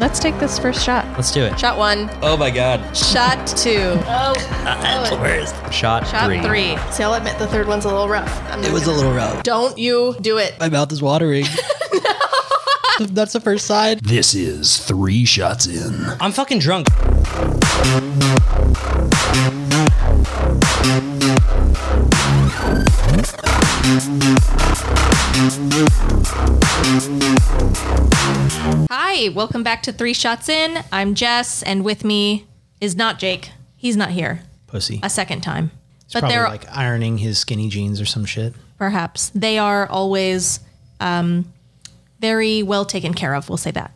Let's take this first shot. Let's do it. Shot one, Oh my God. shot Uh, two, Oh, Worst. Shot, shot three. three. See, I'll admit the third one's a little rough. I'm It not was a gonna- little rough. Don't you do it. My mouth is watering. That's the first side. This is Three Shots In. I'm fucking drunk. Hi, welcome back to Three Shots In. I'm Jess, and with me is not Jake. He's not here Pussy. a second time. He's probably like ironing his skinny jeans or some shit. perhaps they are always um, very well taken care of. We'll say that.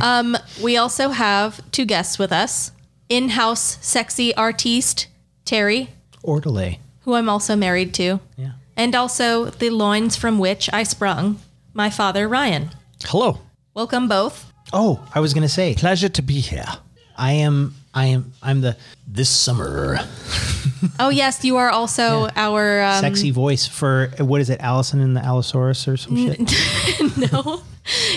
um, we also have two guests with us: in-house sexy artiste Terry, Or delay. who I'm also married to, Yeah. and also the loins from which I sprung, my father Ryan. Hello. Welcome both. Oh, I was gonna say Pleasure to be here. I am I am I'm the This summer, Oh yes, you are also our um, sexy voice for what is it, Allison in the Allosaurus or some shit? no.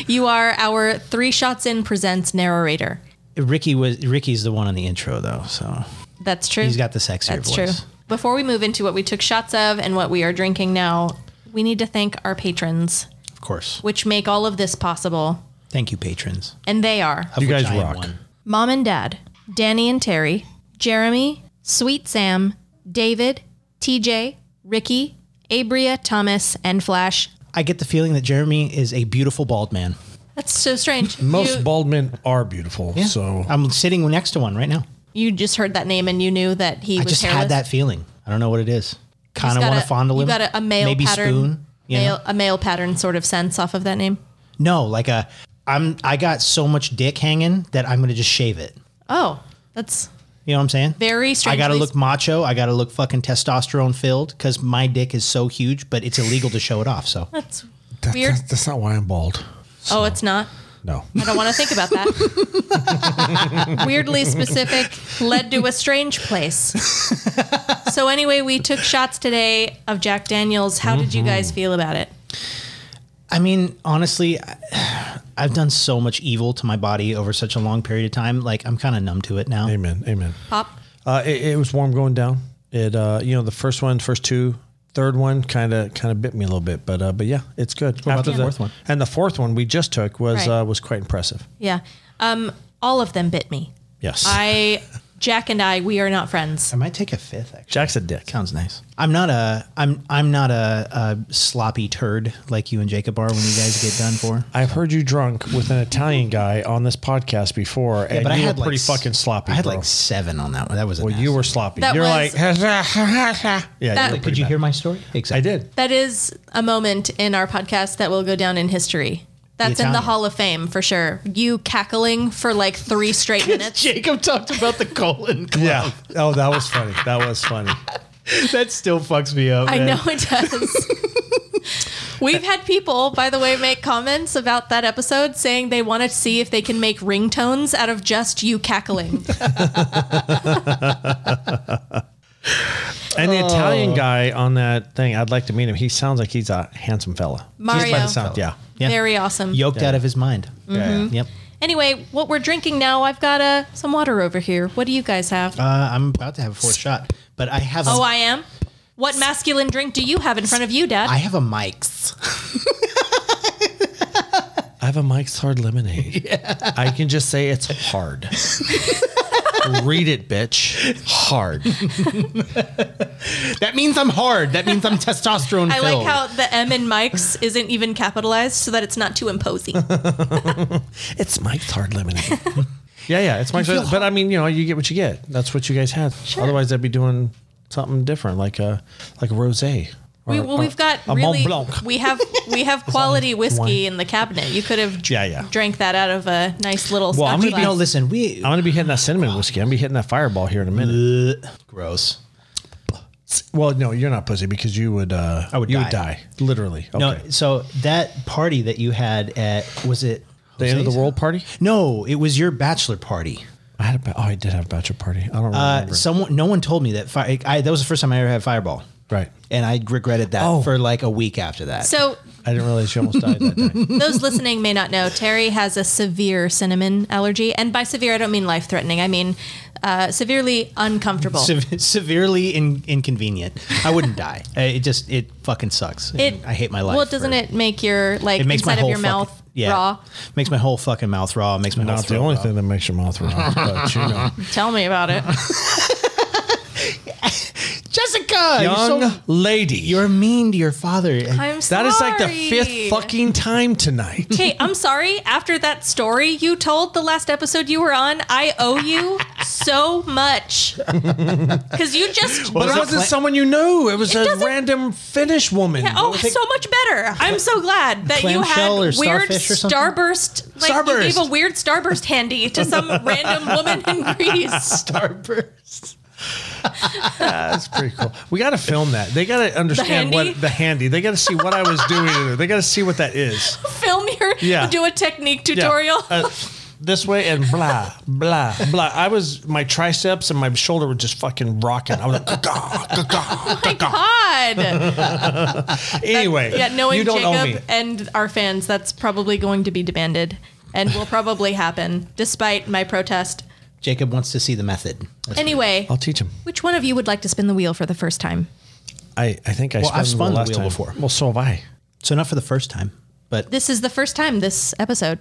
You are our three shots in presents narrator. Ricky was Ricky's the one on the intro though, so That's true. he's got the sexier That's voice. true. Before we move into what we took shots of and what we are drinking now, we need to thank our patrons, Of course. which make all of this possible. Thank you, patrons. And they are Of You which guys I am rock. one. Mom and Dad, Danny and Terry, Jeremy, Sweet Sam, David, TJ, Ricky, Abria, Thomas, and Flash. I get the feeling that Jeremy is a beautiful bald man. That's so strange. Most you, bald men are beautiful. So I'm sitting next to one right now. you just heard that name and you knew that he I was just hairless. had that feeling. I don't know what it is. Kind of got want a- to fondle you him. got a- a male maybe pattern- spoon. You know? Male, a male pattern sort of sense off of that name. No, like a I'm I got so much dick hanging that I'm gonna just shave it. Oh, that's You know what I'm saying? very I strange. gotta look macho. I gotta look fucking testosterone filled because my dick is so huge, but it's illegal to show it off. So That's that- weird. that's, that's not why I'm bald. Oh, it's not. No. I don't want to think about that. Weirdly specific led to a strange place. So anyway, we took shots today of Jack Daniels. How did you guys feel about it? I mean, honestly, I- I've done so much evil to my body over such a long period of time. Like I'm kind of numb to it now. Amen. Amen. Pop. Uh, it, it was warm going down. It uh, you know the first one, first two, third one kind of kind of bit me a little bit, but uh, but yeah, it's good. After the fourth one? and the fourth one we just took was Right. uh, was quite impressive. Yeah. Um all of them bit me. Yes, I Jack and I we are not friends. I might take a fifth. Actually, Jack's a dick. sounds nice. I'm not a I'm I'm not a, a sloppy turd like you and Jacob are when you guys get done for. I've heard you drunk with an Italian guy on this podcast before, and you were pretty s- fucking sloppy. I had bro. like seven on that one. That was a well, nasty you were one. sloppy. That You're was- like, yeah. you That- were Could Could pretty you bad. hear my story? Exactly. I did. That is a moment in our podcast that will go down in history. That's in the Italian. Hall of Fame for sure. You cackling for like 3 straight minutes. Jacob talked about the colon. Yeah. Oh, that was funny. That was funny. that still fucks me up. I man. know it does. We've had people, by the way, make comments about that episode saying they want to see if they can make ringtones out of just you cackling. And the Oh. Italian guy on that thing, I'd like to meet him. He sounds like he's a handsome fella. Just by Mario. the sound, yeah. Yeah. Mm-hmm. Very awesome. Yoked out of his mind. Mm-hmm. Yep. Anyway, what we're drinking now, I've got uh, some water over here. What do you guys have? Uh, I'm about to have a fourth shot, but I have. oh, a, I am. What masculine drink do you have in front of you, Dad? I have a mic. I have a Mike's Hard Lemonade. I can just say it's hard. Read it, bitch. Hard. That means I'm hard. That means I'm testosterone. I like how the M in Mike's isn't even capitalized so that it's not too imposing. It's Mike's Hard Lemonade. yeah, yeah, it's Mike's. Hard, but I mean, you know, you get what you get. That's what you guys had. Otherwise, I'd be doing something different, like a like a rosé. We, or- well, or we've got a really Mont Blanc. we have we have quality whiskey in the cabinet. You could have Yeah, yeah. drank that out of a nice little. Well, I'm scotch gonna be glass. No, listen. We I'm gonna be hitting that cinnamon whiskey. I'm gonna be hitting that fireball here in a minute. Ugh, gross. Well, no, you're not pussy because you would. Uh, I would You die. would die literally. Okay. No. So that party that you had at was it the end of the Jose's? world party. No, it was your bachelor party. I had a ba- oh, I did have a bachelor party. I don't Uh, remember. someone, no one told me that. Fire, I, that was the first time I ever had Fireball. Right. And I regretted that for like a week after that. So I didn't realize she almost died that day. those listening may not know Terry has a severe cinnamon allergy, and by severe I don't mean life threatening. I mean uh, severely uncomfortable. Se- severely in- inconvenient. I wouldn't die. Uh, It just it fucking sucks. and It- I hate my life. Well, doesn't for- it make your like It makes my inside of whole your fucking- mouth yeah. raw? Makes my whole fucking mouth raw. Makes my Not mouth the only thing that makes your mouth run, but you know. Tell me about it. Jessica, Young you're, lady. mean to your father. I'm sorry. That is like the fifth fucking time tonight. Hey, I'm sorry. After that story you told the last episode you were on, I owe you so much because you just. But it wasn't someone you knew. It was It a doesn't- random Finnish woman. Oh, so much better! I'm so glad that you had Clamshell or weird starfish or something? starburst. Like you Starburst. gave a weird starburst handy to some random woman in Greece. Starburst. That's pretty cool. We got to film that. They got to understand handy? what the handy. They got to see what I was doing. to her. They got to see what that is. Film your Yeah. do a technique Yeah. tutorial. Uh, this way and blah blah blah. I was my triceps and my shoulder were just fucking rocking. I was like, "Gah, Oh gah, gah, gah." God. anyway. Yeah, knowing you don't owe me. Jacob and our fans, that's probably going to be demanded and will probably happen despite my protest. Jacob wants to see the method. That's- Anyway, I'll teach him. which one of you would like to spin the wheel for the first time? I, I think I Well, I've spun the last wheel time. before. Well, so have I. So not for the first time, but This is the first time this episode.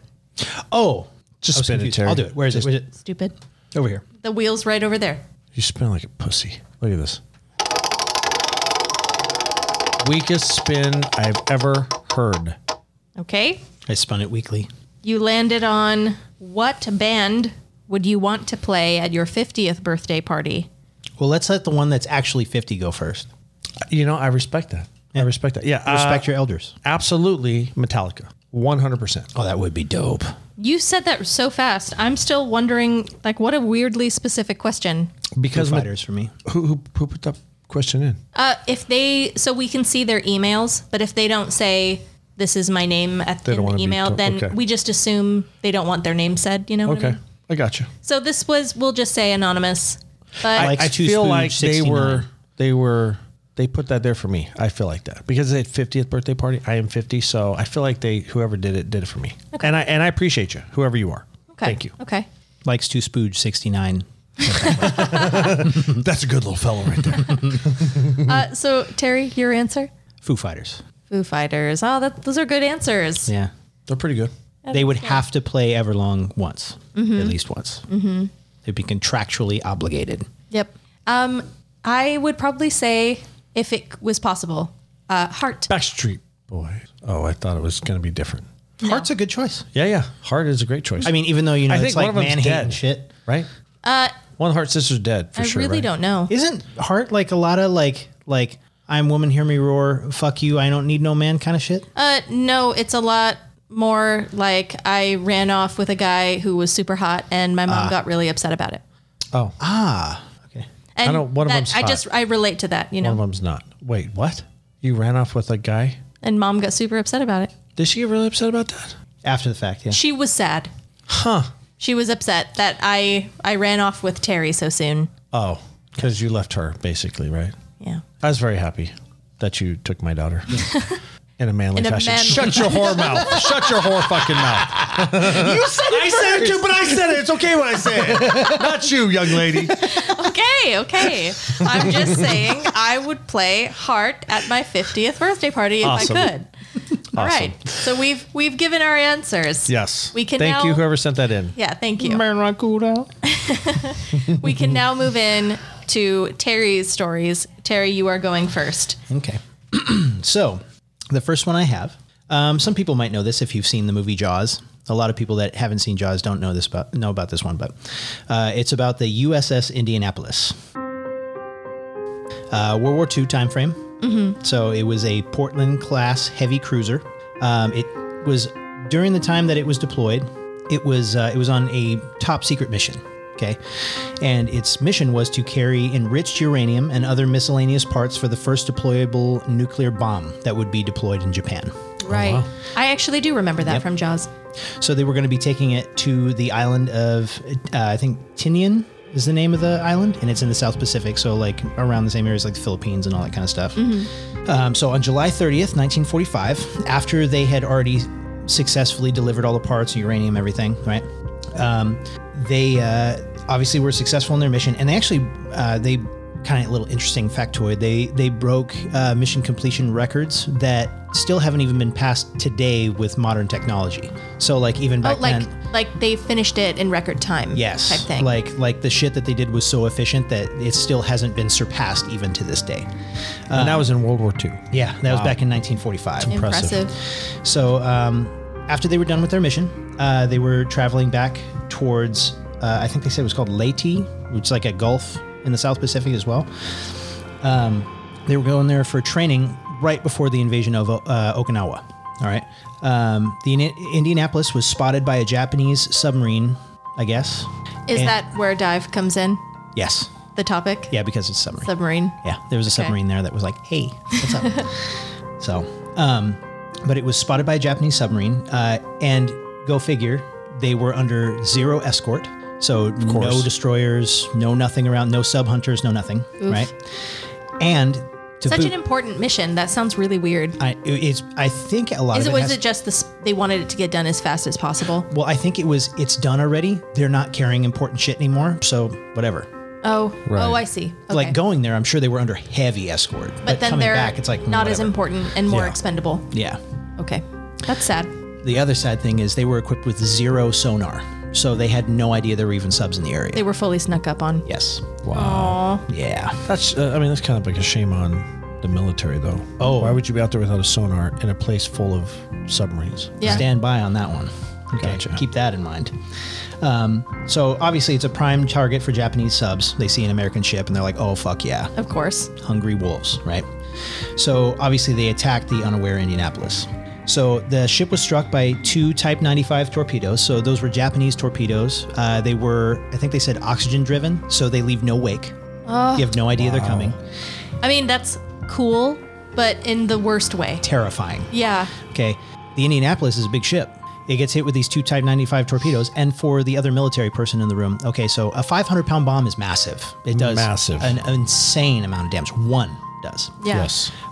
oh, I Just was spin it, confused. Terry. I'll do it. Where is it? Where is Stupid. it? Over here. The wheel's right over there. You spin like a pussy. Look at this. Weakest spin I've ever heard. Okay. I spun it weekly. You landed on what band would you want to play at your 50th birthday party? Well, let's let the one that's actually fifty go first. You know, I respect that. I respect that. Yeah. Respect uh, your elders. Absolutely Metallica. 100%. Oh, that would be dope. You said that so fast. I'm still wondering, like, what a weirdly specific question. Because Foo Me- Fighters for me. who, who, who put that question in? Uh, if they, so we can see their emails, but if they don't say this is my name at They in don't the wanna be email, to- then okay. we just assume they don't want their name said. You know what I Okay. mean? I got you. So this was, we'll just say anonymous. But Like- I Two feel Spooge like they 69. were, they were, they put that there for me. I feel like that because it's a 50th birthday party. I am 50. So I feel like they, whoever did it, did it for me. And I, and I appreciate you, whoever you are. okay, Thank you. Okay. Likes to spooge sixty nine. That's a good little fellow right there. Uh, so Terry, your answer? Foo Fighters. Foo Fighters. Oh, that, those are good answers. Yeah. They're pretty good. They would have to play Everlong once, at least once. Mm-hmm. They'd be contractually obligated. Yep. Um, I would probably say, if it was possible, uh, Heart. Backstreet Boys. Oh, I thought it was going to be different. Heart's a good choice. Yeah, yeah. Heart is a great choice. I mean, even though you know I it's think one like of them's man hate dead. and shit, right? Uh, One Heart Sister's dead for I sure. really right? don't know. isn't Heart like a lot of like like I'm woman, hear me roar, fuck you, I don't need no man kind of shit? Uh, no, it's a lot more like I ran off with a guy who was super hot, and my Ah. mom got really upset about it. Oh, okay. And know, one of that- them's I hot. just I relate to that, you one of know. them's not. Wait, what? You ran off with a guy? And mom got super upset about it. Did she get really upset about that? After the fact, yeah. She was sad. Huh. She was upset that I I ran off with Terry so soon. Oh, because you left her, basically, right? Yeah. I was very happy that you took my daughter. In a manly In a fashion. manly- Shut your whore mouth. Shut your whore fucking mouth. I said it too, but I said it. It's okay when I say it. Not you, young lady. Okay, okay. I'm just saying I would play Heart at my 50th birthday party if Awesome. I could. All right. So we've we've given our answers. Yes. We can Thank now- you, whoever sent that in. Yeah, thank you. we can now move in to Terry's stories. Terry, you are going first. Okay. so, the first one I have, um, some people might know this if you've seen the movie Jaws. A lot of people that haven't seen Jaws don't know this about know about this one, but uh, it's about the USS Indianapolis, uh, World War II time frame. Mm-hmm. So it was a Portland class heavy cruiser. Um, it was during the time that it was deployed. It was uh, it was on a top secret mission. Okay, and its mission was to carry enriched uranium and other miscellaneous parts for the first deployable nuclear bomb that would be deployed in Japan. Right. Uh-huh. I actually do remember that from Jaws. So they were going to be taking it to the island of, uh, I think, Tinian, is the name of the island, and it's in the South Pacific, so like around the same areas like the Philippines and all that kind of stuff. Um, so on July 30th, 1945, after they had already successfully delivered all the parts, uranium, everything, right? Um, they uh, obviously were successful in their mission, and they actually uh, they kind of a little interesting factoid. They they broke uh, mission completion records that still haven't even been passed today with modern technology. So like even Oh, back like then. like they finished it in record time. Yes. Type thing. Like like the shit that they did was so efficient that it still hasn't been surpassed even to this day. and that was in World War II. Yeah, that was back in 1945. impressive. So um, after they were done with their mission, uh, they were traveling back towards uh, I think they said it was called Leyte, which is like a gulf in the South Pacific as well. Um, they were going there for training right before the invasion of uh, Okinawa. All right. Um, the Indi- Indianapolis was spotted by a Japanese submarine, I guess. Is And- that where dive comes in? Yes. The topic? Yeah, because it's submarine. Submarine. Yeah, there was a submarine there that was like, "Hey, what's up?" so, um, but it was spotted by a Japanese submarine, uh, and go figure, they were under zero escort, so no course. destroyers, no nothing around, no sub hunters, no nothing, right? And to Such boot, an important mission. That sounds really weird. I, it's I think a lot Is of it it was has- it just this? They wanted it to get done as fast as possible. well, I think it was it's done already. They're not carrying important shit anymore, so whatever. Oh, Right. oh, I see. Okay. Like going there, I'm sure they were under heavy escort, but, but then coming they're back, it's like not as whatever. important and more Yeah. expendable. Yeah. Okay, that's sad. The other sad thing is they were equipped with zero sonar, so they had no idea there were even subs in the area. They were fully snuck up on. yes. Aw. Yeah. That's uh, I mean that's kind of like a shame on the military though. Oh. why would you be out there without a sonar in a place full of submarines? Yeah. Stand by on that one. Okay. Gotcha. Keep that in mind. Um, so obviously it's a prime target for Japanese subs. They see an American ship and they're like, "Oh fuck yeah, Of course. hungry wolves!" Right. So obviously they attacked the unaware Indianapolis. So the ship was struck by two Type 95 torpedoes. So those were Japanese torpedoes. Uh, they were, I think they said oxygen driven, so they leave no wake. you have no idea they're coming. I mean, that's cool, but in the worst way. terrifying. Yeah. Okay. The Indianapolis is a big ship. It gets hit with these two Type 95 torpedoes. And for the other military person in the room, okay, so a 500 pound bomb is massive. It does Massive. an insane amount of damage. One does. Yeah.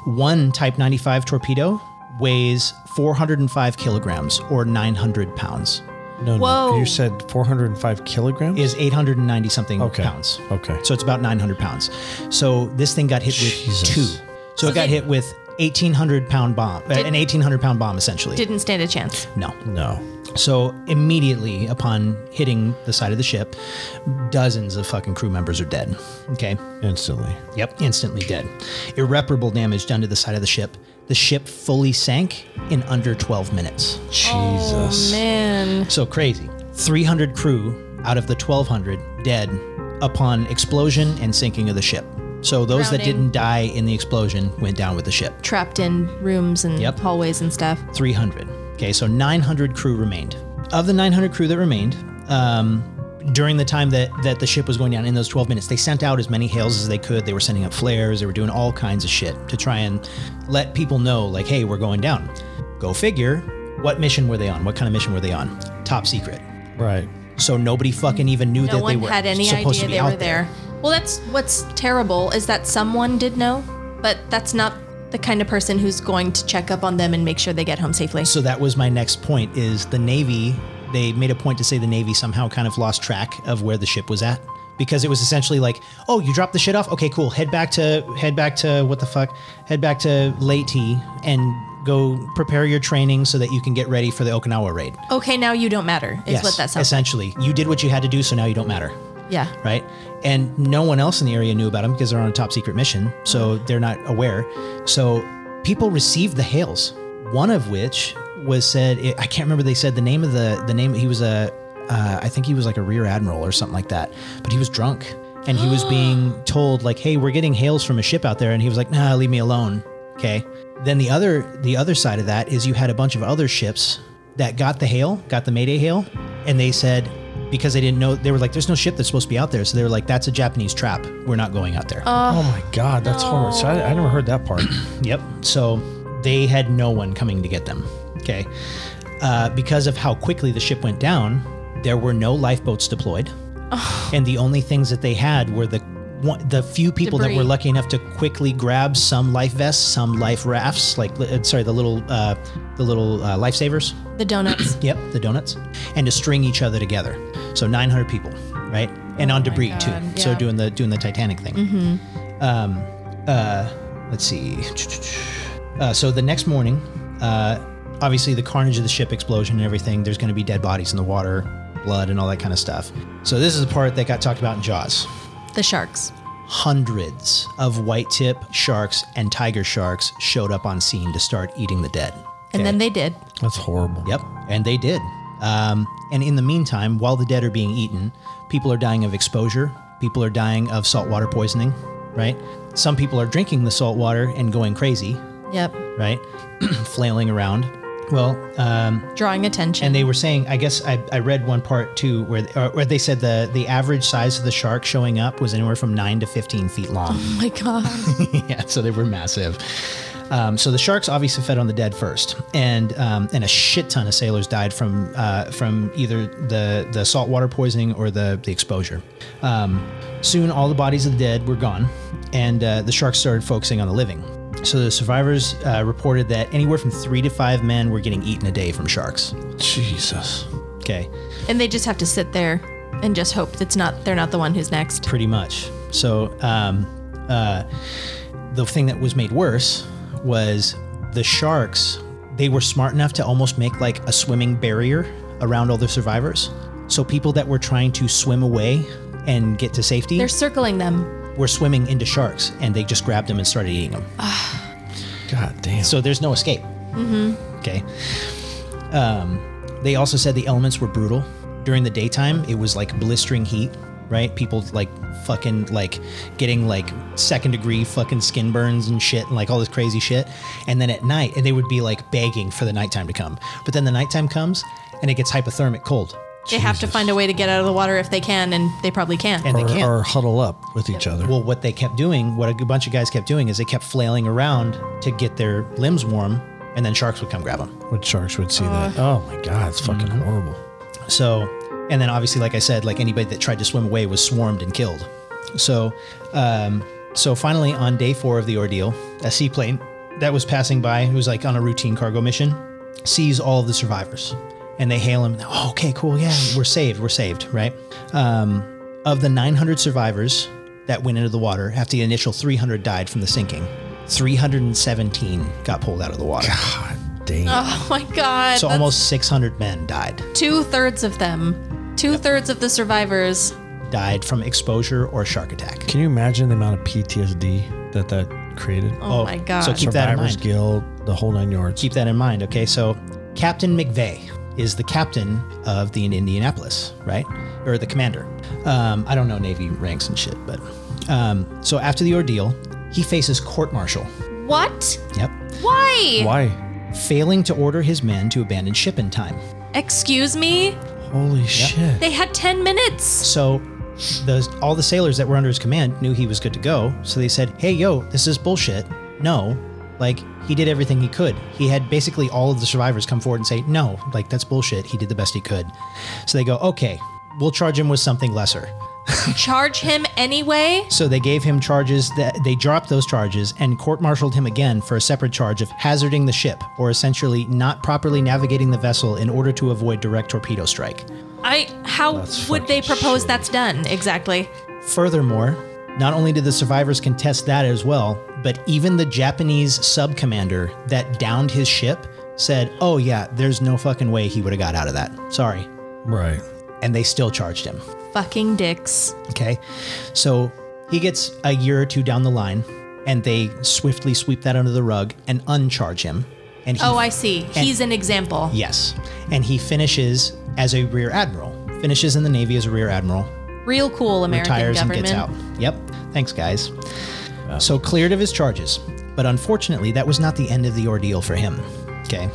One Type 95 torpedo weighs 405 kilograms or 900 pounds, No, Whoa. no. You said 405 kilograms. is 890 something Okay. pounds. Okay. So it's about 900 pounds. So this thing got hit Jesus. with two. So, it got they- hit with 1,800 pound bomb, an 1,800 pound bomb essentially. Didn't stand a chance. no. no. So immediately upon hitting the side of the ship, dozens of fucking crew members are dead. Okay. Instantly. Yep. Instantly dead. Irreparable damage done to the side of the ship. The ship fully sank in under 12 minutes. Oh. Jesus. Man. So crazy. 300 crew out of the 1,200 dead upon explosion and sinking of the ship. So those that Drowning. didn't die in the explosion went down with the ship. Trapped in rooms and Yep. hallways and stuff. 300. Okay, so 900 crew remained. Of the 900 crew that remained, um, during the time that, that the ship was going down in those 12 minutes, they sent out as many hails as they could. They were sending up flares. They were doing all kinds of shit to try and let people know, like, hey, we're going down. Go figure. What mission were they on? What kind of mission were they on? Top secret. Right. So nobody fucking even knew No that they one were had any supposed idea to be they out were there. Well, that's what's terrible is that someone did know, but that's not the kind of person who's going to check up on them and make sure they get home safely. So that was my next point is the Navy, they made a point to say the Navy somehow kind of lost track of where the ship was at because it was essentially like, oh, you dropped the shit off. Okay, cool. Head back to head back to what the fuck? Head back to Leyte and go prepare your training so that you can get ready for the Okinawa raid. Okay, now you don't matter. Is yes, what that sounds. essentially. You did what you had to do, so now you don't matter. like. Yeah. Right. And no one else in the area knew about them because they're on a top secret mission. So they're not aware. So people received the hails, one of which was said, I can't remember, they said the name of the, the name, he was a, uh, I think he was like a rear admiral or something like that, but he was drunk and he was being told like, Hey, we're getting hails from a ship out there. And he was like, nah, leave me alone. Okay. Then the other, the other side of that is you had a bunch of other ships that got the hail, got the Mayday hail, and they said because they didn't know they were like, "There's no ship that's supposed to be out there," so they were like, "That's a Japanese trap. We're not going out there." oh my God, that's horrible. So I, I never heard that part. Yep. So they had no one coming to get them. Okay. Uh, because of how quickly the ship went down, there were no lifeboats deployed. and the only things that they had were the one, the few people that were Debris. lucky enough to quickly grab some life vests, some life rafts, like uh, sorry, the little uh, the little uh, lifesavers. The donuts. Yep, the donuts, and to string each other together. So 900 people, right? And on debris too. Oh God, So yeah. Mm-hmm. doing the doing the Titanic thing. Um, uh, let's see. Uh, so the next morning, uh, obviously the carnage of the ship explosion and everything. There's going to be dead bodies in the water, blood, and all that kind of stuff. So this is the part that got talked about in Jaws the sharks. hundreds of white tip sharks and tiger sharks showed up on scene to start eating the dead. And then they did. That's horrible. Yep, and they did. Um, and in the meantime, while the dead are being eaten, people are dying of exposure, people are dying of saltwater poisoning, right? Some people are drinking the salt water and going crazy, Yep. right? Flailing around. Well, um, Drawing attention. and they were saying, I guess I, I read one part too where, or, where they said the, the average size of the shark showing up was anywhere from 9 to 15 feet long. oh my God. yeah, so they were massive. Um, so the sharks obviously fed on the dead first, and um, and a shit ton of sailors died from uh, from either the the saltwater poisoning or the the exposure. Um, soon, all the bodies of the dead were gone, and uh, the sharks started focusing on the living. So the survivors uh, reported that anywhere from three to five men were getting eaten a day from sharks. Jesus. Okay, and they just have to sit there and just hope that's not they're not the one who's next. pretty much. So um, uh, the thing that was made worse was the sharks. They were smart enough to almost make like a swimming barrier around all the survivors. So people that were trying to swim away and get to safety They're circling them. were swimming into sharks, and they just grabbed them and started eating them. God damn. So there's no escape. Mm-hmm. Okay. Um, they also said the elements were brutal. During the daytime, it was like blistering heat, right? People like fucking like getting like second degree fucking skin burns and shit and like all this crazy shit. And then at night, and they would be like begging for the nighttime to come. But then the nighttime comes and it gets hypothermic cold. They have to find a way to get out of the water if they can, and they probably can. And or, they can't. or huddle up with each other. Well, what they kept doing, what a g- bunch of guys kept doing, is they kept flailing around to get their limbs warm, and then sharks would come grab them. When sharks would see that. uh, Oh my God, it's fucking Mm-hmm. horrible. So, and then obviously, like I said, like anybody that tried to swim away was swarmed and killed. So, um, so finally, on day four of the ordeal, a seaplane that was passing by, who was like on a routine cargo mission, sees all of the survivors, and they hail him. "Oh, okay, cool, yeah, we're saved, we're saved, right? Um, of the 900 survivors that went into the water after the initial 300 died from the sinking, 317 got pulled out of the water. Damn. oh my God. so almost 600 men died. two thirds of them, two thirds of the survivors. died from exposure or shark attack. Can you imagine the amount of PTSD that that created? Oh, Oh, my so God. keep that in Survivor's mind. Guild, the whole nine yards. Keep that in mind, okay? So, Captain McVeigh is the captain of the Indianapolis, right? Or the commander. Um, I don't know Navy ranks and shit, but. Um, so, after the ordeal, he faces court martial. what? Yep. Why? Why? Failing to order his men to abandon ship in time. Excuse me? Holy shit. They had 10 minutes. So, those, all the sailors that were under his command knew he was good to go. So they said, "Hey, yo, this is bullshit. No, like he did everything he could. He had basically all of the survivors come forward and say, no, like that's bullshit. He did the best he could." So they go, "Okay, we'll charge him with something lesser." Charge him anyway? So they gave him charges that they dropped those charges and court-martialed him again for a separate charge of hazarding the ship or essentially not properly navigating the vessel in order to avoid direct torpedo strike. I how would they propose that's done exactly? Furthermore, not only did the survivors contest that as well, but even the Japanese sub commander that downed his ship said, Oh, yeah, there's no fucking way he would have got out of that. Sorry. Right. And they still charged him. Fucking dicks. Okay. So he gets a year or two down the line, and they swiftly sweep that under the rug and uncharge him. And he Oh, I see. He's an example. Yes. And he finishes as a rear admiral, finishes in the Navy as a rear admiral, Real cool American retires and government. gets out. Yep. Thanks, guys. So cleared of his charges, but unfortunately, that was not the end of the ordeal for him. Okay.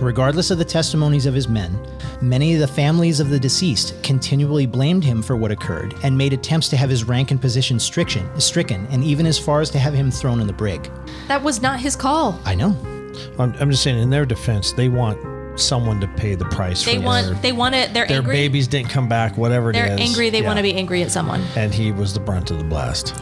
Regardless of the testimonies of his men, many of the families of the deceased continually blamed him for what occurred and made attempts to have his rank and position stricken, stricken and even as far as to have him thrown in the brig. That was not his call. I know. I'm, I'm just saying, in their defense, they want someone to pay the price They for want their, they want it. They're their angry. babies didn't come back, whatever it They're is. angry. They Yeah. want to be angry at someone. And he was the brunt of the blast.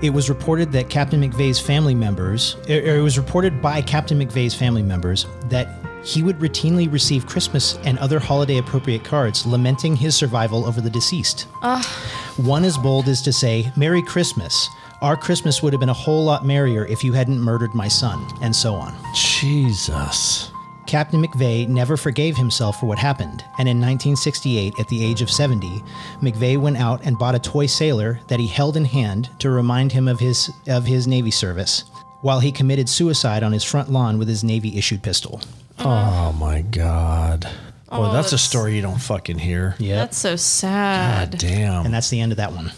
It was reported that Captain McVeigh's family members, er, er, it was reported by Captain McVeigh's family members that he would routinely receive Christmas and other holiday appropriate cards lamenting his survival over the deceased. One as bold as to say, Merry Christmas. Our Christmas would have been a whole lot merrier if you hadn't murdered my son, and so on. Jesus. Captain McVeigh never forgave himself for what happened, and in 1968, at the age of 70, McVeigh went out and bought a toy sailor that he held in hand to remind him of his of his Navy service, while he committed suicide on his front lawn with his Navy issued pistol. Oh my God. Oh, that's, a that's- story you don't fucking hear. Yeah, That's so sad. God damn. and that's the end of that one.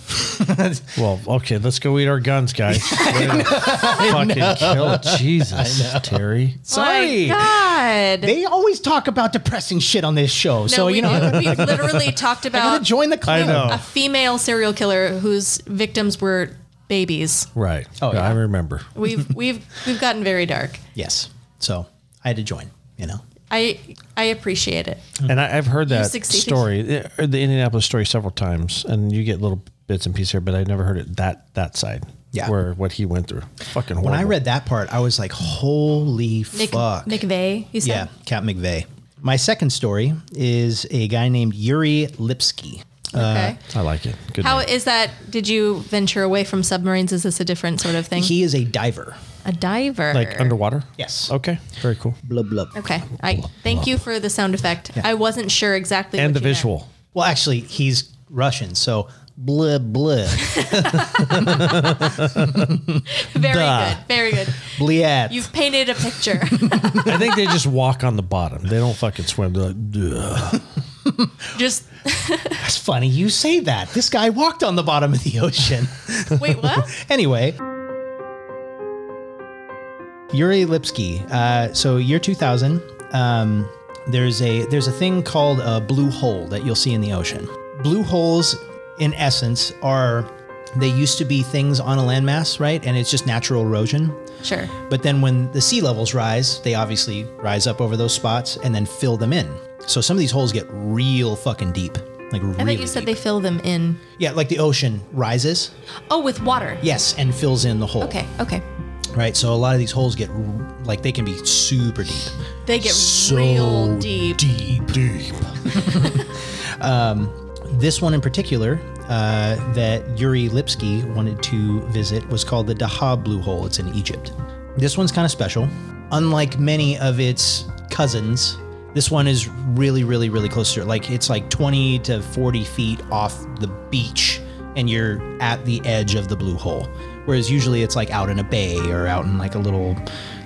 Well, okay, let's go eat our guns, guys. Way to fucking kill Jesus, Terry. Oh My God. They always talk about depressing shit on this show, no, so we you know, did. we literally talked gotta about join the I club. know. a female serial killer whose victims were babies. Right. Oh, I remember. We've we've we've gotten very dark. Yes, so I had to join. You know, I I appreciate it. And I, I've heard that succeeded. story, the the Indianapolis story, several times, and you get little bits and pieces here, but I never heard it that that side. Yeah. Where what he went through. Fucking horrible. when I read that part, I was like, "Holy Nick fuck!" McVeigh, you said. Yeah, Cap McVeigh. My second story is a guy named Yuri Lipsky. Mm-hmm. Okay. I like it. Good. How name. is that? Did you venture away from submarines? Is this a different sort of thing? He is a diver. a diver. like underwater? Yes. Okay. Very cool. Blub blub. Okay. I thank you for the sound effect. I wasn't sure exactly. And the what you meant. visual. Well, actually, he's Russian, so blub blub Very Duh. good. Very good. bliat. You've painted a picture. I think they just walk on the bottom. They don't fucking swim. They're like, "Duh." Just That's funny. You say that. This guy walked on the bottom of the ocean. wait. What? anyway. Yuri Lipsky. Uh, so year 2000, um, there's a there's a thing called a blue hole that you'll see in the ocean. Blue holes, in essence, are they used to be things on a landmass, right? And it's just natural erosion. Sure. But then when the sea levels rise, they obviously rise up over those spots and then fill them in. So some of these holes get real fucking deep, like really. I thought you said they fill them in. yeah, like the ocean rises, Oh, with water. yes, and fills in the hole. Okay. Okay. right? So a lot of these holes get r- like they can be super deep. They get real deep. deep, deep. um, this one in particular uh, that Yuri Lipsky wanted to visit was called the Dahab Blue Hole. It's in Egypt. This one's kind of special. Unlike many of its cousins, this one is really, really, really close to it. Like it's like 20 to 40 feet off the beach, and you're at the edge of the blue hole. Whereas usually it's like out in a bay or out in like a little,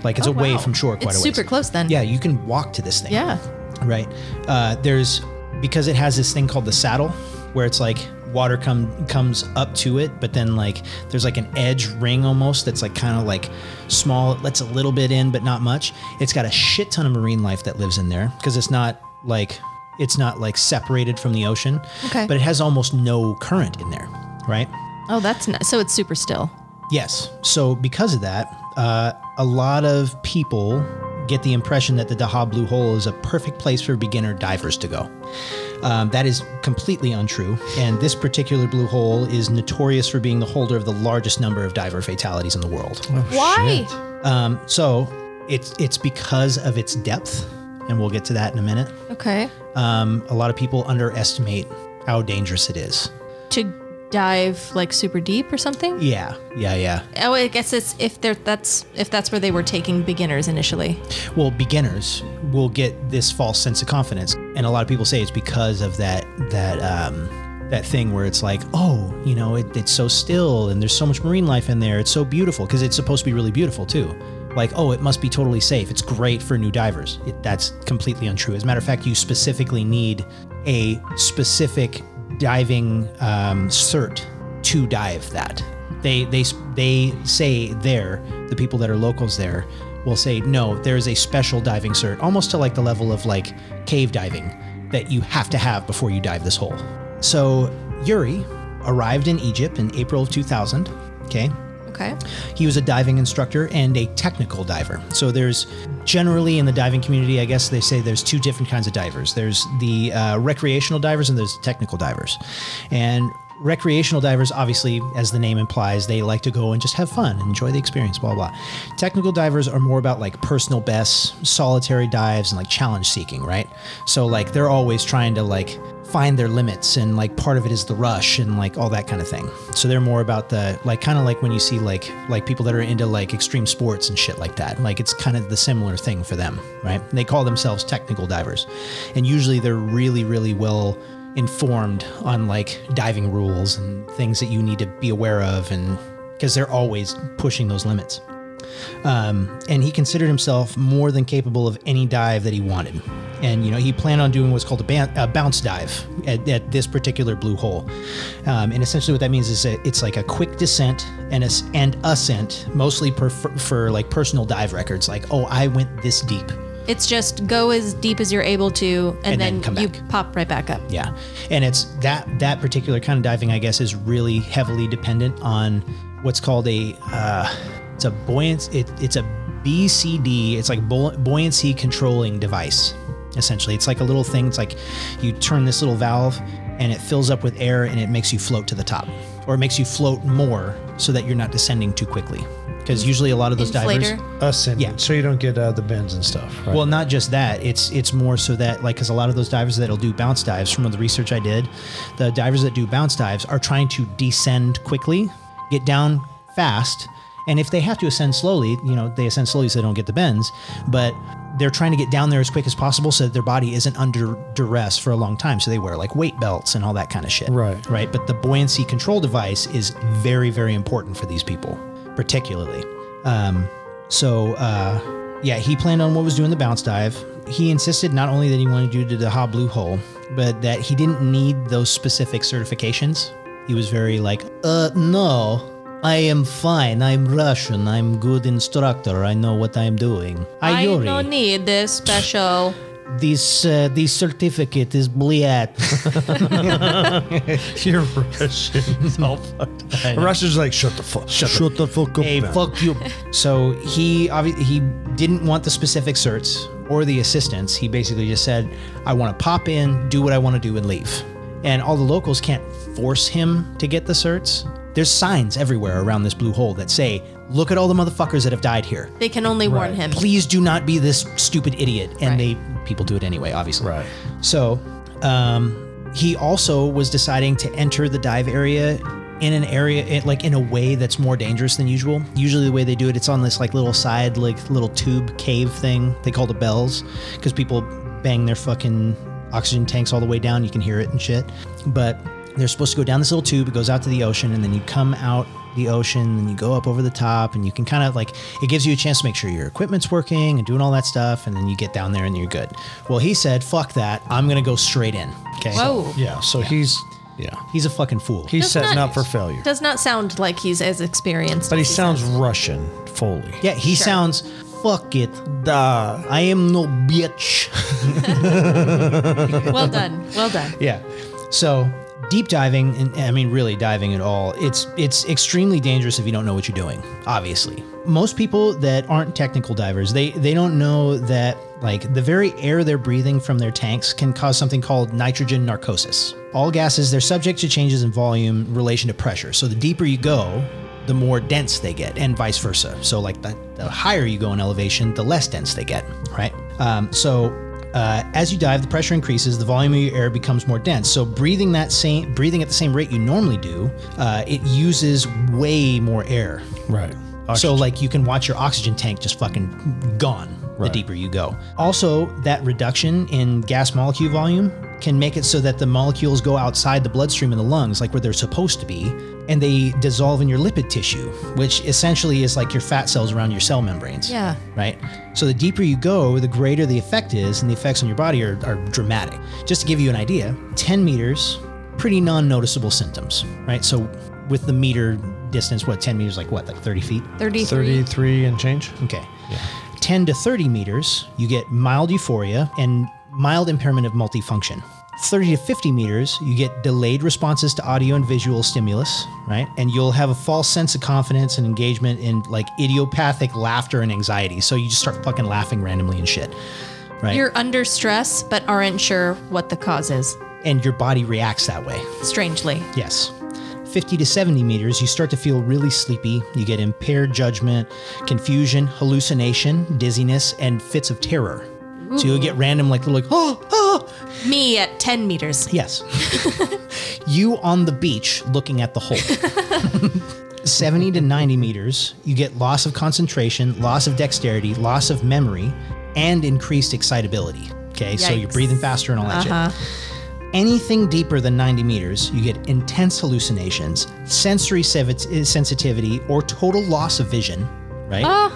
like it's away Oh, Wow. from shore quite a it's ways. super close then. Yeah, you can walk to this thing. Yeah. Right. Uh, there's because it has this thing called the saddle, where it's like water come comes up to it, but then like there's like an edge ring almost that's like kind of like small. It lets a little bit in, but not much. It's got a shit ton of marine life that lives in there because it's not like it's not like separated from the ocean. Okay. But it has almost no current in there, right? Oh, that's nice. So it's super still. Oh, Yes. So because of that, uh, a lot of people get the impression that the Daha Blue Hole is a perfect place for beginner divers to go. Um, that is completely untrue. And this particular blue hole is notorious for being the holder of the largest number of diver fatalities in the world. Why? Um, so it's it's because of its depth, and we'll get to that in a minute. Okay. Um, a lot of people underestimate how dangerous it is. To dive like super deep or something? Yeah, yeah, yeah. Oh, I guess it's if they're that's if that's where they were taking beginners initially. well beginners will get this false sense of confidence and a lot of people say it's because of that that um that thing where it's like oh you know it, it's so still and there's so much marine life in there it's so beautiful because it's supposed to be really beautiful too like oh it must be totally safe it's great for new divers it, that's completely untrue as a matter of fact you specifically need a specific diving um, cert to dive that they they they say there the people that are locals there will say no there is a special diving cert almost to like the level of like cave diving that you have to have before you dive this hole so yuri arrived in egypt in april of 2000 okay Okay. He was a diving instructor and a technical diver. So there's generally in the diving community, I guess they say there's two different kinds of divers. There's the uh, recreational divers and there's technical divers. And recreational divers, obviously, as the name implies, they like to go and just have fun, enjoy the experience, blah blah. Technical divers are more about like personal bests, solitary dives, and like challenge seeking, right? So like they're always trying to like find their limits and like part of it is the rush and like all that kind of thing so they're more about the like kind of like when you see like like people that are into like extreme sports and shit like that like it's kind of the similar thing for them right And they call themselves technical divers and usually they're really really well informed on like diving rules and things that you need to be aware of and because they're always pushing those limits um, and he considered himself more than capable of any dive that he wanted. And you know, he planned on doing what's called a, ban- a bounce dive at, at this particular blue hole. Um, and essentially, what that means is that it's like a quick descent and a s and ascent, mostly per, for, for like personal dive records. Like, oh, I went this deep. It's just go as deep as you're able to, And and, then then, come you back. pop right back up. Yeah, and it's that that particular kind of diving, I guess, is really heavily dependent on what's called a uh, it's a buoyancy it, it's a BCD. It's like buoy- buoyancy controlling device. Essentially, it's like a little thing. It's like you turn this little valve, and it fills up with air, and it makes you float to the top, or it makes you float more, so that you're not descending too quickly. Because usually, a lot of those divers. Inflator. Ascendant. Yeah. So you don't get uh, the bends and stuff. Right? Well, not just that. It's it's more so that like because a lot of those divers that'll do bounce dives, from the research I did, the divers that do bounce dives are trying to descend quickly, get down fast, and if they have to ascend slowly, you know they ascend slowly so they don't get the bends, but they're trying to get down there as quick as possible so that their body isn't under duress for a long time. So they wear like weight belts and all that kind of shit. Right. Right. But the buoyancy control device is very, very important for these people, particularly. Um, so, uh, yeah, he planned on what was doing the bounce dive. He insisted not only that he wanted to do to the Ha Blue Hole, but that he didn't need those specific certifications. He was very like, uh, no, I am fine. I'm Russian. I'm good instructor. I know what I'm doing. I Ayuri, don't need this special. this uh, this certificate is bliat. You're Russian. It's all fucked up. Russian's like, shut the fuck Shut, the fuck up. Hey, man." fuck you. So he obvi- he didn't want the specific certs or the assistance. He basically just said, "I want to pop in, do what I want to do, and leave." And all the locals can't force him to get the certs. There's signs everywhere around this blue hole that say, "Look at all the motherfuckers that have died here. They can only warn him. Please do not be this stupid idiot." And Right. they people do it anyway, obviously. Right. So, um, he also was deciding to enter the dive area in an area it, like in a way that's more dangerous than usual. Usually, the way they do it, it's on this like little side, like little tube cave thing they call the bells, because people bang their fucking oxygen tanks all the way down. You can hear it and shit. But they're supposed to go down this little tube. It goes out to the ocean, and then you come out the ocean and you go up over the top and you can kind of like it gives you a chance to make sure your equipment's working and doing all that stuff and then you get down there and you're good well he said fuck that i'm gonna go straight in okay Whoa. Yeah. So he's, yeah. he's a fucking fool He's setting not- up for failure. Does not sound like he's as experienced. But he as sounds Russian fully. yeah he Sure. sounds fuck it duh i am no bitch Well done. Well done. yeah so deep diving and i mean really diving at all it's it's extremely dangerous if you don't know what you're doing obviously most people that aren't technical divers they they don't know that like the very air they're breathing from their tanks can cause something called nitrogen narcosis all gases they're subject to changes in volume in relation to pressure so the deeper you go the more dense they get and vice versa so like the, the higher you go in elevation the less dense they get right um, so uh, as you dive, the pressure increases, the volume of your air becomes more dense. So breathing that same breathing at the same rate you normally do, uh, it uses way more air. Right. So like you can watch your oxygen tank just fucking gone the deeper you go. Also, that reduction in gas molecule volume can make it so that the molecules go outside the bloodstream and the lungs, like where they're supposed to be, and they dissolve in your lipid tissue, which essentially is like your fat cells around your cell membranes Yeah. right? So the deeper you go, the greater the effect is, and the effects on your body are, are dramatic. Just to give you an idea, 10 meters, pretty non noticeable symptoms, right? So with the meter distance, what, 10 meters, like what, like 30 feet? 33. 33 and change. Okay. 10 to 30 meters, you get mild euphoria and mild impairment of multifunction. 30 to 50 meters, you get delayed responses to audio and visual stimulus, right? And you'll have a false sense of confidence and engagement in like idiopathic laughter and anxiety. So you just start fucking laughing randomly and shit, right? You're under stress, but aren't sure what the cause is. and your body reacts that way. Strangely. Yes. 50 to 70 meters, you start to feel really sleepy. You get impaired judgment, confusion, hallucination, dizziness, and fits of terror. So you'll get random, like, like, oh, oh, Me at 10 meters. Yes. you on the beach looking at the hole. 70 to 90 meters, you get loss of concentration, loss of dexterity, loss of memory, and increased excitability. Okay, so you're Yikes. breathing faster and all that shit. Anything deeper than 90 meters, you get intense hallucinations, sensory sevi- sensitivity, or total loss of vision, right?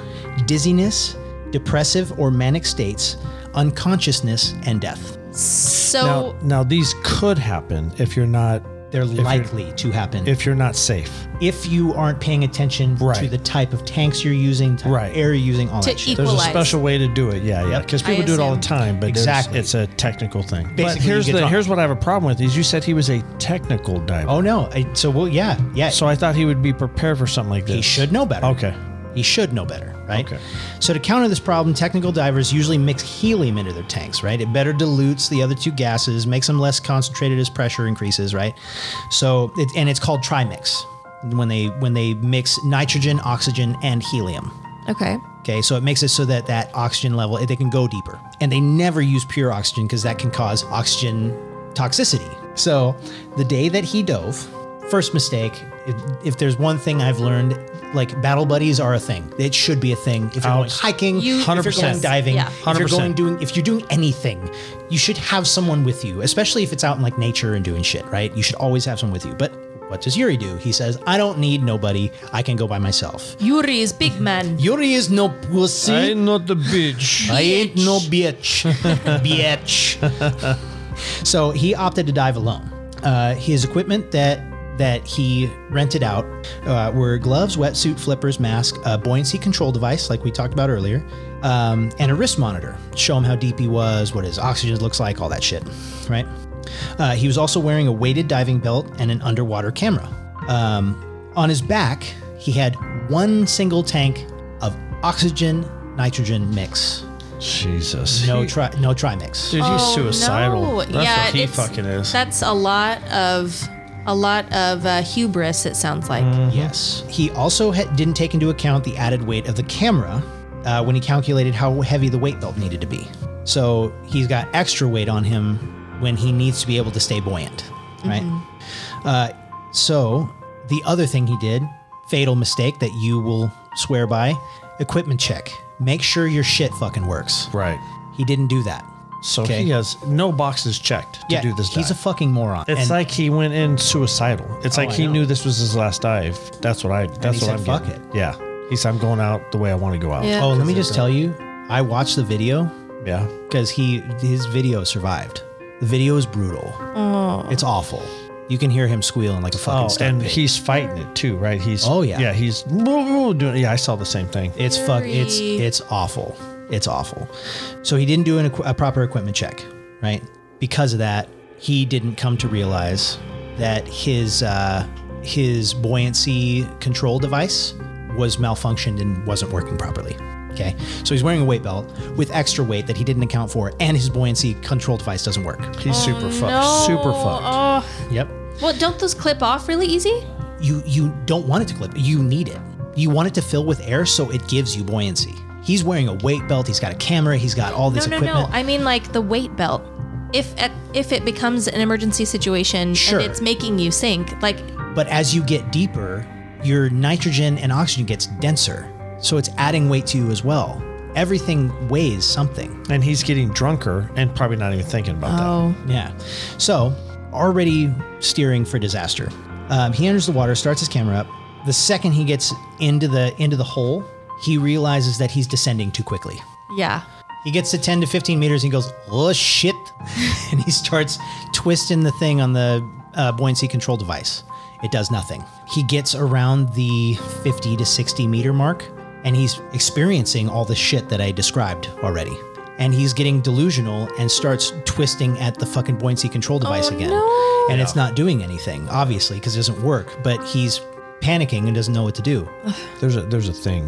Dizziness, depressive or manic states, unconsciousness, and death. So Now, now these could happen if you're not They're you're- likely to happen. if you're not safe. if you aren't paying attention to Right. the type of tanks you're using, type Right. of air you're using, all To that shit. equal- There's Equalize. a special way to do it. Yeah, yeah. Yep. Because people do it all the assume. time, but there's- Exactly. it's a technical thing. but Basically, here's you get the on- here's what I have a problem with is you said he was a technical diver. oh no! I, so well, yeah, yeah. So I thought he would be prepared for something like this. he should know better. Okay. He should know better, right? Okay. So to counter this problem, technical divers usually mix helium into their tanks, right? It better dilutes the other two gases, makes them less concentrated as pressure increases, right? So it, and it's called trimix when they when they mix nitrogen, oxygen, and helium. okay. Okay, so it makes it so that that oxygen level they can go deeper, and they never use pure oxygen because that can cause oxygen toxicity. So, the day that he dove, first mistake. If, if there's one thing I've learned, like battle buddies are a thing. It should be a thing. If you're going hiking, You- if you're going 100%. diving, Yeah. if you're 100%. going doing, if you're doing anything, you should have someone with you, especially if it's out in like nature and doing shit. Right? You should always have someone with you. But what does Yuri do? He says, "I don't need nobody. I can go by myself." Yuri is big man. Yuri is no pussy. not the bitch. I ain't no bitch. bitch. so he opted to dive alone. Uh, his equipment that that he rented out uh, were gloves, wetsuit, flippers, mask, a buoyancy control device, like we talked about earlier, um, and a wrist monitor. Show him how deep he was, what his oxygen looks like, all that shit, right? Uh, he was also wearing a weighted diving belt and an underwater camera. Um, on his back, he had one single tank of oxygen nitrogen mix. Jesus. No try, no try mix. Dude, he's suicidal. Oh, No. That's yeah, what he it's- fucking is. That's a lot of a lot of uh, hubris. It sounds like. Mm, Yes. Uh-huh. He also ha- didn't take into account the added weight of the camera uh, when he calculated how heavy the weight belt needed to be. So he's got extra weight on him when he needs to be able to stay buoyant, right? Uh, so the other thing he did, fatal mistake that you will swear by, equipment check. Make sure your shit fucking works. right. He didn't do that. So Okay. he has no boxes checked to do this. he's a dive. fucking moron. it's And- like he went in suicidal. It's like I he know. knew this was his last dive. That's what I. That's he what I'm. said, "Fuck getting. Yeah. He said, "I'm going out the way I want to go out." Yeah. oh, let me just tell you, I watched the video Yeah. because he his video survived. The video is brutal. It's awful. You can hear him squealing like a fucking Oh, stuck and pig. he's fighting it too, right? He's. Oh, yeah. Yeah. He's. woo, woo, doing- Yeah, I saw the same thing. it's fuck. It's Very- it's awful. It's awful. So he didn't do an, equi- a proper equipment check, right? Because of that, he didn't come to realize that his uh, his buoyancy control device was malfunctioned and wasn't working properly. Okay, so he's wearing a weight belt with extra weight that he didn't account for, and his buoyancy control device doesn't work. He's super fucked. Super fucked. oh, Yep. Well, don't those clip off really easy? you you don't want it to clip. You need it. You want it to fill with air so it gives you buoyancy. He's wearing a weight belt. He's got a camera. He's got all this no, equipment. no, no. I mean like the weight belt. If at, if it becomes an emergency situation Sure. and it's making you sink, like but as you get deeper, your nitrogen and oxygen gets denser, so it's adding weight to you as well. Everything weighs something. and he's getting drunker and probably not even thinking about oh, Yeah. So already steering for disaster. Um, he enters the water, starts his camera up. The second he gets into the into the hole, he realizes that he's descending too quickly. yeah. He gets to 10 to 15 meters and he goes, oh shit. and he starts twisting the thing on the uh, buoyancy control device. It does nothing. He gets around the 50 to 60 meter mark and he's experiencing all the shit that I described already. and he's getting delusional and starts twisting at the fucking buoyancy control device again. And it's not doing anything, obviously, because it doesn't work, but he's panicking and doesn't know what to do. There's a there's a thing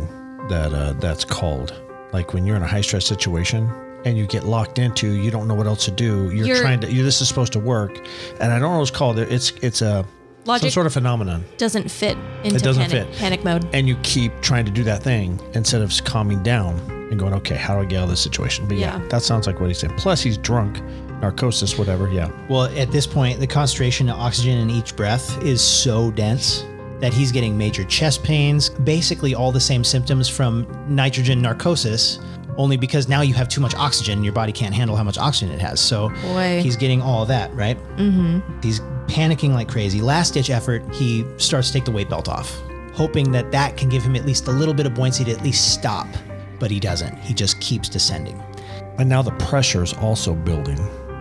that uh, that's called like when you're in a high stress situation and you get locked into you don't know what else to do. You're, You're- trying to you this is supposed to work, and I don't know what it's called. It's it's a some Logic- sort of phenomenon, Doesn't fit into doesn't panic, fit. panic mode. and you keep trying to do that thing instead of calming down and going, okay, how do I get out of this situation? But yeah, Yeah. that sounds like what he's saying. Plus, he's drunk, narcosis, whatever. Yeah, Well, at this point, the concentration of oxygen in each breath is so dense that he's getting major chest pains, basically all the same symptoms from nitrogen narcosis, only because now you have too much oxygen and your body can't handle how much oxygen it has. So Boy. he's getting all that, right? Mm-hmm. He's panicking like crazy. Last ditch effort, he starts to take the weight belt off, hoping that that can give him at least a little bit of buoyancy to at least stop. But he doesn't. He just keeps descending. and now the pressure's also building.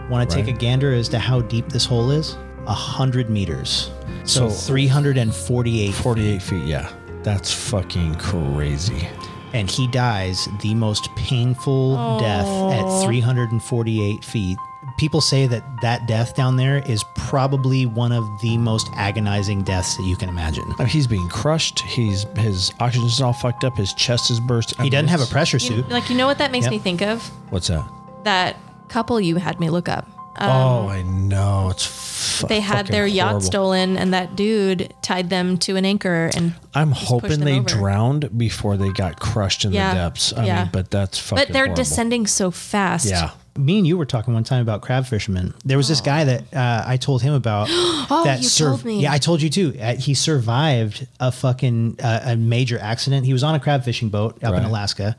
Want to take a gander as to how deep this hole is? A hundred meters. So, So- 348. 48 feet, yeah. That's fucking crazy. And he dies the most painful death at 348 feet. People say that that death down there is probably one of the most agonizing deaths that you can imagine. I mean, he's being crushed. He's his oxygen's all fucked up. His chest is burst. He doesn't have a pressure You- suit. like, you know what that makes Yep. me think of? What's that? Um, That couple you had me look up. oh, I know. It's fu- They had fucking their yacht horrible. stolen, and that dude tied them to an anchor. And I'm pushed hoping them they over. drowned before they got crushed in Yeah, the depths. I yeah. mean, but that's fucking. but they're horrible. descending so fast. Yeah. Me and you were talking one time about crab fishermen. There was this guy that uh, I told him about. oh, that you sur- told me. Yeah, I told you too. Uh, he survived a fucking uh, a major accident. He was on a crab fishing boat up in Right. Alaska,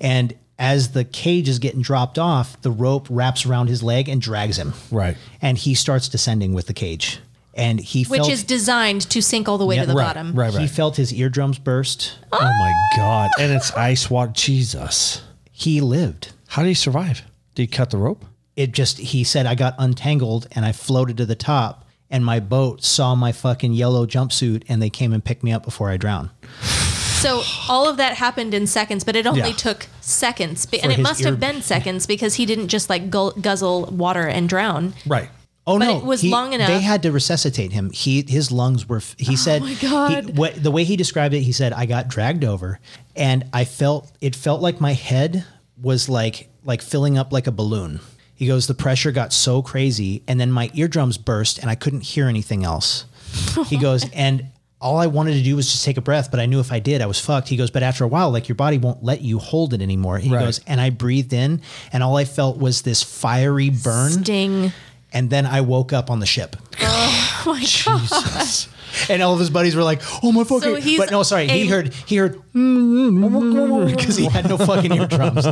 and as the cage is getting dropped off, the rope wraps around his leg and drags him. Right. and he starts descending with the cage, and he Which felt, is designed to sink all the way Yeah, to the right, bottom. Right. he Right. felt his eardrums burst. oh my god! And it's ice water. Jesus. He lived. How did he survive? Did he cut the rope? it just he said I got untangled and I floated to the top and my boat saw my fucking yellow jumpsuit and they came and picked me up before I drowned. So all of that happened in seconds, but it only Yeah. took seconds. Be- And it his must ear- have been seconds because he didn't just like gu- guzzle water and drown. Right. Oh But no! it was he- long enough- Oh They had to resuscitate him. He his lungs were. f- He said, my God. he- what, the way he described it, he said, "I got dragged over, and I felt it felt like my head was like like filling up like a balloon." He goes, "The pressure got so crazy, and then my eardrums burst, and I couldn't hear anything else." He goes, and all I wanted to do was just take a breath, but I knew if I did, I was fucked. He goes, but after a while, like your body won't let you hold it anymore. He Right. goes, and I breathed in, and all I felt was this fiery burn Sting. and then I woke up on the ship. Oh my god. Jesus. And all of his buddies were like, "Oh my fucking!" he's but no, sorry, he a- heard he heard because he had no fucking eardrums.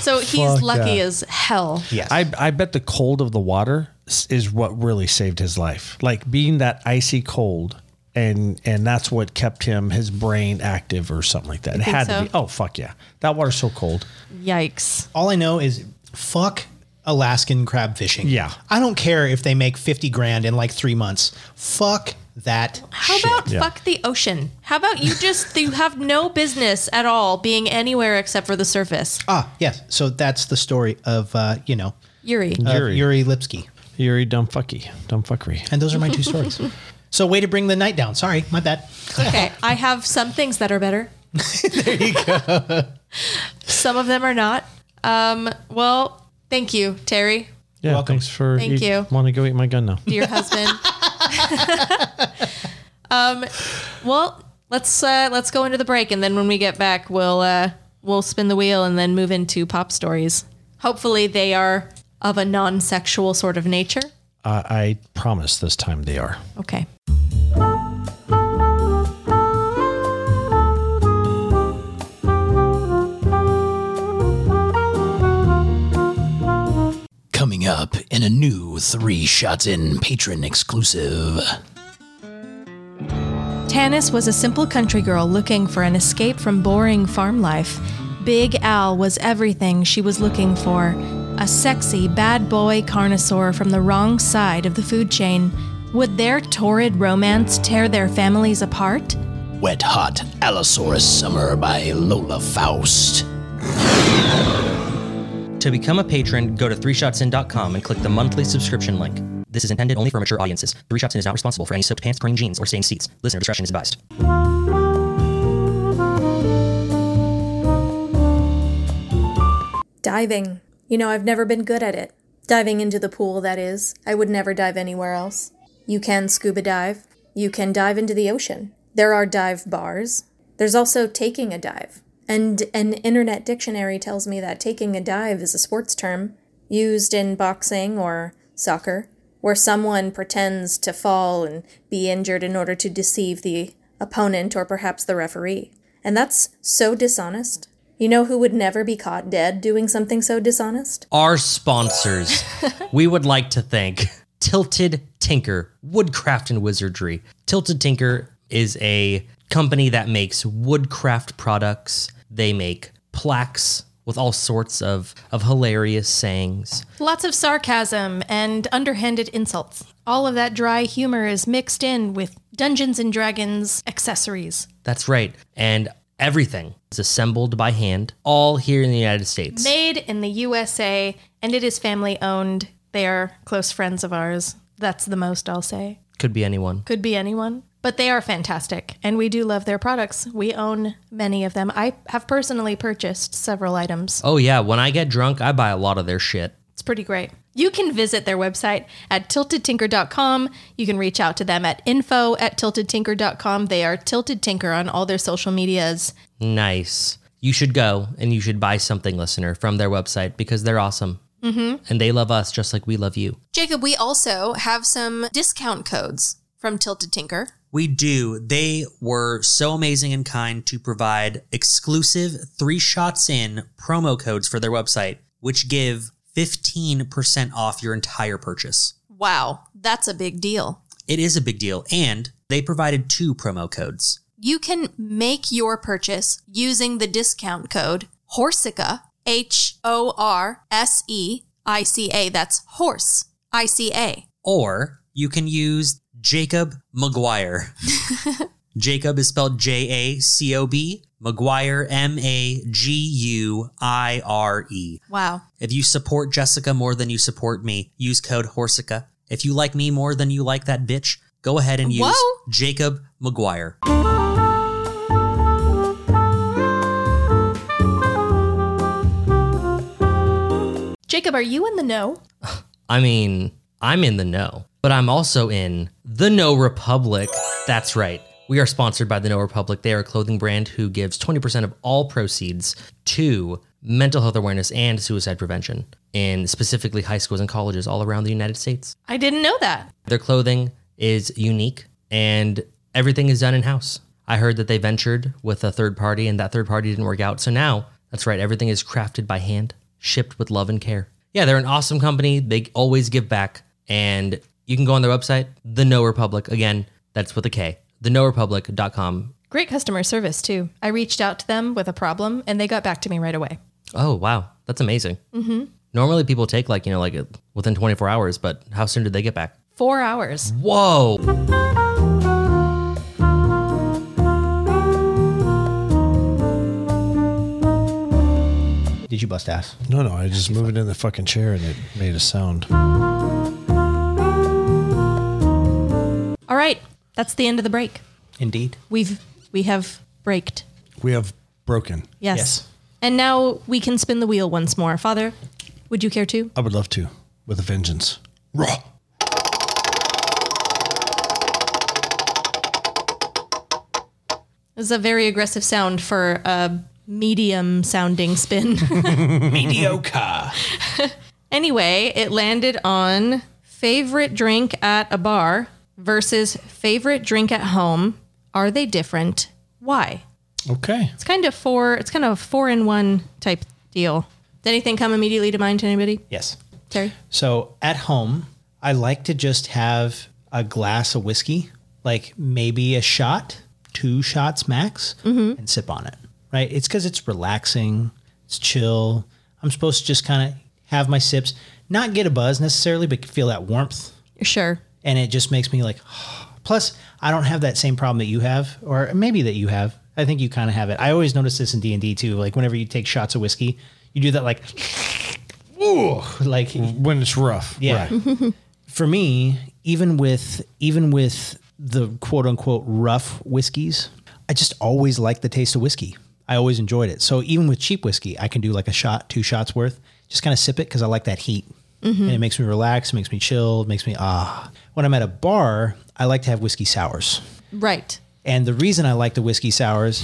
So he's lucky that. as hell. Yes, I, I bet the cold of the water s- is what really saved his life. Like being that icy cold, and and that's what kept him his brain active or something like that. It think had so? to be. Oh fuck yeah, that water's so cold. Yikes. all I know is fuck Alaskan crab fishing. Yeah. I don't care if they make fifty grand in like three months. Fuck that. How shit. about yeah. fuck the ocean? How about you just you have no business at all being anywhere except for the surface. ah yes? So that's the story of uh, you know Yuri. of Yuri. Yuri Lipsky, Yuri dumb fucky, dumb fuckery. and those are my two stories. So way to bring the night down. Sorry, my bad. Okay, I have some things that are better. there you go. some of them are not. Um, well, thank you, Terry, Yeah, welcome. thanks for. Thank you. Want to go eat my gun now? dear husband. um, well, let's uh, let's go into the break, and then when we get back, we'll uh, we'll spin the wheel and then move into pop stories. Hopefully, they are of a non-sexual sort of nature. Uh, I promise this time they are. Okay. Coming up in a new Three Shots In patron exclusive. Tanis was a simple country girl looking for an escape from boring farm life. Big Al was everything she was looking for a sexy bad boy carnivore from the wrong side of the food chain. Would their torrid romance tear their families apart? Wet Hot Allosaurus Summer by Lola Faust. To become a patron, go to 3shotsin.com and click the monthly subscription link. This is intended only for mature audiences. 3 Shots In is not responsible for any soaked pants, green jeans, or stained seats. Listener discretion is advised. Diving. You know, I've never been good at it. Diving into the pool, that is. I would never dive anywhere else. You can scuba dive. You can dive into the ocean. There are dive bars. There's also taking a dive. And an internet dictionary tells me that taking a dive is a sports term used in boxing or soccer, where someone pretends to fall and be injured in order to deceive the opponent or perhaps the referee. And that's so dishonest. You know who would never be caught dead doing something so dishonest? Our sponsors, we would like to thank Tilted Tinker, Woodcraft and Wizardry. Tilted Tinker is a company that makes woodcraft products. They make plaques with all sorts of, of hilarious sayings. Lots of sarcasm and underhanded insults. All of that dry humor is mixed in with Dungeons and Dragons accessories. That's right. And everything is assembled by hand, all here in the United States. Made in the USA, and it is family owned. They are close friends of ours. That's the most I'll say. Could be anyone. Could be anyone, but they are fantastic, and we do love their products. We own many of them. I have personally purchased several items. Oh, yeah. When I get drunk, I buy a lot of their shit. It's pretty great. You can visit their website at tiltedtinker.com. You can reach out to them at info at tiltedtinker.com. They are Tilted Tinker on all their social medias. Nice. You should go and you should buy something, listener, from their website because they're awesome. Mhm. And they love us just like we love you. Jacob, we also have some discount codes from Tilted Tinker. We do. They were so amazing and kind to provide exclusive three shots in promo codes for their website, which give 15% off your entire purchase. Wow, that's a big deal. It is a big deal. And they provided two promo codes. You can make your purchase using the discount code Horsica, H O R S E I C A. That's horse, I C A. Or you can use Jacob Maguire. Jacob is spelled J A C O B, Maguire M A G U I R E. Wow. If you support Jessica more than you support me, use code Horsica. If you like me more than you like that bitch, go ahead and use Whoa. Jacob Maguire. Jacob, are you in the know? I mean, I'm in the know, but I'm also in the No Republic. That's right. We are sponsored by the No Republic. They are a clothing brand who gives 20% of all proceeds to mental health awareness and suicide prevention in specifically high schools and colleges all around the United States. I didn't know that. Their clothing is unique and everything is done in house. I heard that they ventured with a third party and that third party didn't work out. So now, that's right, everything is crafted by hand, shipped with love and care. Yeah, they're an awesome company. They always give back. And you can go on their website, The No Republic. Again, that's with a K, thenorepublic.com. Great customer service, too. I reached out to them with a problem and they got back to me right away. Oh, wow. That's amazing. Mhm. Normally people take like, you know, like uh, within 24 hours, but how soon did they get back? Four hours. Whoa. Did you bust ass? No, no, I just moved it in the fucking chair and it made a sound. All right, that's the end of the break. Indeed. We've we have braked. We have broken. Yes. And now we can spin the wheel once more. Father, would you care to? I would love to, with a vengeance. This is a very aggressive sound for a medium sounding spin. Mediocre. Anyway, it landed on favorite drink at a bar versus favorite drink at home. Are they different? Why? Okay. It's kind of four. It's kind of a four in one type deal. Did anything come immediately to mind to anybody? Yes. Terry. So at home, I like to just have a glass of whiskey, like maybe a shot, two shots max, and sip on it. Right? It's because it's relaxing, it's chill. I'm supposed to just kind of have my sips, not get a buzz necessarily, but feel that warmth. Sure. And it just makes me like, plus, I don't have that same problem that you have, or maybe that you have. I think you kind of have it. I always notice this in D and D too. Like whenever you take shots of whiskey, you do that like ooh, like when it's rough. Yeah. Mm-hmm. for me, even with even with the quote unquote rough whiskeys, I just always liked the taste of whiskey. I always enjoyed it. So even with cheap whiskey, I can do like a shot, two shots worth, just kind of sip it because I like that heat. And it makes me relax, it makes me chill, it makes me ah. When I'm at a bar, I like to have whiskey sours. Right. And the reason I like the whiskey sours,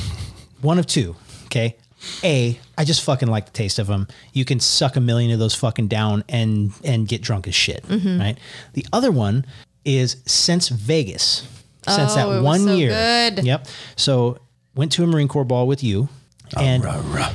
one of two, okay? A, I just fucking like the taste of them. You can suck a million of those fucking down and and get drunk as shit, Mm-hmm. right? The other one is since Vegas, since Oh, it that was one so year. good. Yep. So went to a Marine Corps ball with you, and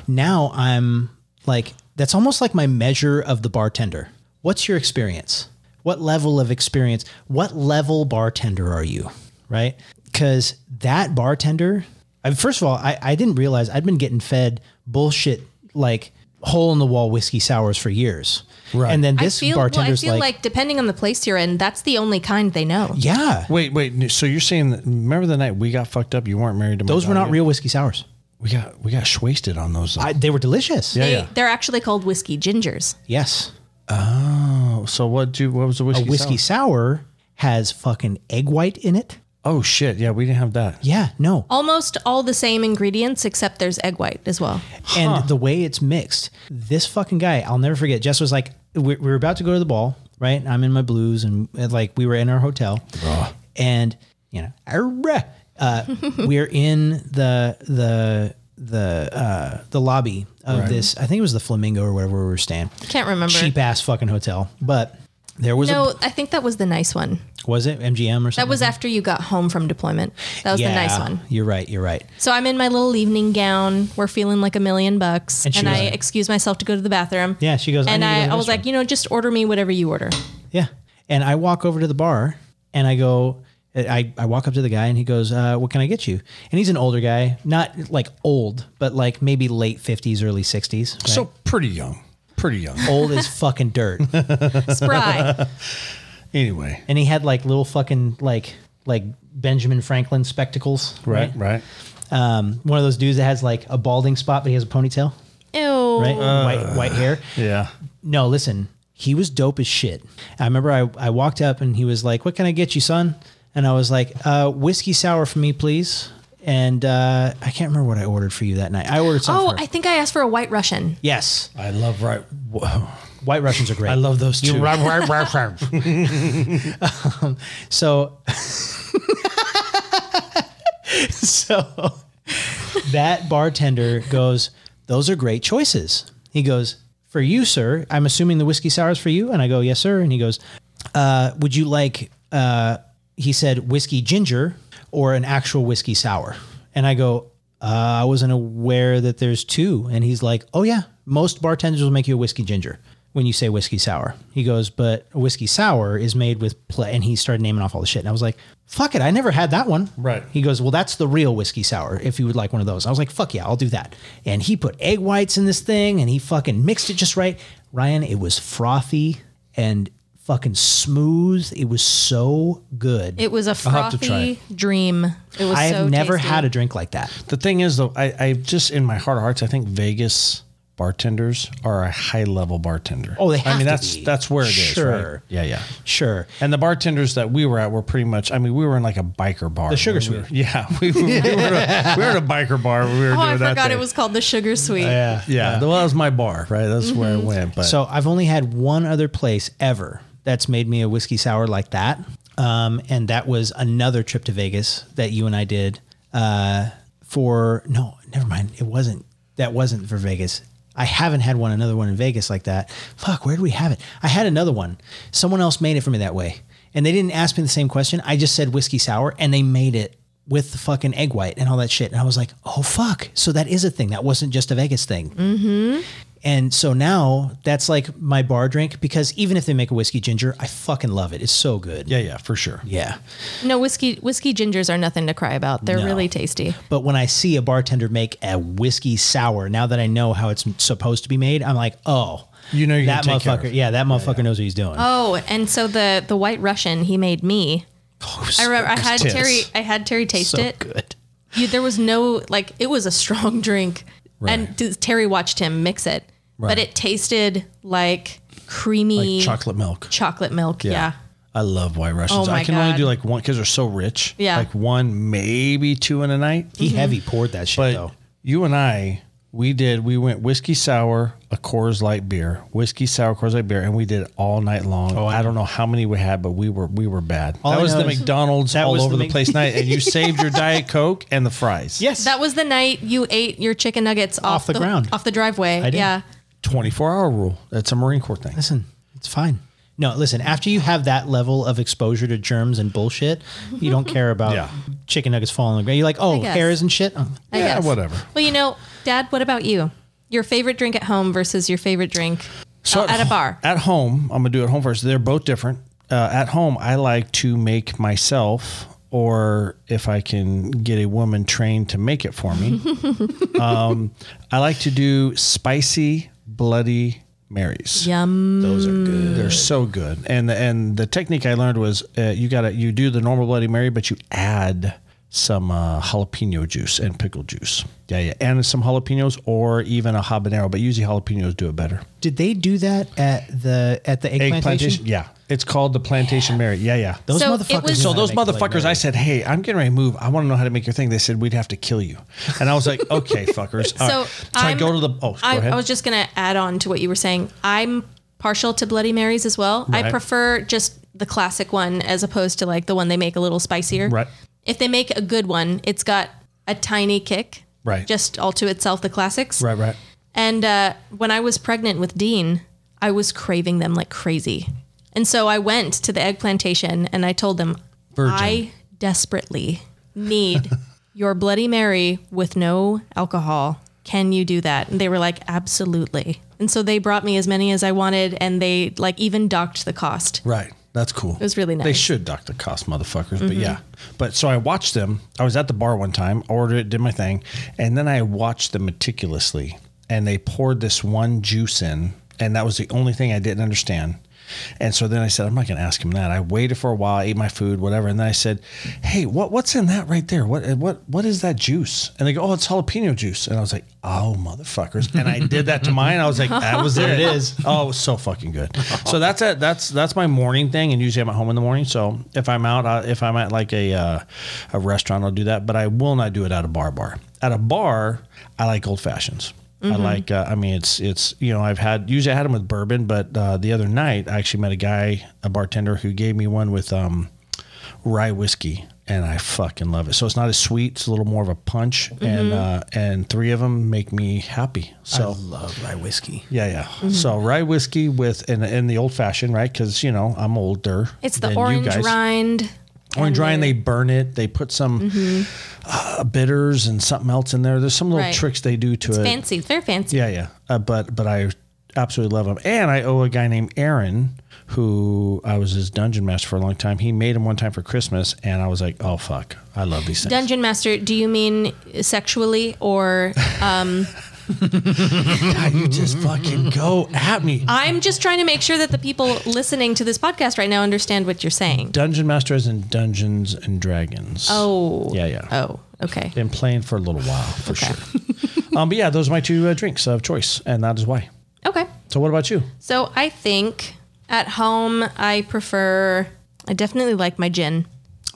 now I'm like that's almost like my measure of the bartender. What's your experience? What level of experience? What level bartender are you? Right? Because that bartender, I mean, first of all, I, I didn't realize I'd been getting fed bullshit like hole in the wall whiskey sours for years. Right. And then this I feel, well, I bartender's feel like, like, depending on the place you're in, that's the only kind they know. yeah, Wait, wait. So you're saying that? Remember the night we got fucked up? You weren't married to my those were daughter? not real whiskey sours. We got we got wasted on those. Though. I, they were delicious. yeah, They, yeah. They're actually called whiskey gingers. Yes. So what? Do what was the A whiskey? whiskey sour? sour has fucking egg white in it. Oh shit! Yeah, we didn't have that. Yeah, no. Almost all the same ingredients, except there's egg white as well. and the way it's mixed. This fucking guy, I'll never forget. Jess was like, we, we were about to go to the ball, right? And I'm in my blues, and, and, like we were in our hotel, and you know, arrah, uh, we're in the the the uh, the lobby of this. I think it was the Flamingo or whatever we were staying. Can't remember. Cheap ass fucking hotel, but there was No, a I think that was the nice one. was it MGM or something? That was after you got home from deployment. That was the nice one. You're right. You're right. So I'm in my little evening gown. We're feeling like a million bucks. And And, she was I like- excuse myself to go to the bathroom. Yeah, she goes. And need to go I, to I was this room." like, you know, just order me whatever you order. Yeah. And I walk over to the bar and I go, I, I walk up to the guy and he goes, uh, What can I get you? And he's an older guy, not like old, but like maybe late 50s, early 60s. right? So pretty young, Oh. pretty young. old as fucking dirt. Spry. Anyway, And he had like little fucking like, like Benjamin Franklin spectacles. right, right. Um, one of those dudes that has like a balding spot, but he has a ponytail, Ew. Oh, right? Uh. white, white hair. Yeah. No, listen, he was dope as shit. I remember I, I walked up and he was like, What can I get you, son? And I was like, uh, Whiskey sour for me, please. And uh, I can't remember what I ordered for you that night. I ordered something. Oh, for her. I think I asked for a white Russian. yes. I love right. Whoa. White Russians are great. I love those two. So, so that bartender goes, Those are great choices. He goes, For you, sir, I'm assuming the whiskey sour is for you. And I go, Yes, sir. And he goes, uh, Would you like, uh, he said, whiskey ginger or an actual whiskey sour? And I go, uh, I wasn't aware that there's two. And he's like, Oh, yeah, most bartenders will make you a whiskey ginger when you say whiskey sour. He goes, But a whiskey sour is made with play. And he started naming off all the shit. And I was like, Fuck it. I never had that one. Right. He goes, Well, that's the real whiskey sour if you would like one of those. I was like, Fuck yeah, I'll do that. And he put egg whites in this thing and he fucking mixed it just right. Ryan, it was frothy and fucking smooth. It was so good. It was a have to try frothy dream. It was I have so never tasty. had a drink like that. The thing is, though, I, I just in my heart of hearts, I think Vegas bartenders are a high level bartender. Oh, they I have mean, to that's be. that's where it is. Sure. Right? Yeah, yeah. Sure. And the bartenders that we were at were pretty much. I mean, we were in like a biker bar. The Sugar we, Yeah, we, we, were at a, we were at a biker bar. We were Oh, doing I that forgot thing. it was called the Sugar Sweet. Yeah, well, that was my bar, right? That's where Mm-hmm. I went. But So I've only had one other place ever that's made me a whiskey sour like that. Um, and that was another trip to Vegas that you and I did uh, for, no, never mind. It wasn't, that wasn't for Vegas. I haven't had one, another one in Vegas like that. Fuck, where did we have it? I had another one. Someone else made it for me that way. And they didn't ask me the same question. I just said whiskey sour and they made it with the fucking egg white and all that shit. And I was like, oh fuck. So that is a thing. That wasn't just a Vegas thing. And so now that's like my bar drink because even if they make a whiskey ginger, I fucking love it. It's so good. yeah, yeah, for sure. Yeah. No, whiskey whiskey gingers are nothing to cry about. They're really tasty. But when I see a bartender make a whiskey sour, now that I know how it's supposed to be made, I'm like, oh, You know you're that gonna take care of motherfucker. it. Yeah, that motherfucker knows what he's doing. Oh, and so the the white Russian he made me. I remember I had Terry I had Terry taste so it. good. You, there was no like it was a strong drink, and t- Terry watched him mix it, but it tasted like creamy Like chocolate milk. chocolate milk. E. Yeah. I love white Russians. Oh my I can God. only do like one because they're so rich. Yeah. Like one, maybe two in a night. He mm-hmm. heavy poured that shit But though. you and I, we did, we went whiskey sour, a Coors Light beer, whiskey sour, Coors Light beer, and we did it all night long. Oh, I don't know how many we had, but we were we were bad. All that I was know the is- McDonald's That all was the over the, Mc- place night, and you saved your Diet Coke and the fries. Yes. That was the night you ate your chicken nuggets off, the ground. off the driveway. did. Yeah. 24 hour rule. That's a Marine Corps thing. listen, it's fine. No, listen, after you have that level of exposure to germs and bullshit, you don't care about Yeah. chicken nuggets falling on the ground. You're like, oh, guess. hairs and shit. Oh, I yeah, guess. whatever. Well, you know, Dad, what about you? Your favorite drink at home versus your favorite drink out- at a bar. At home, I'm gonna do it home first. They're both different. Uh, at home, I like to make myself, or if I can get a woman trained to make it for me, um, I like to do spicy Bloody Marys. Yum. those are good. They're so good, and the, and the technique I learned was uh, you gotta you do the normal Bloody Mary, but you add some uh, jalapeno juice and pickle juice. Yeah, yeah, and some jalapenos or even a habanero, but usually jalapenos do it better. Did they do that at the at the egg, Egg plantation? plantation, yeah, it's called the plantation Mary. Yeah, yeah. Those So it motherfuckers. was- know So how to those make Bloody motherfuckers, I Marys. said, "Hey, I'm getting ready to move. I want to know how to make your thing." They said, "We'd have to kill you," and I was like, "Okay, fuckers." All So, right. so I I'm- go to the. Oh, I, go ahead. I was just going to add on to what you were saying. I'm partial to Bloody Marys as well. I Right. prefer just the classic one as opposed to like the one they make a little spicier. right. If they make a good one, it's got a tiny kick. Right. Just all to itself, the classics. Right. Right. And uh, when I was pregnant with Dean, I was craving them like crazy. And so I went to the egg plantation and I told them, I desperately need your Bloody Mary with no alcohol. Can you do that? And they were like, absolutely. And so they brought me as many as I wanted and they like even docked the cost. Right. That's cool. It was really They nice. Mm-hmm. should dock the cost, motherfuckers. But yeah. But so I watched them. I was at the bar one time, ordered it, did my thing, and then I watched them meticulously. And they poured this one juice in, and that was the only thing I didn't understand. And so then I said, I'm not going to ask him that. I waited for a while, ate my food, whatever, and then I said, Hey, what what's in that right there? What what what is that juice? And they go, Oh, it's jalapeno juice. And I was like, Oh, motherfuckers! And I did that to mine. I was like, That was there. It is. Oh, it was so fucking good. So that's it. That's that's my morning thing. And usually I'm at home in the morning. So if I'm out, I, if I'm at like a uh, a restaurant, I'll do that. But I will not do it at a bar. Bar at a bar, I like old fashions. I like. Uh, I mean, it's it's you know I've had usually I had them with bourbon, but uh, the other night I actually met a guy, a bartender, who gave me one with um, rye whiskey, and I fucking love it. So it's not as sweet; it's a little more of a punch, and Mm-hmm. uh, and three of them make me happy. So love my whiskey. yeah, yeah. Mm-hmm. So rye whiskey with and and the old fashioned, right? Because you know I'm older. It's the than you orange guys. rind. Orange rind, they burn it. They put some uh, bitters and something else in there. There's some little Mm-hmm. Right. tricks they do to it. Fancy. It's very fancy. Yeah, yeah. Uh, but but I absolutely love him, and I owe a guy named Aaron who I was his dungeon master for a long time. He made him one time for Christmas, and I was like, oh fuck, I love these things. Dungeon Master, do you mean sexually or God, you just fucking go at me. I'm just trying to make sure that the people listening to this podcast right now understand what you're saying. Dungeon master is in Dungeons and Dragons. Oh. yeah, yeah. Oh, okay. Been playing for a little while for sure. um, but yeah, those are my two uh, drinks of choice, and that is why. Okay. So what about you? So I think at home, I prefer, I definitely like my gin.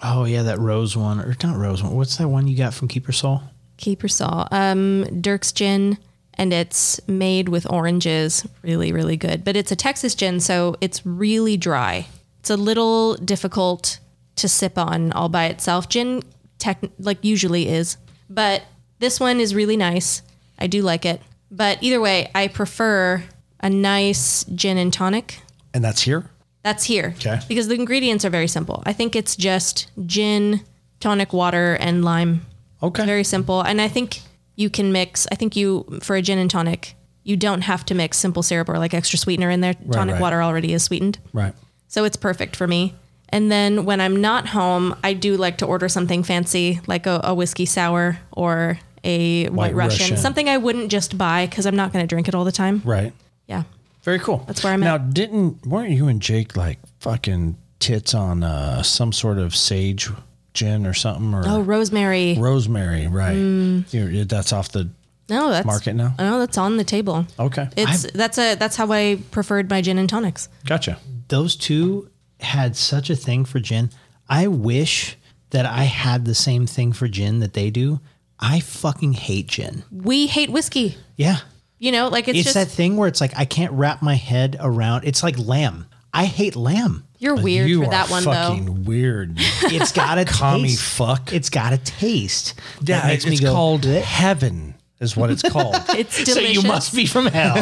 Oh yeah, that rose one or not rose one. What's that one you got from Keeper Soul? Keeper Saw, um, Dirk's gin, and it's made with oranges. Really, really good. But it's a Texas gin, so it's really dry. It's a little difficult to sip on all by itself. Gin, tech, like usually is, but this one is really nice. I do like it. But either way, I prefer a nice gin and tonic. And that's here. That's here. Okay. Because the ingredients are very simple. I think it's just gin, tonic water, and lime. Okay. Very simple. And I think you can mix, I think you, for a gin and tonic, you don't have to mix simple syrup or like extra sweetener in there. tonic right. water already is sweetened. right. So it's perfect for me. And then when I'm not home, I do like to order something fancy, like a, a whiskey sour or a white, Russian, Russian. something I wouldn't just buy because I'm not going to drink it all the time. Right. Yeah. Very cool. That's where I'm now, at. didn't weren't you and Jake like fucking tits on uh, some sort of sage gin or something or Oh, Mm. rosemary. rosemary? Right. You're- that's off the No, that's Mark it now? No, that's on the table. Okay. It's that's a that's how I preferred my gin and tonics. Gotcha. Those two had such a thing for gin. I wish that I had the same thing for gin that they do. I fucking hate gin. We hate whiskey. Yeah. You know, like it's, It's, just that thing where it's like I can't wrap my head around. It's like lamb. I hate lamb. you're weird you for are that one fucking though. weird. It's got a Commie taste. fuck. It's got a taste. Yeah, that makes it's me go, called "Bleh." heaven. Is what it's called. It's So delicious. you must be from hell.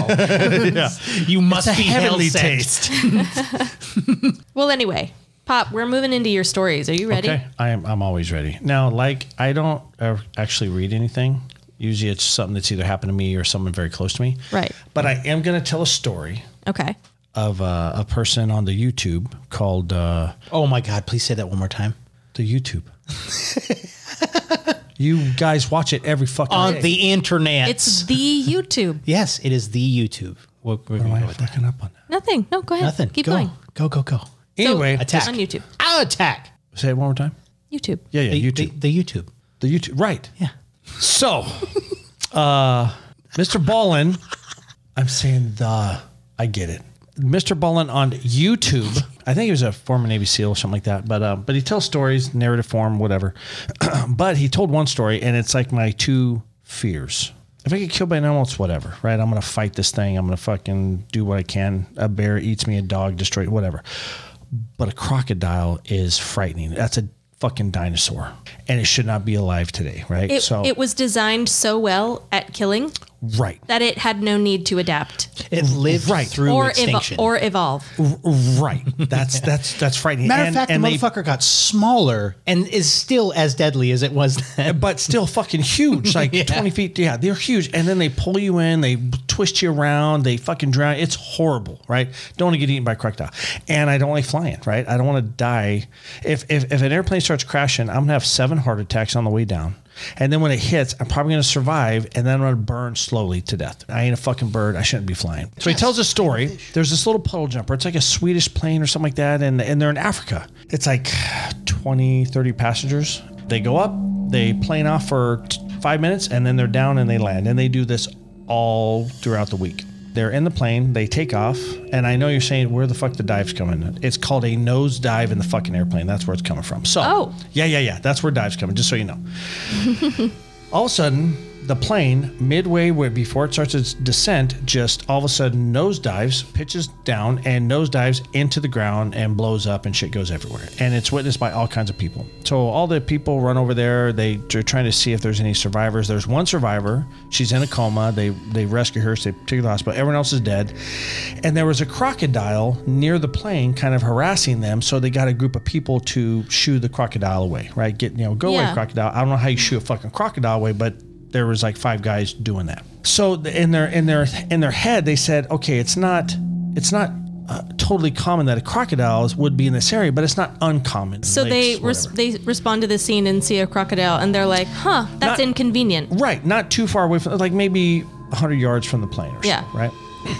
You must It's a be hell heavenly sent. taste. Well, anyway, Pop, we're moving into your stories. Are you ready? Okay, I'm I'm always ready. Now, like I don't uh, actually read anything. Usually, it's something that's either happened to me or someone very close to me. Right. But I am going to tell a story Okay. of uh, a person on the YouTube called uh, Oh my God! Please say that one more time. the YouTube. you guys watch it every fucking On day. the internet. It's the YouTube. yes, it is the YouTube. We're, we're Why gonna am go I with that. fucking up on that? Nothing. No, go ahead. Nothing. Keep go. going. Go go go. So- Anyway, Attack on YouTube. I'll attack. say it one more time. YouTube. Yeah, yeah, The, YouTube. The, the YouTube. The, YouTube. Right. Yeah. So, uh, Mr. Ballin, I'm saying the, I get it. Mr. Ballin on YouTube, I think he was a former Navy SEAL or something like that, but um, but he tells stories, narrative form, whatever. but he told one story, and it's like my two fears. If I get killed by an animal, it's whatever, right? I'm gonna fight this thing. I'm gonna fucking do what I can. A bear eats me, a dog destroys, whatever but a crocodile is frightening. That's a fucking dinosaur, and it should not be alive today, right? It, so, it was designed so well at killing right, that it had no need to adapt It lived Right. through or evo- extinction. or evolve. right. That's that's that's frightening. Matter And- of fact, and the they- motherfucker got smaller and is still as deadly as it was then. but still fucking huge, like 20 feet. Yeah, they're huge. And then they pull you in, they twist you around, they fucking drown. It's horrible, right? Don't want to get eaten by a crocodile. And I don't like flying, right? I don't want to die. If, if, if an airplane starts crashing, I'm going to have seven heart attacks on the way down. And then when it hits, I'm probably going to survive and then I'm going to burn slowly to death. I ain't a fucking bird. I shouldn't be flying. So he tells a story. There's this little puddle jumper. It's like a Swedish plane or something like that. And, and they're in Africa. It's like 20, 30 passengers. They go up, they plane off for t- five minutes, and then they're down and they land. And they do this all throughout the week. They're in the plane, they take off, and I know you're saying, where the fuck the dive's coming? It's called a nose dive in the fucking airplane. That's where it's coming from. So, Oh. yeah, yeah, yeah. That's where dive's coming, just so you know. all of a sudden, the plane, midway where before it starts its descent, just all of a sudden nose dives, pitches down, and nose dives into the ground and blows up, and shit goes everywhere. And it's witnessed by all kinds of people. So all the people run over there. They, they're trying to see if there's any survivors. There's one survivor. She's in a coma. They they rescue her. So they take her to the hospital. Everyone else is dead. And there was a crocodile near the plane, kind of harassing them. So they got a group of people to shoo the crocodile away. Right? Get you know, go away, Yeah. crocodile crocodile. I don't know how you shoot a fucking crocodile away, but there was like five guys doing that. So th- in their in their in their head, they said, okay, it's not it's not uh, totally common that a crocodile would be in this area, but it's not uncommon. So they res- whatever. they respond to the scene and see a crocodile and they're like, "Huh, that's Not- inconvenient." Right, not too far away from, like maybe 100 yards from the plane or Yeah. something, right?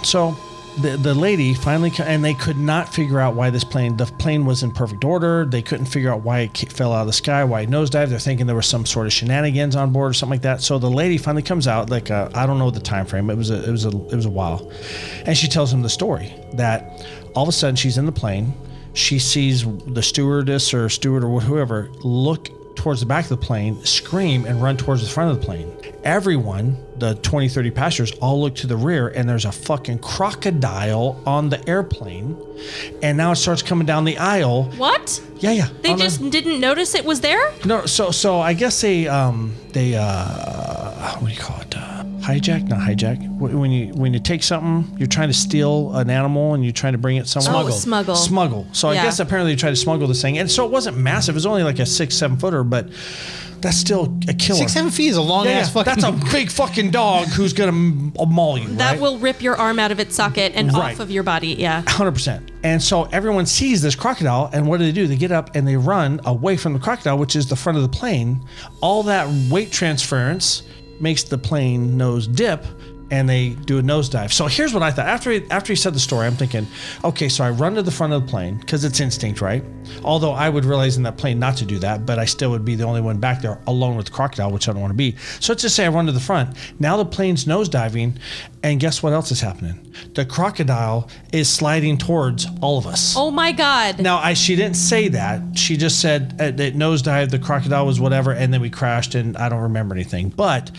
So the, the lady finally, co- and they could not figure out why this plane, the plane was in perfect order. They couldn't figure out why it ca- fell out of the sky, why it nosedived. They're thinking there was some sort of shenanigans on board or something like that. So the lady finally comes out, like, uh, I I don't know the time frame. It was a, it was a, it was a while. And she tells him the story that all of a sudden she's in the plane. She sees the stewardess or steward or whoever look towards the back of the plane, scream, and run towards the front of the plane. Everyone, the 20, 30 passengers, all look to the rear, and there's a fucking crocodile on the airplane. And now it starts coming down the aisle. What? Yeah, yeah. They on the- just didn't notice it was there? no, so so I guess they um they uh what do you call it uh, hijack? Not hijack. Wh- When you when you take something, you're trying to steal an animal and you're trying to bring it somewhere. Smuggle. Oh, smuggle. Smuggle. So I Yeah. guess apparently they tried to smuggle this thing, and so it wasn't massive. It was only like a six seven footer, but that's still a killer. Six seven feet is a long Yeah, ass yeah. fucking. that's a big fucking dog who's gonna m- maul you. That right? will rip your arm out of its socket and Right. off of your body. Yeah. Hundred percent. And so everyone sees this crocodile, and what do they do? They get up and they run away from the crocodile, which is the front of the plane. All that weight transference makes the plane nose dip, and they do a nosedive. So here's what I thought. After he, after he said the story, I'm thinking, okay, so I run to the front of the plane because it's instinct, right? Although I would realize in that plane not to do that, but I still would be the only one back there alone with the crocodile, which I don't want to be. So let's just say I run to the front. Now the plane's nosediving, and guess what else is happening? The crocodile is sliding towards all of us. Oh my god. Now, I she didn't say that. She just said uh, that nosedive, the crocodile was whatever, and then we crashed, and I don't remember anything. But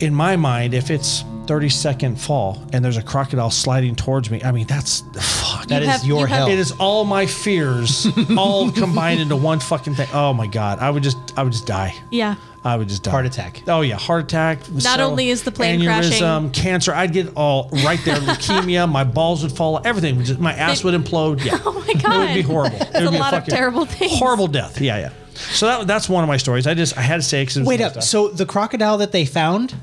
in my mind, if it's 30 second fall and there's a crocodile sliding towards me, I mean that's fuck. That is have- you your have- hell. It is all my fears all combined into one fucking thing. Oh my god, I would just, I would just die. Yeah. I would just die. Heart attack. Oh yeah, heart attack. Not only is the plane aneurysm, crashing- cancer. I'd get all right there. leukemia. My balls would fall. Everything. Would just, my ass would implode. Yeah. Oh my god. It would be horrible. It That's would a be lot of fucking terrible things. Horrible death. Yeah, yeah. So that, that's one of my stories. I just I had to say 'cause it was Wait my up. stuff. So the crocodile that they found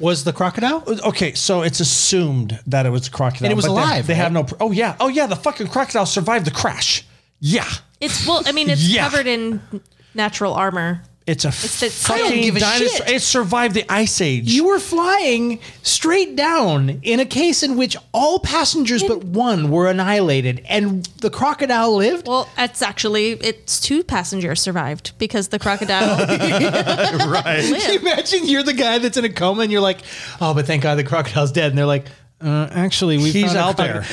was the crocodile? okay, so it's assumed that it was a crocodile, And it was but they- alive, They, have right? no. pr- Oh yeah, oh yeah. The fucking crocodile survived the crash. Yeah, It's well, I mean, it's Yeah. covered in natural armor. it's a the- I fucking don't give a dinosaur. shit. It survived the ice age. You were flying straight down in a case in which all passengers but one were annihilated, and the crocodile lived. Well, it's actually it's two passengers survived because the crocodile right? lived. Imagine you're the guy that's in a coma, and you're like, "Oh, but thank God the crocodile's dead." And they're like, uh, "Actually, we He's found a out crocodile." there.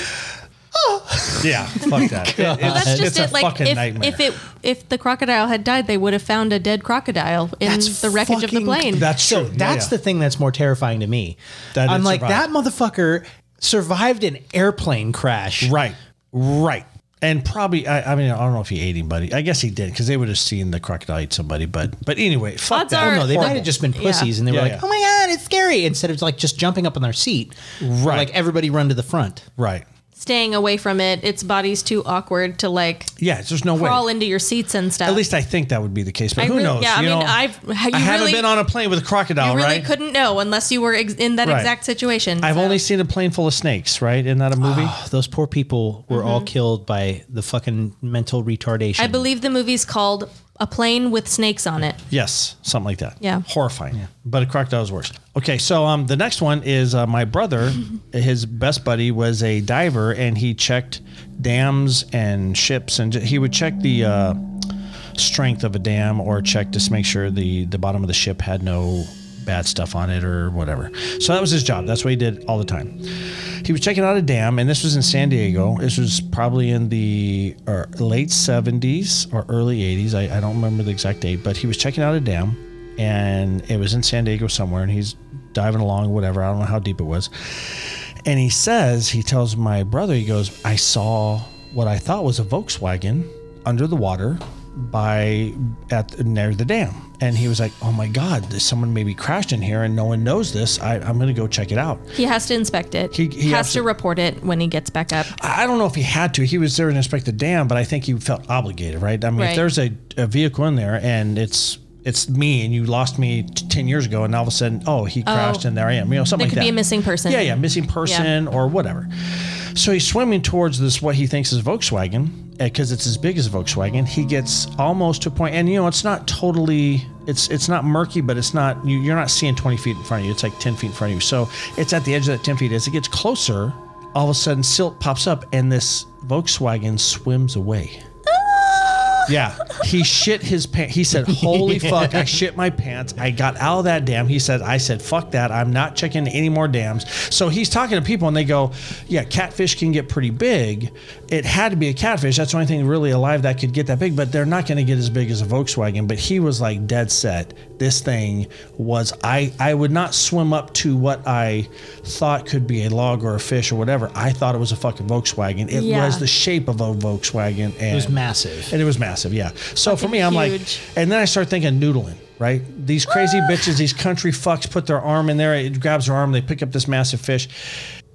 yeah, fuck that. It- it's- That's just it's it. Like fucking if, nightmare. if it if the crocodile had died, they would have found a dead crocodile in the wreckage of the fucking- plane. that's true. So that's the thing that's more terrifying to me. That it I'm like, survived. that motherfucker survived an airplane crash. Right. Right. And probably, I, I mean, I don't know if he ate anybody. I guess he did because they would have seen the crocodile eat somebody. But, but anyway, fuck Odds that. are- Oh, no, they Horrible. might have just been pussies, and they Yeah, were like, yeah. "Oh my god, it's scary!" Instead of like just jumping up on their seat, Right. Like everybody run to the front. right. Staying away from it, its body's too awkward to like Yeah, there's no way. crawl into your seats and stuff. At least I think that would be the case. But I who really- knows? yeah, I you mean, know, I've- you I haven't really- been on a plane with a crocodile, you really right? couldn't know unless you were ex- in that Right. exact situation. I've so- only seen a plane full of snakes, right? Isn't that a movie? Those poor people were all killed by the fucking mental retardation. Mm-hmm. I believe the movie's called A Plane with Snakes on It. Yes, something like that. Yeah. horrifying. But a crocodile is worse. Okay, so um, the next one is uh, my brother. his best buddy was a diver, and he checked dams and ships, and he would check the uh, strength of a dam or check just to make sure the the bottom of the ship had no bad stuff on it or whatever. So that was his job. That's what he did all the time. He was checking out a dam, and this was in San Diego. This was probably in the uh, late 70s or early 80s. I, I don't remember the exact date, but he was checking out a dam, and it was in San Diego somewhere, and he's diving along, whatever. I don't know how deep it was. And he says, he tells my brother, he goes, I saw what I thought was a Volkswagen under the water by at near the dam. And he was like, Oh my God, there's someone maybe crashed in here and no one knows this. I, I'm gonna go check it out. He has to inspect it. He- he has has to to- report it when he gets back up. I I don't know if he had to. He was there to inspect the dam, but I think he felt obligated, right? I mean, Right. if there's a, a vehicle in there and it's it's me and you lost me t- 10 years ago and all of a sudden, oh, he crashed and there I am, you know, something There like could that. be a missing person. Yeah, yeah, missing person or whatever. So he's swimming towards this what he thinks is Volkswagen because it's as big as a Volkswagen. He gets almost to a point, and you know it's not totally it's it's not murky, but it's not you, you're not seeing 20 feet in front of you. It's like 10 feet in front of you. So it's at the edge of that 10 feet. As it gets closer, all of a sudden silt pops up, and this Volkswagen swims away. Yeah, he shit his pants. He said, "Holy fuck, I shit my pants." I got out of that dam. He said, "I said fuck that. I'm not checking any more dams." So he's talking to people, and they go, "Yeah, catfish can get pretty big. It had to be a catfish. That's the only thing really alive that could get that big. But they're not going to get as big as a Volkswagen." But he was like dead set. This thing was I. I would not swim up to what I thought could be a log or a fish or whatever. I thought it was a fucking Volkswagen. It Yeah. was the shape of a Volkswagen. And it was massive. and it was massive, yeah. So for me, I'm huge. Ah. like, and then I start thinking noodling, right? These crazy bitches, these country fucks put their arm in there, it grabs their arm, they pick up this massive fish.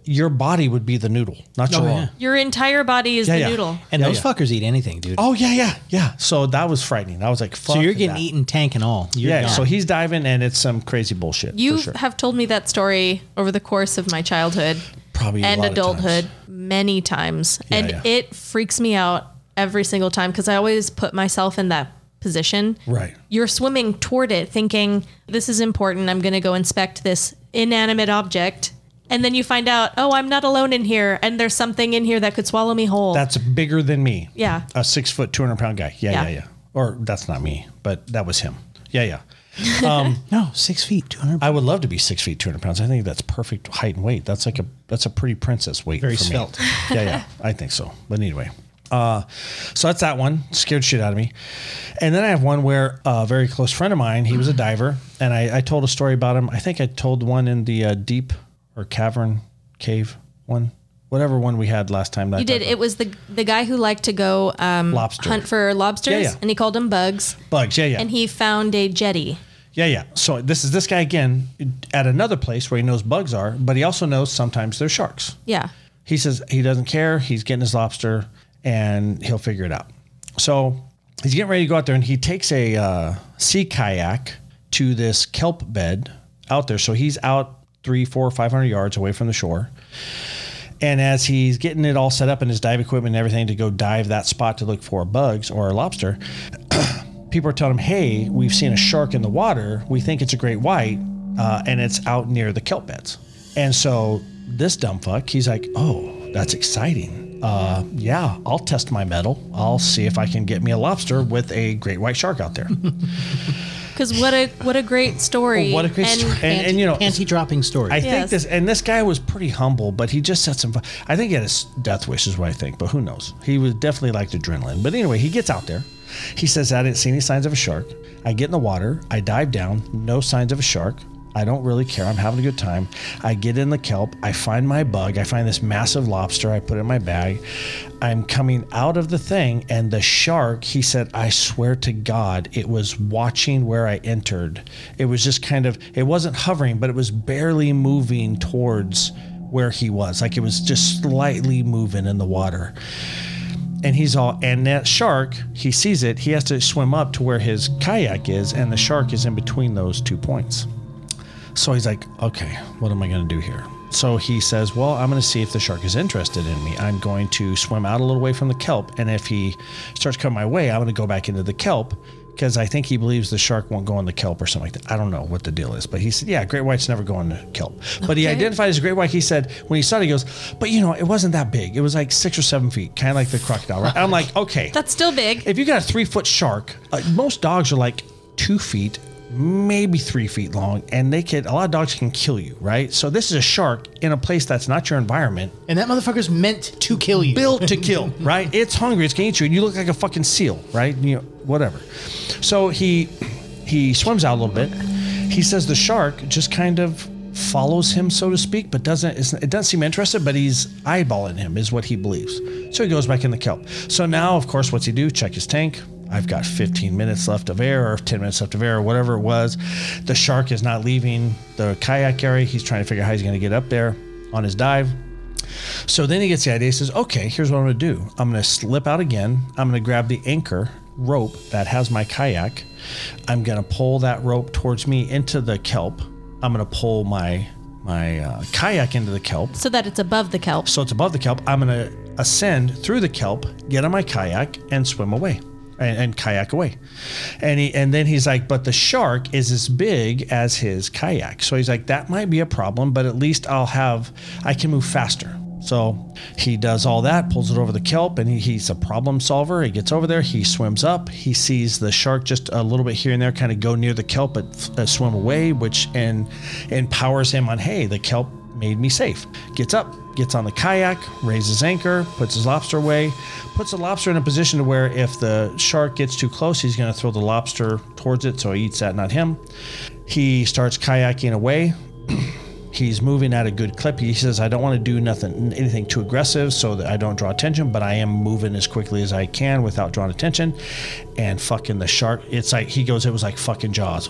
Your body would be the noodle, not Oh, your arm. Your entire body is Yeah, the yeah. noodle. and Yeah, those yeah. fuckers eat anything, dude. Oh, yeah, yeah, yeah. So that was frightening. I was like, fuck. so you're getting that. eaten tank and all. You're Yeah, gone. so he's diving and it's some crazy bullshit. You for sure. have told me that story over the course of my childhood Probably a and lot of adulthood times. many times. and yeah. it freaks me out every single time because I always put myself in that position. Right. You're swimming toward it thinking, this is important. I'm going to go inspect this inanimate object. And then you find out, oh, I'm not alone in here, and there's something in here that could swallow me whole. That's bigger than me. Yeah. A six foot, 200 pound guy. Yeah, Yeah. yeah, yeah. Or that's not me, but that was him. Yeah, yeah. Um, No, six feet, 200. I would love to be six feet, 200 pounds. I think that's perfect height and weight. That's like a, that's a pretty princess weight Very for svelte. me. Yeah, yeah. I think so. But anyway. Uh, so that's that one. Scared shit out of me. And then I have one where a very close friend of mine, he was a diver, and I, I told a story about him. I think I told one in the uh, deep or cavern cave one, whatever one we had last time. That I you did. talked It was the the guy who liked to go um, Lobster. hunt for lobsters, Yeah, yeah. and he called them bugs. about. bugs. Yeah, yeah. And he found a jetty. Yeah, yeah. So this is this guy again at another place where he knows bugs are, but he also knows sometimes they're sharks. Yeah. He says he doesn't care. He's getting his lobster and he'll figure it out. So he's getting ready to go out there and he takes a uh, sea kayak to this kelp bed out there. So he's out three, four, five hundred yards away from the shore. And as he's getting it all set up and his dive equipment and everything to go dive that spot to look for bugs or a lobster, people are telling him, "Hey, we've seen a shark in the water. We think it's a great white, uh, and it's out near the kelp beds." And so this dumb fuck, he's like, "Oh, that's exciting. Uh, yeah, I'll test my metal. I'll see if I can get me a lobster with a great white shark out there." Because what a what a great story. Oh, what a great and, story! And, and you know, Panty dropping story. I Yes. think this and this guy was pretty humble, but he just said some. I think he had his death wish is what I think, but who knows? He was definitely liked adrenaline. But anyway, he gets out there. He says, "I didn't see any signs of a shark. I get in the water. I dive down. No signs of a shark." I don't really care. I'm having a good time. I get in the kelp. I find my bug. I find this massive lobster. I put it in my bag. I'm coming out of the thing, and the shark, he said, I swear to God, it was watching where I entered. It was just kind of, it wasn't hovering, but it was barely moving towards where he was. Like it was just slightly moving in the water. And he's all, and that shark, he sees it. He has to swim up to where his kayak is, and the shark is in between those two points. So he's like, okay, what am I going to do here? So he says, well, I'm going to see if the shark is interested in me. I'm going to swim out a little way from the kelp. And if he starts coming my way, I'm going to go back into the kelp because I think he believes the shark won't go in the kelp or something like that. I don't know what the deal is, but he said, yeah, great white's never going to kelp. But he identified as a great white. He said, when he saw it, he goes, but you know, it wasn't that big. It was like six or seven feet, kind of like the crocodile, right? I'm like, okay. That's still big. If you got a three foot shark, uh, most dogs are like two feet, maybe three feet long, and they can. A lot of dogs can kill you, right? So this is a shark in a place that's not your environment, and that motherfucker's meant to kill you. built to kill, right? It's hungry, it's gonna eat you, and you look like a fucking seal, right? You know, whatever. So he he swims out a little bit. He says the shark just kind of follows him, so to speak, but doesn't it's- it doesn't seem interested, but he's eyeballing him, is what he believes. So he goes back in the kelp. So now, of course, what's he do? Check his tank. I've got 15 minutes left of air or 10 minutes left of air or whatever it was. The shark is not leaving the kayak area. He's trying to figure out how he's going to get up there on his dive. So then he gets the idea. He says, okay, here's what I'm going to do. I'm going to slip out again. I'm going to grab the anchor rope that has my kayak. I'm going to pull that rope towards me into the kelp. I'm going to pull my my uh, kayak into the kelp. So that it's above the kelp. So it's above the kelp. I'm going to ascend through the kelp, get on my kayak, and swim away. And, and kayak away, and he and then he's like, but the shark is as big as his kayak, so he's like, that might be a problem, but at least I'll have, I can move faster. So he does all that, pulls it over the kelp, and he, he's a problem solver. He gets over there, he swims up, he sees the shark just a little bit here and there, kind of go near the kelp, but f- uh, swim away, which and empowers him on, hey, the kelp made me safe. Gets up, gets on the kayak, raises anchor, puts his lobster away, puts the lobster in a position to where if the shark gets too close, he's going to throw the lobster towards it, so he eats that, not him. He starts kayaking away. He's moving at a good clip. He says, "I don't want to do nothing, anything too aggressive, so that I don't draw attention. But I am moving as quickly as I can without drawing attention." And fucking the shark, it's like he goes, "It was like fucking Jaws."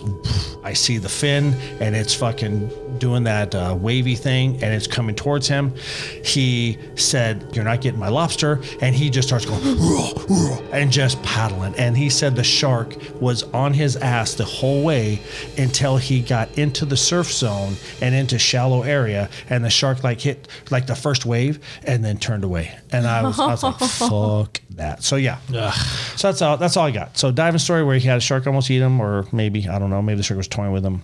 I see the fin, and it's fucking doing that uh, wavy thing, and it's coming towards him. He said, "You're not getting my lobster," and he just starts going "Roar, roar," and just paddling. And he said the shark was on his ass the whole way until he got into the surf zone and into shallow area, and the shark like hit like the first wave and then turned away. And I was, I was like, "Fuck that!" So yeah, so that's all. That's all I got. So diving story where he had a shark almost eat him, or maybe I don't know. Maybe the shark was toying with him,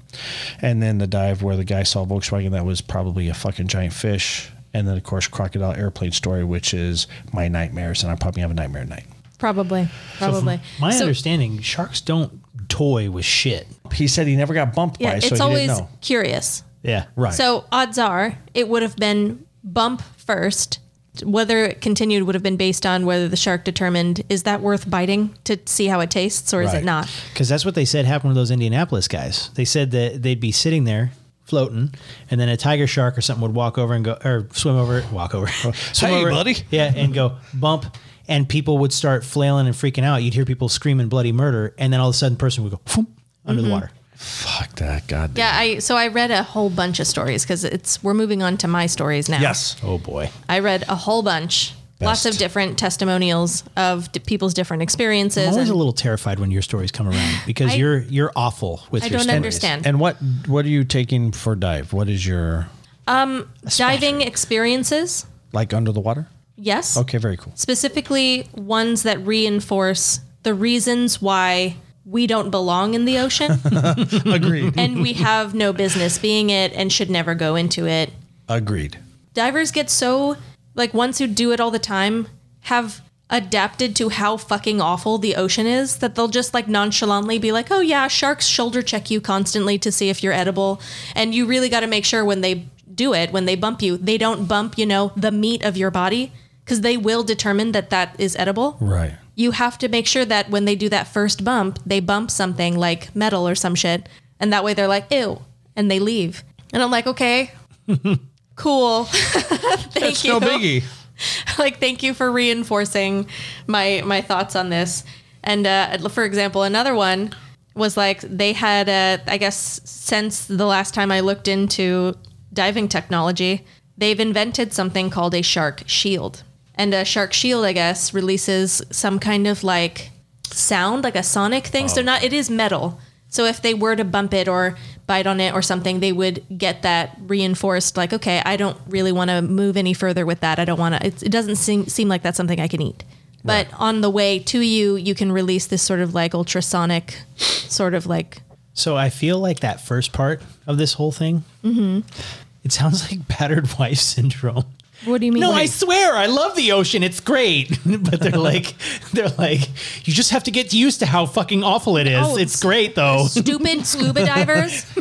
and then the dive where the guy saw Volkswagen, that was probably a fucking giant fish. And then, of course, Crocodile Airplane Story, which is my nightmares, and I probably have a nightmare at night. Probably. Probably. My So- understanding, sharks don't toy with shit. He said he never got bumped yeah, by, so it's he always didn't know. curious. Yeah. Right. So odds are it would have been bump first. Whether it continued would have been based on whether the shark determined is that worth biting to see how it tastes or is Right. it not? Because that's what they said happened with those Indianapolis guys. They said that they'd be sitting there floating, and then a tiger shark or something would walk over and go, or swim over, walk over, swim Hey, over, buddy. yeah, and go bump, and people would start flailing and freaking out. You'd hear people screaming bloody murder, and then all of a sudden, person would go phoom, under Mm-hmm. the water. Fuck that, God. Yeah, I so I read a whole bunch of stories because it's we're moving on to my stories now. Yes. Oh boy, I read a whole bunch, lots of different testimonials of d- people's different experiences. I'm always a and little terrified when your stories come around because I- you're you're awful with I your don't stories. understand. And what what are you taking for dive? What is your Diving experiences, like under the water? yes. Okay, very cool. specifically ones that reinforce the reasons why we don't belong in the ocean. Agreed. and we have no business being it and should never go into it. Agreed. Divers get so, like, ones who do it all the time have adapted to how fucking awful the ocean is that they'll just, like, nonchalantly be like, oh, yeah, sharks shoulder check you constantly to see if you're edible. And you really got to make sure when they do it, when they bump you, they don't bump, you know, the meat of your body because they will determine that that is edible Right. you have to make sure that when they do that first bump, they bump something like metal or some shit. And that way they're like, ew, and they leave. And I'm like, okay, cool. thank you. like, thank you for reinforcing my my thoughts on this. And uh, for example, another one was like they had, uh, I guess, since the last time I looked into diving technology, they've invented something called a shark shield. And a shark shield, I guess, releases some kind of like sound, like a sonic thing. So not it is metal. So if they were to bump it or bite on it or something, they would get that reinforced. Like, okay, I don't really want to move any further with that. I don't want to. It, it doesn't seem seem like that's something I can eat. But on the way to you, you can release this sort of like ultrasonic, sort of like So I feel like that first part of this whole thing, Mm-hmm. it sounds like battered wife syndrome. What do you mean? No, I Wait. swear, I love the ocean. It's great, but they're like, they're like, you just have to get used to how fucking awful it is. Oh, it's great though. stupid scuba divers.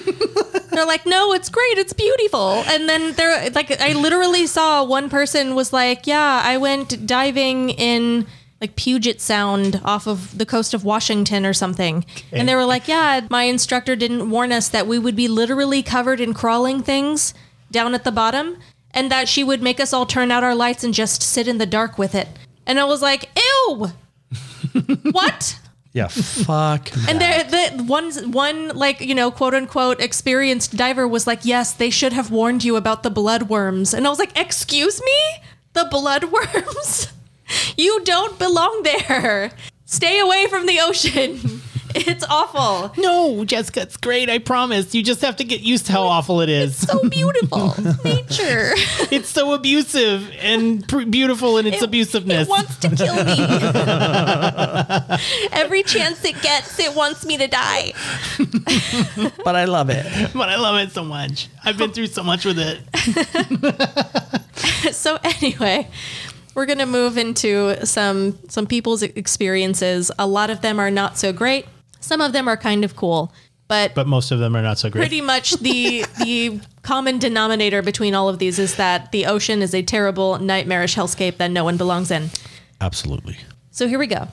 they're like, no, it's great, it's beautiful. And then they're like, I literally saw one person was like, yeah, I went diving in like Puget Sound off of the coast of Washington or something. And they were like, yeah, my instructor didn't warn us that we would be literally covered in crawling things down at the bottom and that she would make us all turn out our lights and just sit in the dark with it. And I was like, ew, what? Yeah. Fuck. And there, the one, one like you know, quote unquote, experienced diver was like, "Yes, they should have warned you about the bloodworms." And I was like, "Excuse me, the bloodworms? you don't belong there. Stay away from the ocean. it's awful. No, Jessica, it's great. I promise. You just have to get used to how awful it is. So beautiful, nature. It's so abusive and pr- beautiful in its It- abusiveness. It wants to kill me. Every chance it gets, it wants me to die. But I love it. but I love it so much. I've been through so much with it. so anyway we're going to move into some some people's experiences a lot of them are not so great some of them are kind of cool but, But most of them are not so great. pretty much the the common denominator between all of these is that the ocean is a terrible nightmarish hellscape that no one belongs in Absolutely. so here we go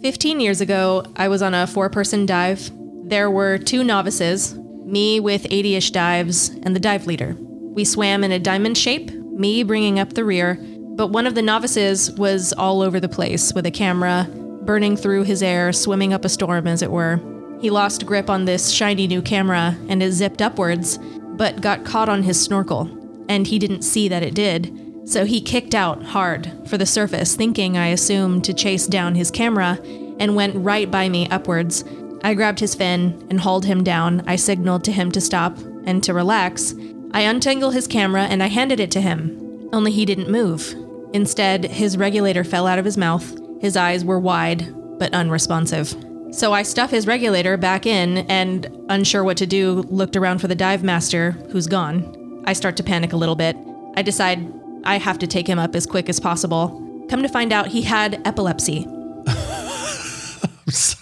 15 years ago i was on a four person dive there were two novices me with 80ish dives and the dive leader we swam in a diamond shape, me bringing up the rear, but one of the novices was all over the place with a camera, burning through his air, swimming up a storm, as it were. He lost grip on this shiny new camera and it zipped upwards, but got caught on his snorkel, and he didn't see that it did. So he kicked out hard for the surface, thinking, I assume, to chase down his camera, and went right by me upwards. I grabbed his fin and hauled him down. I signaled to him to stop and to relax. I untangle his camera and I handed it to him. Only he didn't move. Instead, his regulator fell out of his mouth. His eyes were wide, but unresponsive. So I stuff his regulator back in and, unsure what to do, looked around for the dive master, who's gone. I start to panic a little bit. I decide I have to take him up as quick as possible. Come to find out, he had epilepsy.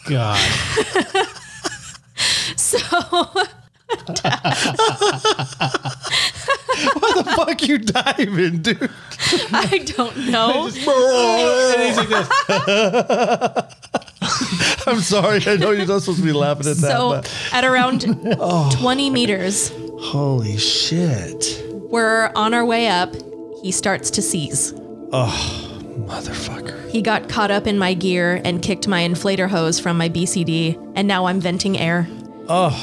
God. So What the fuck you diving, dude? I don't know. I'm sorry. I know you're not supposed to be laughing at that. So But Oh. at around 20 meters, holy shit, we're on our way up. He starts to seize. motherfucker! He got caught up in my gear and kicked my inflator hose from my BCD, and now I'm venting air. Oh.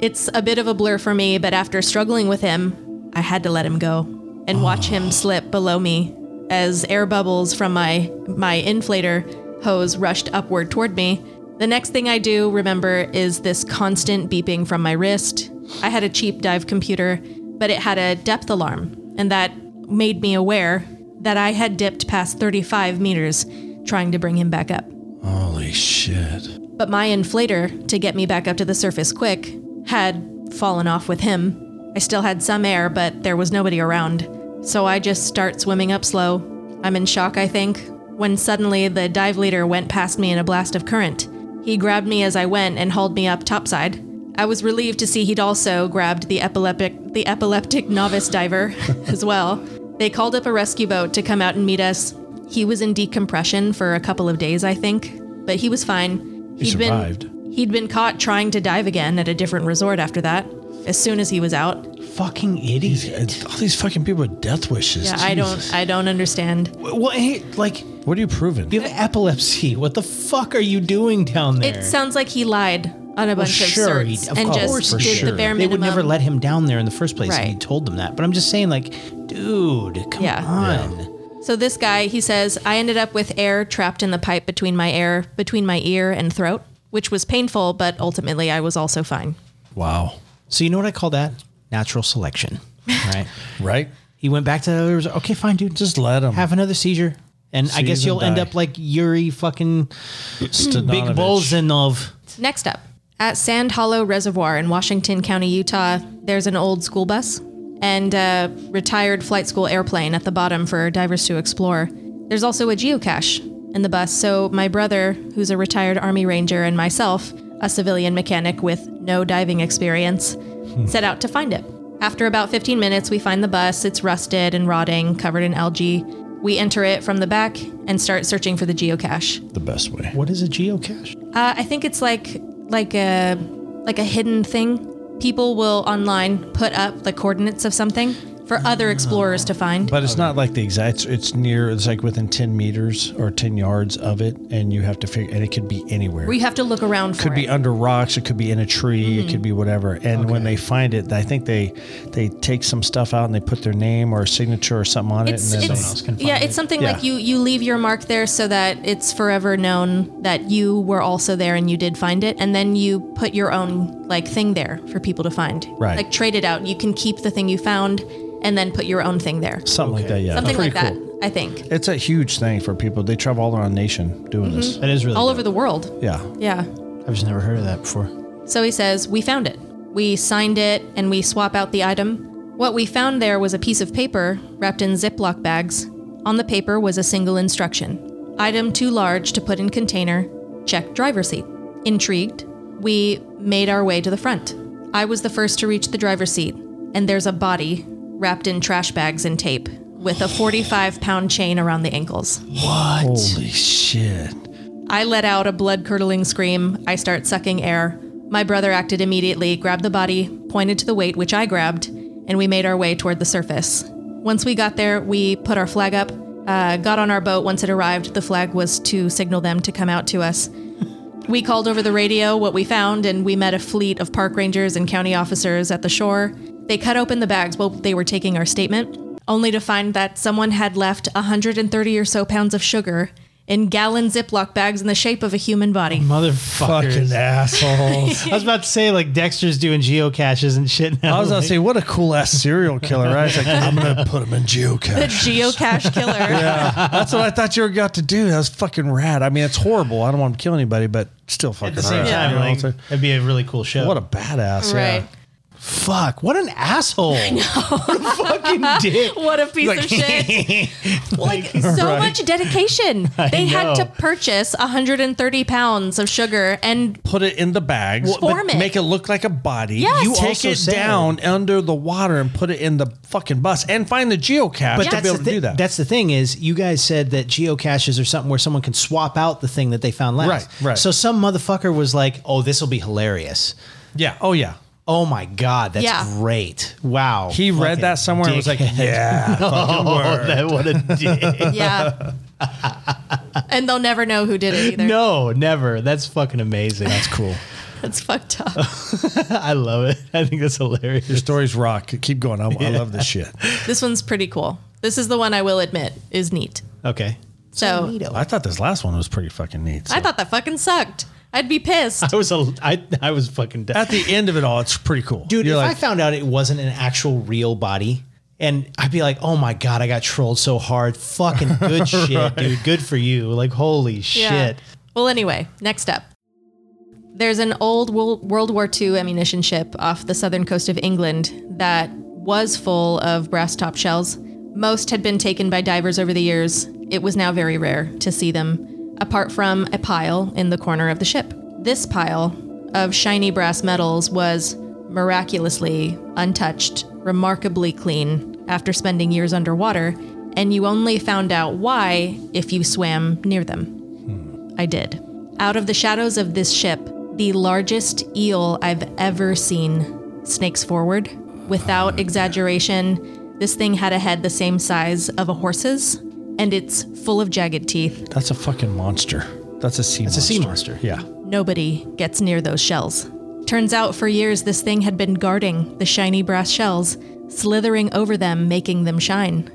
It's a bit of a blur for me, but after struggling with him, I had to let him go and watch him slip below me as air bubbles from my my inflator hose rushed upward toward me. The next thing I do remember is this constant beeping from my wrist. I had a cheap dive computer, but it had a depth alarm, and that made me aware that I had dipped past 35 meters trying to bring him back up. Holy shit! But my inflator, to get me back up to the surface quick, had fallen off with him. I still had some air, but there was nobody around. So I just start swimming up slow. I'm in shock, I think, when suddenly the dive leader went past me in a blast of current. He grabbed me as I went and hauled me up topside. I was relieved to see he'd also grabbed the epileptic the epileptic novice diver as well. They called up a rescue boat to come out and meet us. He was in decompression for a couple of days, I think, but he was fine. He survived. Been, he'd been caught trying to dive again at a different resort after that. As soon as he was out, Fucking idiot. It's- all these fucking people with death wishes. yeah, I Jesus. don't, I don't understand. Well, hey, like, What are you proving? you have epilepsy. What the fuck are you doing down there? It sounds like he lied on a bunch sure, of he- certs of and course just he did did. the bare minimum. they would never let him down there in the first place. if He Right. told them that. But I'm just saying, like, dude, come Yeah. on. So this guy, he says, I ended up with air trapped in the pipe between my air, between my ear and throat, which was painful, but ultimately I was also fine. Wow. So you know what I call that? Natural selection. Right. Right? he went back to the other resort. Okay, fine, dude. Just Just let them. have another seizure. And I guess Seize you'll and end die. up like Yuri fucking Big Big Bolzanov. Next up, at Sand Hollow Reservoir in Washington County, Utah, there's an old school bus and a retired flight school airplane at the bottom for divers to explore. There's also a geocache in the bus, so my brother, who's a retired Army Ranger, and myself, a civilian mechanic with no diving experience, set out to find it. After about 15 minutes, we find the bus. It's rusted and rotting, covered in algae. We enter it from the back and start searching for the geocache. The best way. What is a geocache? Uh, I think it's like like a like a hidden thing. People will online put up the coordinates of something for other explorers to find. Ah. But it's not like the exact. It's, it's near. It's like within ten meters or ten yards of it, and you have to figure. And it could be anywhere. Where you have to look around for could it. be under rocks. It could be in a tree. It could be whatever. And when they find it, I think they they take some stuff out and they put their name or signature or something on it's, it. And then it's- else can yeah, find it's it. something like Yeah. you you leave your mark there so that it's forever known that you were also there and you did find it, and then you put your own like thing there for people to find. Right. Like trade it out. You can keep the thing you found, and then put your own thing there. something like that. Yeah, Something Pretty like that. cool. I think It's a huge thing for people. They travel all around the nation doing this. That is really. all All over the world. Yeah. Yeah. I've just never heard of that before. So he says, We found it. We signed it and we swap out the item. What we found there was a piece of paper wrapped in Ziploc bags. On the paper was a single instruction item too large to put in container, check driver seat. Intrigued, we made our way to the front. I was the first to reach the driver's seat, and there's a body wrapped in trash bags and tape with a 45 pound chain around the ankles. Holy shit. I let out a blood curdling scream. I start sucking air. My brother acted immediately, grabbed the body, pointed to the weight, which I grabbed, and we made our way toward the surface. Once we got there, we put our flag up, uh, got on our boat. Once it arrived, the flag was to signal them to come out to us. We called over the radio what we found, and we met a fleet of park rangers and county officers at the shore. They cut open the bags while they were taking our statement, only to find that someone had left 130 or so pounds of sugar in gallon Ziploc bags in the shape of a human body. Fucking Motherfuckers. assholes. I was about to say, like, Dexter's doing geocaches and shit now. I was gonna say, what a cool ass serial killer, right? It's like, I'm gonna put him in The geocache. geocache killer. That's what I thought you were got to do. That was fucking rad. I mean, it's horrible. I don't want to kill anybody, but still fucking At the same rad. time, You know what I'm like, saying? that'd be a really cool show. what a badass. Right. Yeah. fuck. What an asshole. what a fucking dick. What a piece of shit. like so much dedication. They had to know. purchase 130 pounds of sugar and Put it in the bags. Well, Form but it. Make it look like a body. Yes. You You take also it said- down under the water and put it in the fucking bus and find the geocache But to that's, the be able to thi- do that. that's the thing is you guys said that geocaches are something where someone can swap out the thing that they found last. Right, right. So some motherfucker was like, oh, this will be hilarious. yeah. Oh yeah. Oh my God, that's Yeah. great. Wow. He read Fucking that somewhere and was like, dickhead. yeah. fucking oh, word. that, what a dick. yeah. and they'll never know who did it either. no, never. That's fucking amazing. That's cool. That's fucked up. I love it. I think that's hilarious. Your stories rock. Keep going. I, I love this shit. This one's pretty cool. This is the one I will admit is neat. Okay. So I thought this last one was pretty fucking neat. so. I thought that fucking sucked. I'd be pissed. I was a, I, I was fucking dead. At the end of it all, it's pretty cool. Dude, You're if like, I found out it wasn't an actual real body, and I'd be like, "Oh my god, I got trolled so hard! Fucking good shit, dude. Good for you. Like, holy Yeah. shit." Well, anyway, next up. There's an old Wo- World War II ammunition ship off the southern coast of England that was full of brass top shells. Most had been taken by divers over the years. It was now very rare to see them, apart from a pile in the corner of the ship. This pile of shiny brass metals was miraculously untouched, remarkably clean after spending years underwater, and you only found out why if you swam near them. I did. Out of the shadows of this ship, the largest eel I've ever seen snakes forward. Without exaggeration, this thing had a head the same size of a horse's, and it's full of jagged teeth. that's a fucking monster. That's a sea It's a sea monster. monster. Yeah. Nobody gets near those shells. Turns out for years this thing had been guarding the shiny brass shells, slithering over them, making them shine.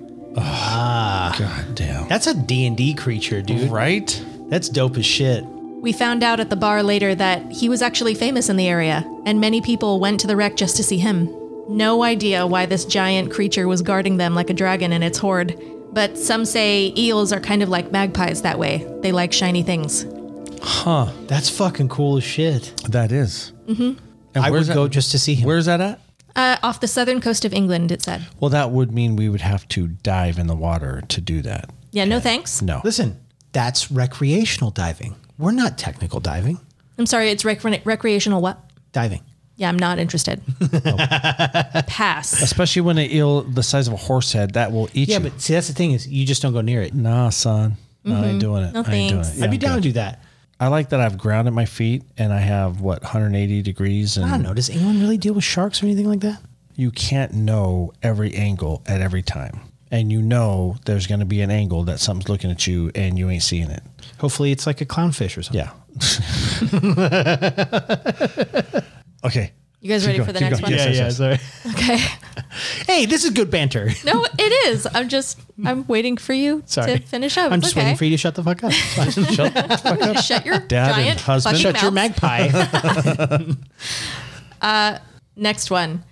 Ah. God damn. That's a D and D creature, dude. Right? That's dope as shit. We found out at the bar later that he was actually famous in the area, and many people went to the wreck just to see him. No idea why this giant creature was guarding them like a dragon in its horde, but some say eels are kind of like magpies that way. They like shiny things. That's fucking cool as shit. That is. Mm-hmm. And I would where's that, go just to see him. Where's that at? Uh, off the southern coast of England, it said. Well, that would mean we would have to dive in the water to do that. Yeah, no thanks. No. Listen, that's recreational diving. We're not technical diving. I'm sorry, it's rec- recreational what? Diving. Yeah, I'm not interested. Pass. Especially when an eel the size of a horse head, that will eat Yeah, you. but see, that's the thing is, you just don't go near it. nah, son. No, I ain't doing it. Mm-hmm. No, I ain't doing it. thanks. Yeah, I'd be I'm down to good. do that. I like that I've grounded my feet and I have, what, 180 degrees? And I don't know. Does England really deal with sharks or anything like that? you can't know every angle at every time. And you know there's going to be an angle that something's looking at you and you ain't seeing it. Hopefully, it's like a clownfish or something. Yeah. okay. You guys ready going, for the keep next going. one? Yes, yes, yes. sorry. Okay. Hey, this is good banter. No, it is. I'm just, I'm waiting for you Sorry. to finish up. I'm It's just okay. waiting for you to shut the fuck up. Shut your Dad and giant husband. fucking shut your mouth. magpie. Next one.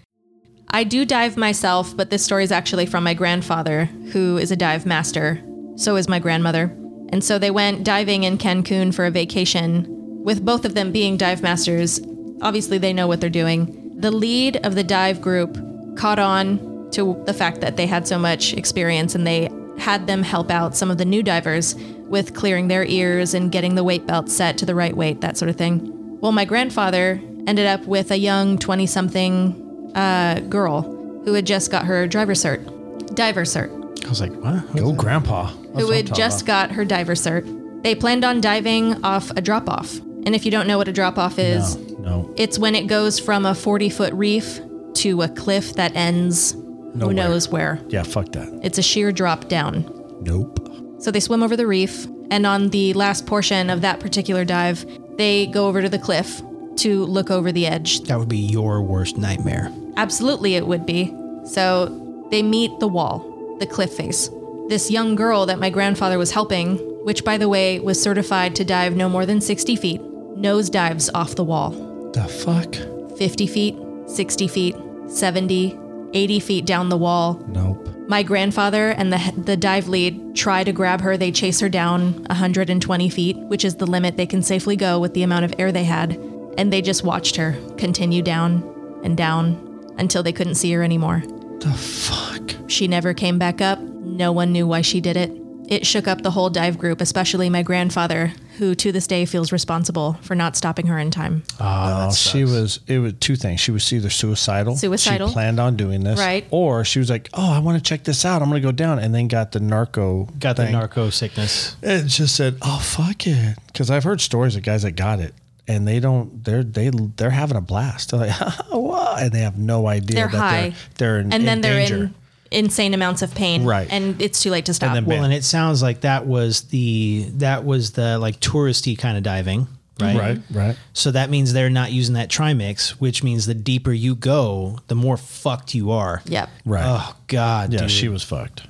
I do dive myself, but this story is actually from my grandfather, who is a dive master. So is my grandmother. And so they went diving in Cancun for a vacation, with both of them being dive masters. Obviously, they know what they're doing. The lead of the dive group caught on to the fact that they had so much experience and they had them help out some of the new divers with clearing their ears and getting the weight belt set to the right weight, that sort of thing. Well, my grandfather ended up with a young 20 something uh, girl who had just got her driver cert, diver cert, I was like, what? Go, Grandpa. who had just got her diver cert. They planned on diving off a drop off. And if you don't know what a drop off is, No. it's when it goes from a 40 foot reef to a cliff that ends who Nowhere. knows where. Yeah, fuck that. It's a sheer drop down. Nope. So they swim over the reef, and on the last portion of that particular dive, they go over to the cliff to look over the edge. That would be your worst nightmare. Absolutely, it would be. So they meet the wall, the cliff face. This young girl that my grandfather was helping which, by the way, was certified to dive no more than 60 feet, nose dives off the wall The fuck? 50 feet, 60 feet, 70, 80 feet down the wall. Nope. My grandfather and the, the dive lead try to grab her. They chase her down 120 feet, which is the limit they can safely go with the amount of air they had. And they just watched her continue down and down until they couldn't see her anymore. The fuck? She never came back up. No one knew why she did it. It shook up the whole dive group, especially my grandfather, who to this day feels responsible for not stopping her in time. Oh, she was. It was two things. She was either suicidal. Suicidal. She planned on doing this. Right. Or she was like, "Oh, I want to check this out. I'm going to go down," and then got the narco. Got the thing. narco sickness. It just said, "Oh fuck it," because I've heard stories of guys that got it and they don't. They're they they're having a blast. They're like, "Whoa," and they have no idea They're that high. they're they're in, and then in they're danger. in insane amounts of pain. Right. And it's too late to stop. then- Well, Yeah. and it sounds like that was the that was the like touristy kind of diving, right? right, right. So that means they're not using that trimix, which means the deeper you go, the more fucked you are. yep. Right. Oh God, yeah, dude. she was fucked.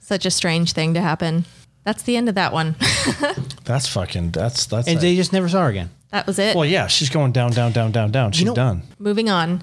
Such a strange thing to happen. That's the end of that one. That's fucking. That's that's. and like- they just never saw her again. that was it. well, yeah, she's going down, down, down, down, down. She's know- done. Moving on.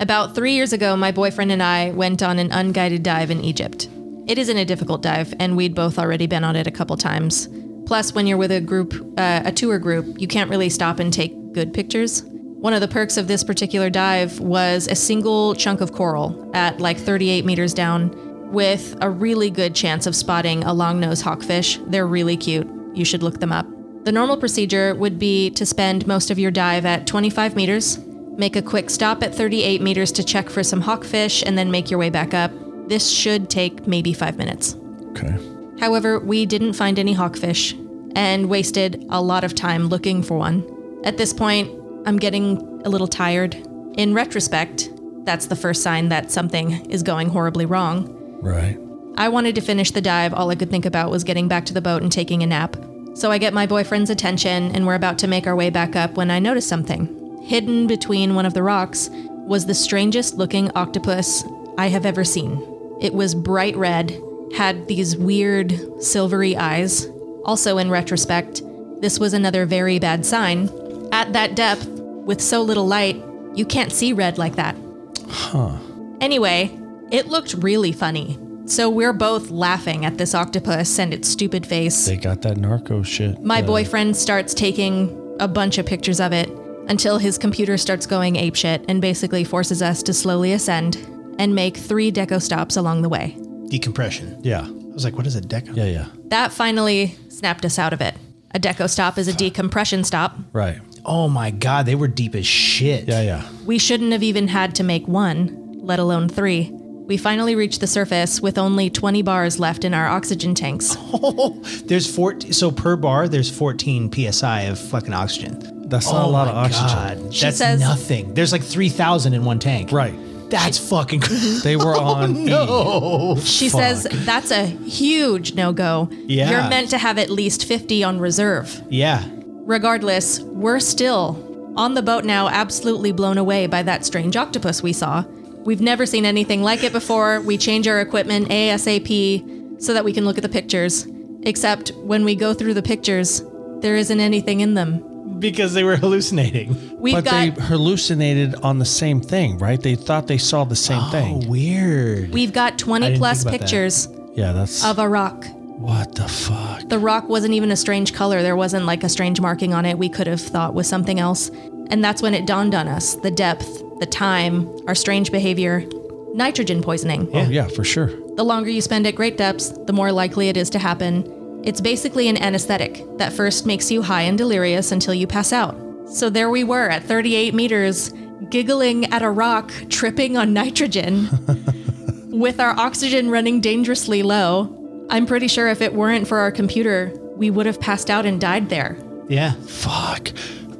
About three years ago, my boyfriend and I went on an unguided dive in Egypt. It isn't a difficult dive, and we'd both already been on it a couple times. Plus, when you're with a group, uh, a tour group, you can't really stop and take good pictures. One of the perks of this particular dive was a single chunk of coral at like 38 meters down with a really good chance of spotting a long nose hawkfish. They're really cute. You should look them up. The normal procedure would be to spend most of your dive at 25 meters, make a quick stop at 38 meters to check for some hawkfish, and then make your way back up. This should take maybe five minutes. Okay. However, we didn't find any hawkfish and wasted a lot of time looking for one. At this point, I'm getting a little tired. In retrospect, that's the first sign that something is going horribly wrong. Right. I wanted to finish the dive. All I could think about was getting back to the boat and taking a nap. So I get my boyfriend's attention, and we're about to make our way back up when I notice something. Hidden between one of the rocks was the strangest looking octopus I have ever seen. It was bright red, had these weird, silvery eyes. Also, in retrospect, this was another very bad sign. At that depth, with so little light, you can't see red like that. Anyway, it looked really funny. So we're both laughing at this octopus and its stupid face. They got that narco shit. My boyfriend starts taking a bunch of pictures of it until his computer starts going apeshit and basically forces us to slowly ascend and make three deco stops along the way. Decompression. Yeah. I was like, what is a deco? Yeah. Yeah. That finally snapped us out of it. A deco stop is a decompression stop. Right. Oh my God, they were deep as shit. Yeah. Yeah. We shouldn't have even had to make one, let alone three. We finally reached the surface with only 20 bars left in our oxygen tanks. There's four. So per bar, there's 14 psi of fucking oxygen. That's not a lot of Oh my oxygen. God, She that's says- nothing. There's like 3,000 in one tank. Right. That's fucking. They were Oh, on E. She says that's a huge no go. Yeah. You're meant to have at least 50 on reserve. yeah. Regardless, we're still on the boat now, absolutely blown away by that strange octopus we saw. We've never seen anything like it before. We change our equipment ASAP so that we can look at the pictures. Except when we go through the pictures, there isn't anything in them. Because they were hallucinating. We've But got they hallucinated on the same thing, right? They thought they saw the same Oh. thing. Weird. we've got 20 didn't plus think about that. pictures Yeah, that's of a rock. what the fuck. The rock wasn't even a strange color. There wasn't like a strange marking on it we could have thought was something else. And that's when it dawned on us the depth, the time, our strange behavior, nitrogen poisoning. Oh yeah, for sure. The longer you spend at great depths, the more likely it is to happen. It's basically an anesthetic that first makes you high and delirious until you pass out. So there we were at 38 meters, giggling at a rock, tripping on nitrogen, with our oxygen running dangerously low. I'm pretty sure if it weren't for our computer, we would have passed out and died there. Yeah. Fuck.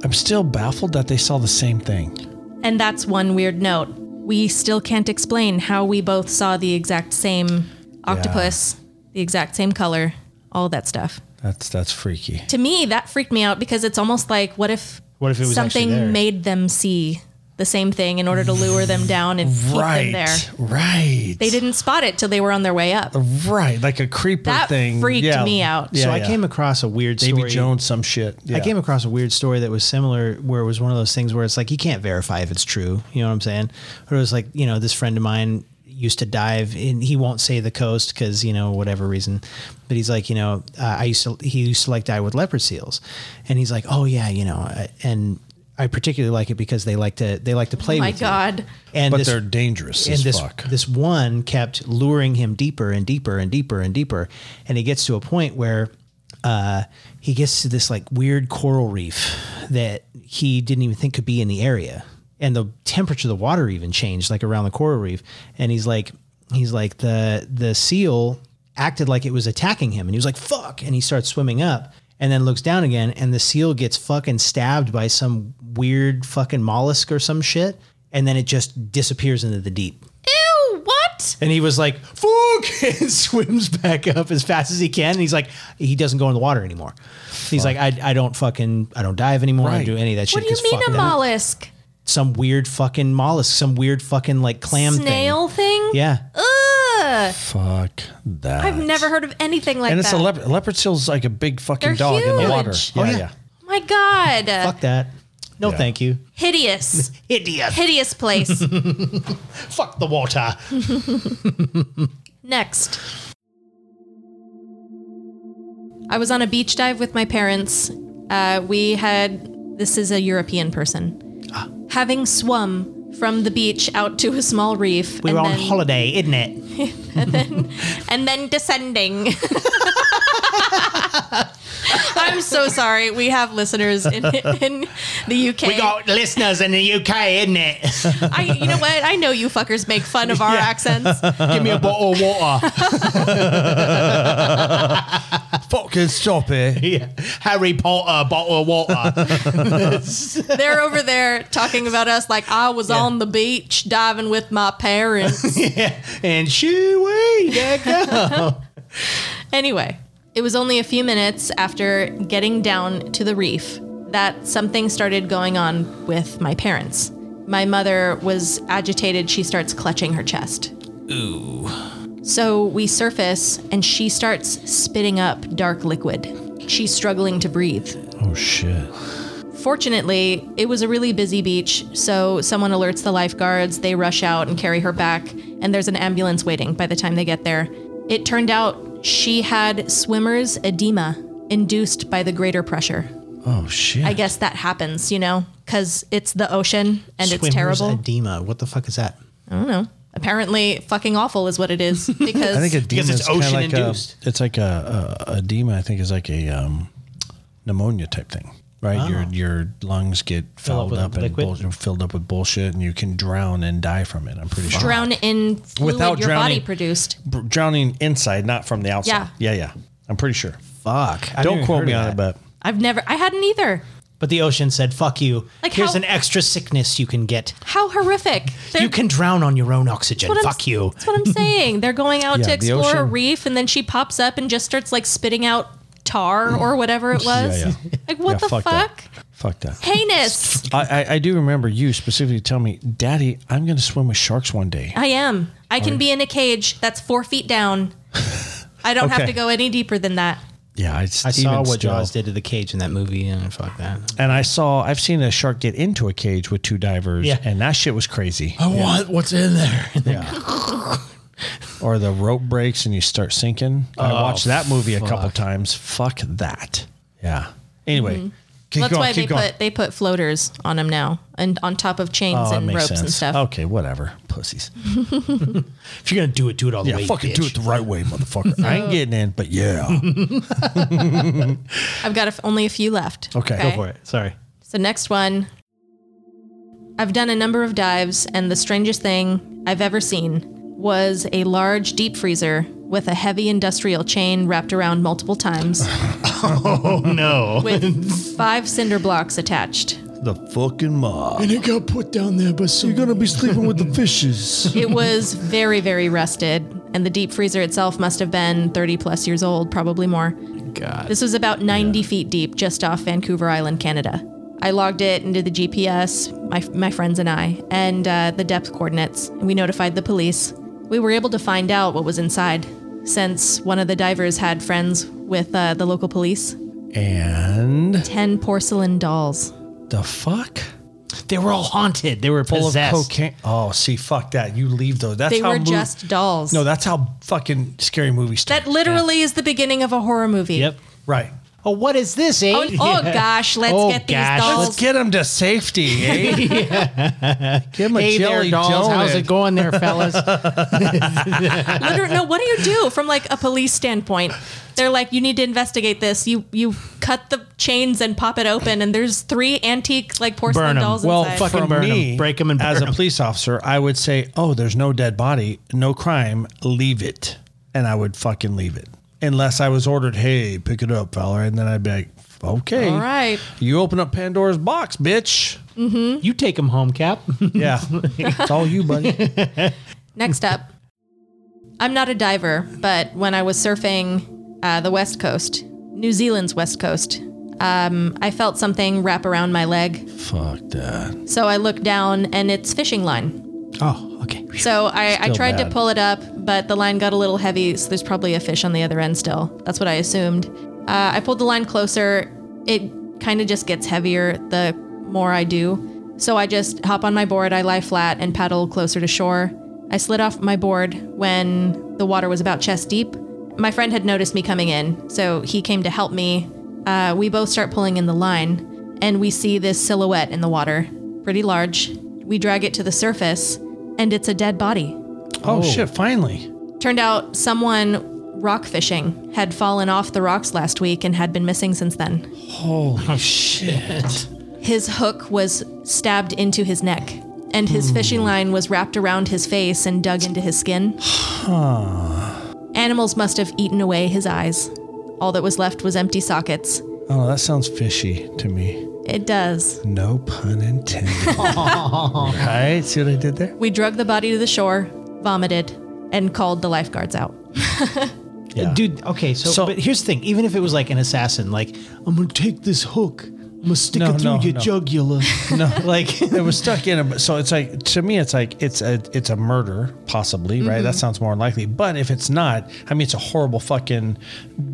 I'm still baffled that they saw the same thing. And that's one weird note. We still can't explain how we both saw the exact same octopus, the exact same color, all that stuff. That's that's freaky. to me that freaked me out because it's almost like what if What if it was actually something there? made them see the same thing in order to lure them down and keep them there. Right. Right. They didn't spot it till they were on their way up. Right. Like a creeper That thing. freaked me out. Yeah, so I yeah. came across a weird Davy story. Jones some shit. I came across a weird story that was similar, where it was one of those things where it's like you can't verify if it's true. You know what I'm saying? But it was like you know this friend of mine used to dive, and he won't say the coast because you know whatever reason. But he's like, you know, uh, I used to he used to like dive with leopard seals, and he's like, oh yeah, you know, uh, and I particularly like it because they like to they like to play. Oh My with you. God. And but this- they're dangerous and as this fuck. this one kept luring him deeper and deeper and deeper and deeper, and he gets to a point where uh, he gets to this like weird coral reef that he didn't even think could be in the area, and the temperature of the water even changed like around the coral reef, and he's like he's like the the seal acted like it was attacking him, and he was like fuck, and he starts swimming up. And then looks down again, and the seal gets fucking stabbed by some weird fucking mollusk or some shit, and then it just disappears into the deep. Ew, what? And he was like, "Fuck!" and swims back up as fast as he can. And he's like, he doesn't go in the water anymore. He's like, I, I don't fucking, I don't dive anymore. I don't do any of that shit. What do you 'cause mean fuck a that." mollusk? Some weird fucking mollusk, some weird fucking like clam Snail thing? thing. Yeah. Ugh. fuck that. I've never heard of anything like and that. it's a leopard. Leopard seal's like a big fucking They're dog in the water. huge. Yeah, yeah. Oh my God. Fuck that. No, thank you. Hideous. Idiot. Hideous place. Fuck the water. Next. I was on a beach dive with my parents. Uh, we had, this is a European person, Ah. having swum from the beach out to a small reef We and, were on then, holiday, isn't it? and then descending. I'm so sorry. We have listeners in, in the UK. We got listeners in the UK, isn't it? I, you know what? I know you fuckers make fun of our accents. Give me a bottle of water. Fucking stop it. yeah. Harry Potter bottle of water. They're over there talking about us like I was on the beach diving with my parents. and shoo wee, there it goes. Anyway, it was only a few minutes after getting down to the reef that something started going on with my parents. My mother was agitated. She starts clutching her chest. Ooh. So we surface and she starts spitting up dark liquid. She's struggling to breathe. Oh shit. Fortunately, it was a really busy beach, so someone alerts the lifeguards, they rush out and carry her back, and there's an ambulance waiting by the time they get there. It turned out she had swimmer's edema induced by the greater pressure. Oh shit. I guess that happens, you know, because it's the ocean and it's Swimmer's terrible. Edema. What the fuck is that? Apparently, fucking awful is what it is because I think edema it's is kind of like a, ocean-induced. it's like a, a edema. I think is like a um, pneumonia type thing, right? Your your lungs get Ah. up fouled with up, and liquid? bull- filled up with bullshit, and you can drown and die from it. I'm pretty sure. drown in fluid Without your body drowning. produced. Br- drowning inside, not from the outside. Yeah, yeah. I'm pretty sure. Fuck. I Don't quote me on it, but I've never, I hadn't either. But the ocean said, fuck you. Like Here's how- an extra sickness you can get. How horrific! They're- you can drown on your own oxygen. what I'm- Fuck you. That's what I'm saying. They're going out to the explore a ocean- reef, and then she pops up and just starts like spitting out tar or whatever it was. yeah. Like what Yeah, the fuck? fuck that. fuck that. Heinous. I, I, I do remember you specifically telling me, Daddy, I'm going to swim with sharks one day. I am. I can be in a cage that's four feet down. I don't have Okay. to go any deeper than that. Yeah, I, I saw even what still- Jaws did to the cage in that movie, and fuck that. And I saw, I've seen a shark get into a cage with two divers, Yeah. and that shit was crazy. I want what's in there. Or the rope breaks and you start sinking. I watched that movie a couple times. Oh, Fuck that. Yeah. Anyway, keep Mm-hmm. that's going. why keep they going. put they put floaters on them now, and on top of chains Oh, that and makes ropes sense. and stuff. Okay, whatever. Pussies. If you're gonna do it, do it all the Yeah, way. fucking bitch. do it the right way, motherfucker. I ain't getting in, but yeah. I've got a f only a few left. Okay. Go for it. Sorry. So next one. I've done a number of dives, and the strangest thing I've ever seen was a large deep freezer with a heavy industrial chain wrapped around multiple times. oh no! With five cinder blocks attached. the fucking mob. And it got put down there by some. You're gonna be sleeping with the fishes. It was very, very rusted, and the deep freezer itself must have been 30 plus years old, probably more. God. This was about 90 feet deep, just off Vancouver Island, Canada. I logged it into the GPS, my, my friends and I, and uh, the depth coordinates. And we notified the police. We were able to find out what was inside since one of the divers had friends with uh, the local police. And 10 porcelain dolls. the fuck? They were all haunted. They were of possessed. Cocaine. Oh, see, fuck that. You leave those. That's They how were mov- just dolls. No, that's how fucking scary movies start. that literally is the beginning of a horror movie. Yep. right. Oh, what is this, eh? Oh, oh gosh, let's Oh, get these gosh, dolls. Let's get him to safety, eh? Give him a Hey there, jelly dolls. donut. How's it going there, fellas? Literally, no, what do you do from like a police standpoint? They're like, you need to investigate this. You you cut the chains and pop it open, and there's three antique like porcelain Burn 'em. dolls Well, inside. fucking from burn 'em. me, Break 'em and as burn a 'em. police officer, I would say, "Oh, there's no dead body, no crime. Leave it," and I would fucking leave it unless I was ordered, "Hey, pick it up, fella," and then I'd be like, "Okay, All right. you open up Pandora's box, bitch." you take them home, Cap. Yeah, it's all you, buddy. Next up, I'm not a diver, but when I was surfing uh, the west coast, New Zealand's west coast, um, I felt something wrap around my leg. Fuck that. So I looked down, and it's fishing line. Oh, okay. So I, I Still tried to bad. pull it up, but the line got a little heavy, so there's probably a fish on the other end still. That's what I assumed. Uh, I pulled the line closer. It kind of just gets heavier the more I do. So I just hop on my board, I lie flat, and paddle closer to shore. I slid off my board when the water was about chest deep. My friend had noticed me coming in, so he came to help me. Uh, we both start pulling in the line, and we see this silhouette in the water, pretty large. We drag it to the surface, and it's a dead body. Oh, shit! Finally, Turned out someone rock fishing had fallen off the rocks last week and had been missing since then. Oh, shit. His hook was stabbed into his neck, and Hmm. his fishing line was wrapped around his face and dug into his skin. Animals must have eaten away his eyes. All that was left was empty sockets. oh, that sounds fishy to me. It does. No pun intended. right? See what I did there? We drug the body to the shore, vomited, and called the lifeguards out. Dude, okay, so, So- but here's the thing. Even if it was like an assassin, like, I'm going to take this hook, I'm going to stick No, it through no, your no. jugular. No, like it was stuck in a. So it's like to me, it's like it's a it's a murder possibly, right? That sounds more likely. But if it's not, I mean, it's a horrible fucking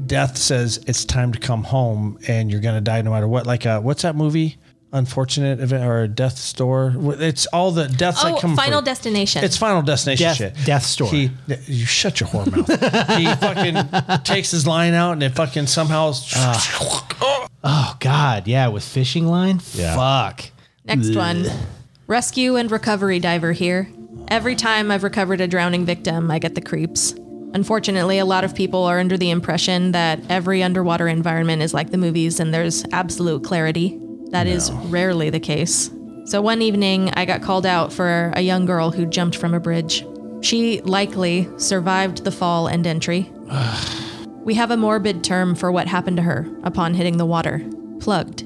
death. Says it's time to come home, and you're gonna die no matter what. Like uh, what's that movie? Unfortunate event or death store? Wh- It's all the deaths Oh, that come. Final for- Destination. It's Final Destination Death- shit. Death Store. He, you shut your whore mouth. he fucking takes his line out and it fucking somehow. Ah. oh, God. Yeah, with fishing line? Fuck. Next one. Rescue and recovery diver here. Every time I've recovered a drowning victim, I get the creeps. Unfortunately, a lot of people are under the impression that every underwater environment is like the movies and there's absolute clarity. That is rarely the case. So one evening, I got called out for a young girl who jumped from a bridge. She likely survived the fall and entry. we have a morbid term for what happened to her upon hitting the water plugged.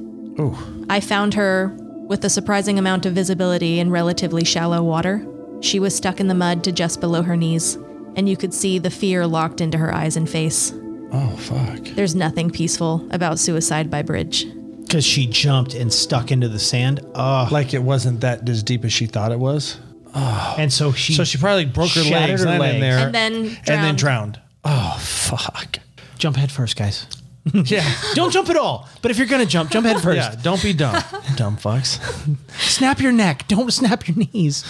I found her with a surprising amount of visibility in relatively shallow water. She was stuck in the mud to just below her knees, and you could see the fear locked into her eyes and face. oh fuck. There's nothing peaceful about suicide by bridge. Because she jumped and stuck into the sand. Oh, Like it wasn't that as deep as she thought it was. and so she. So she probably broke her Shattered legs, her landed legs. in there, And then Uh, and then drowned. drowned. Oh fuck! jump head first, guys. Yeah, Don't jump at all. But if you're going to jump, jump head first. yeah. Don't be dumb, dumb fucks. Snap your neck. Don't snap your knees.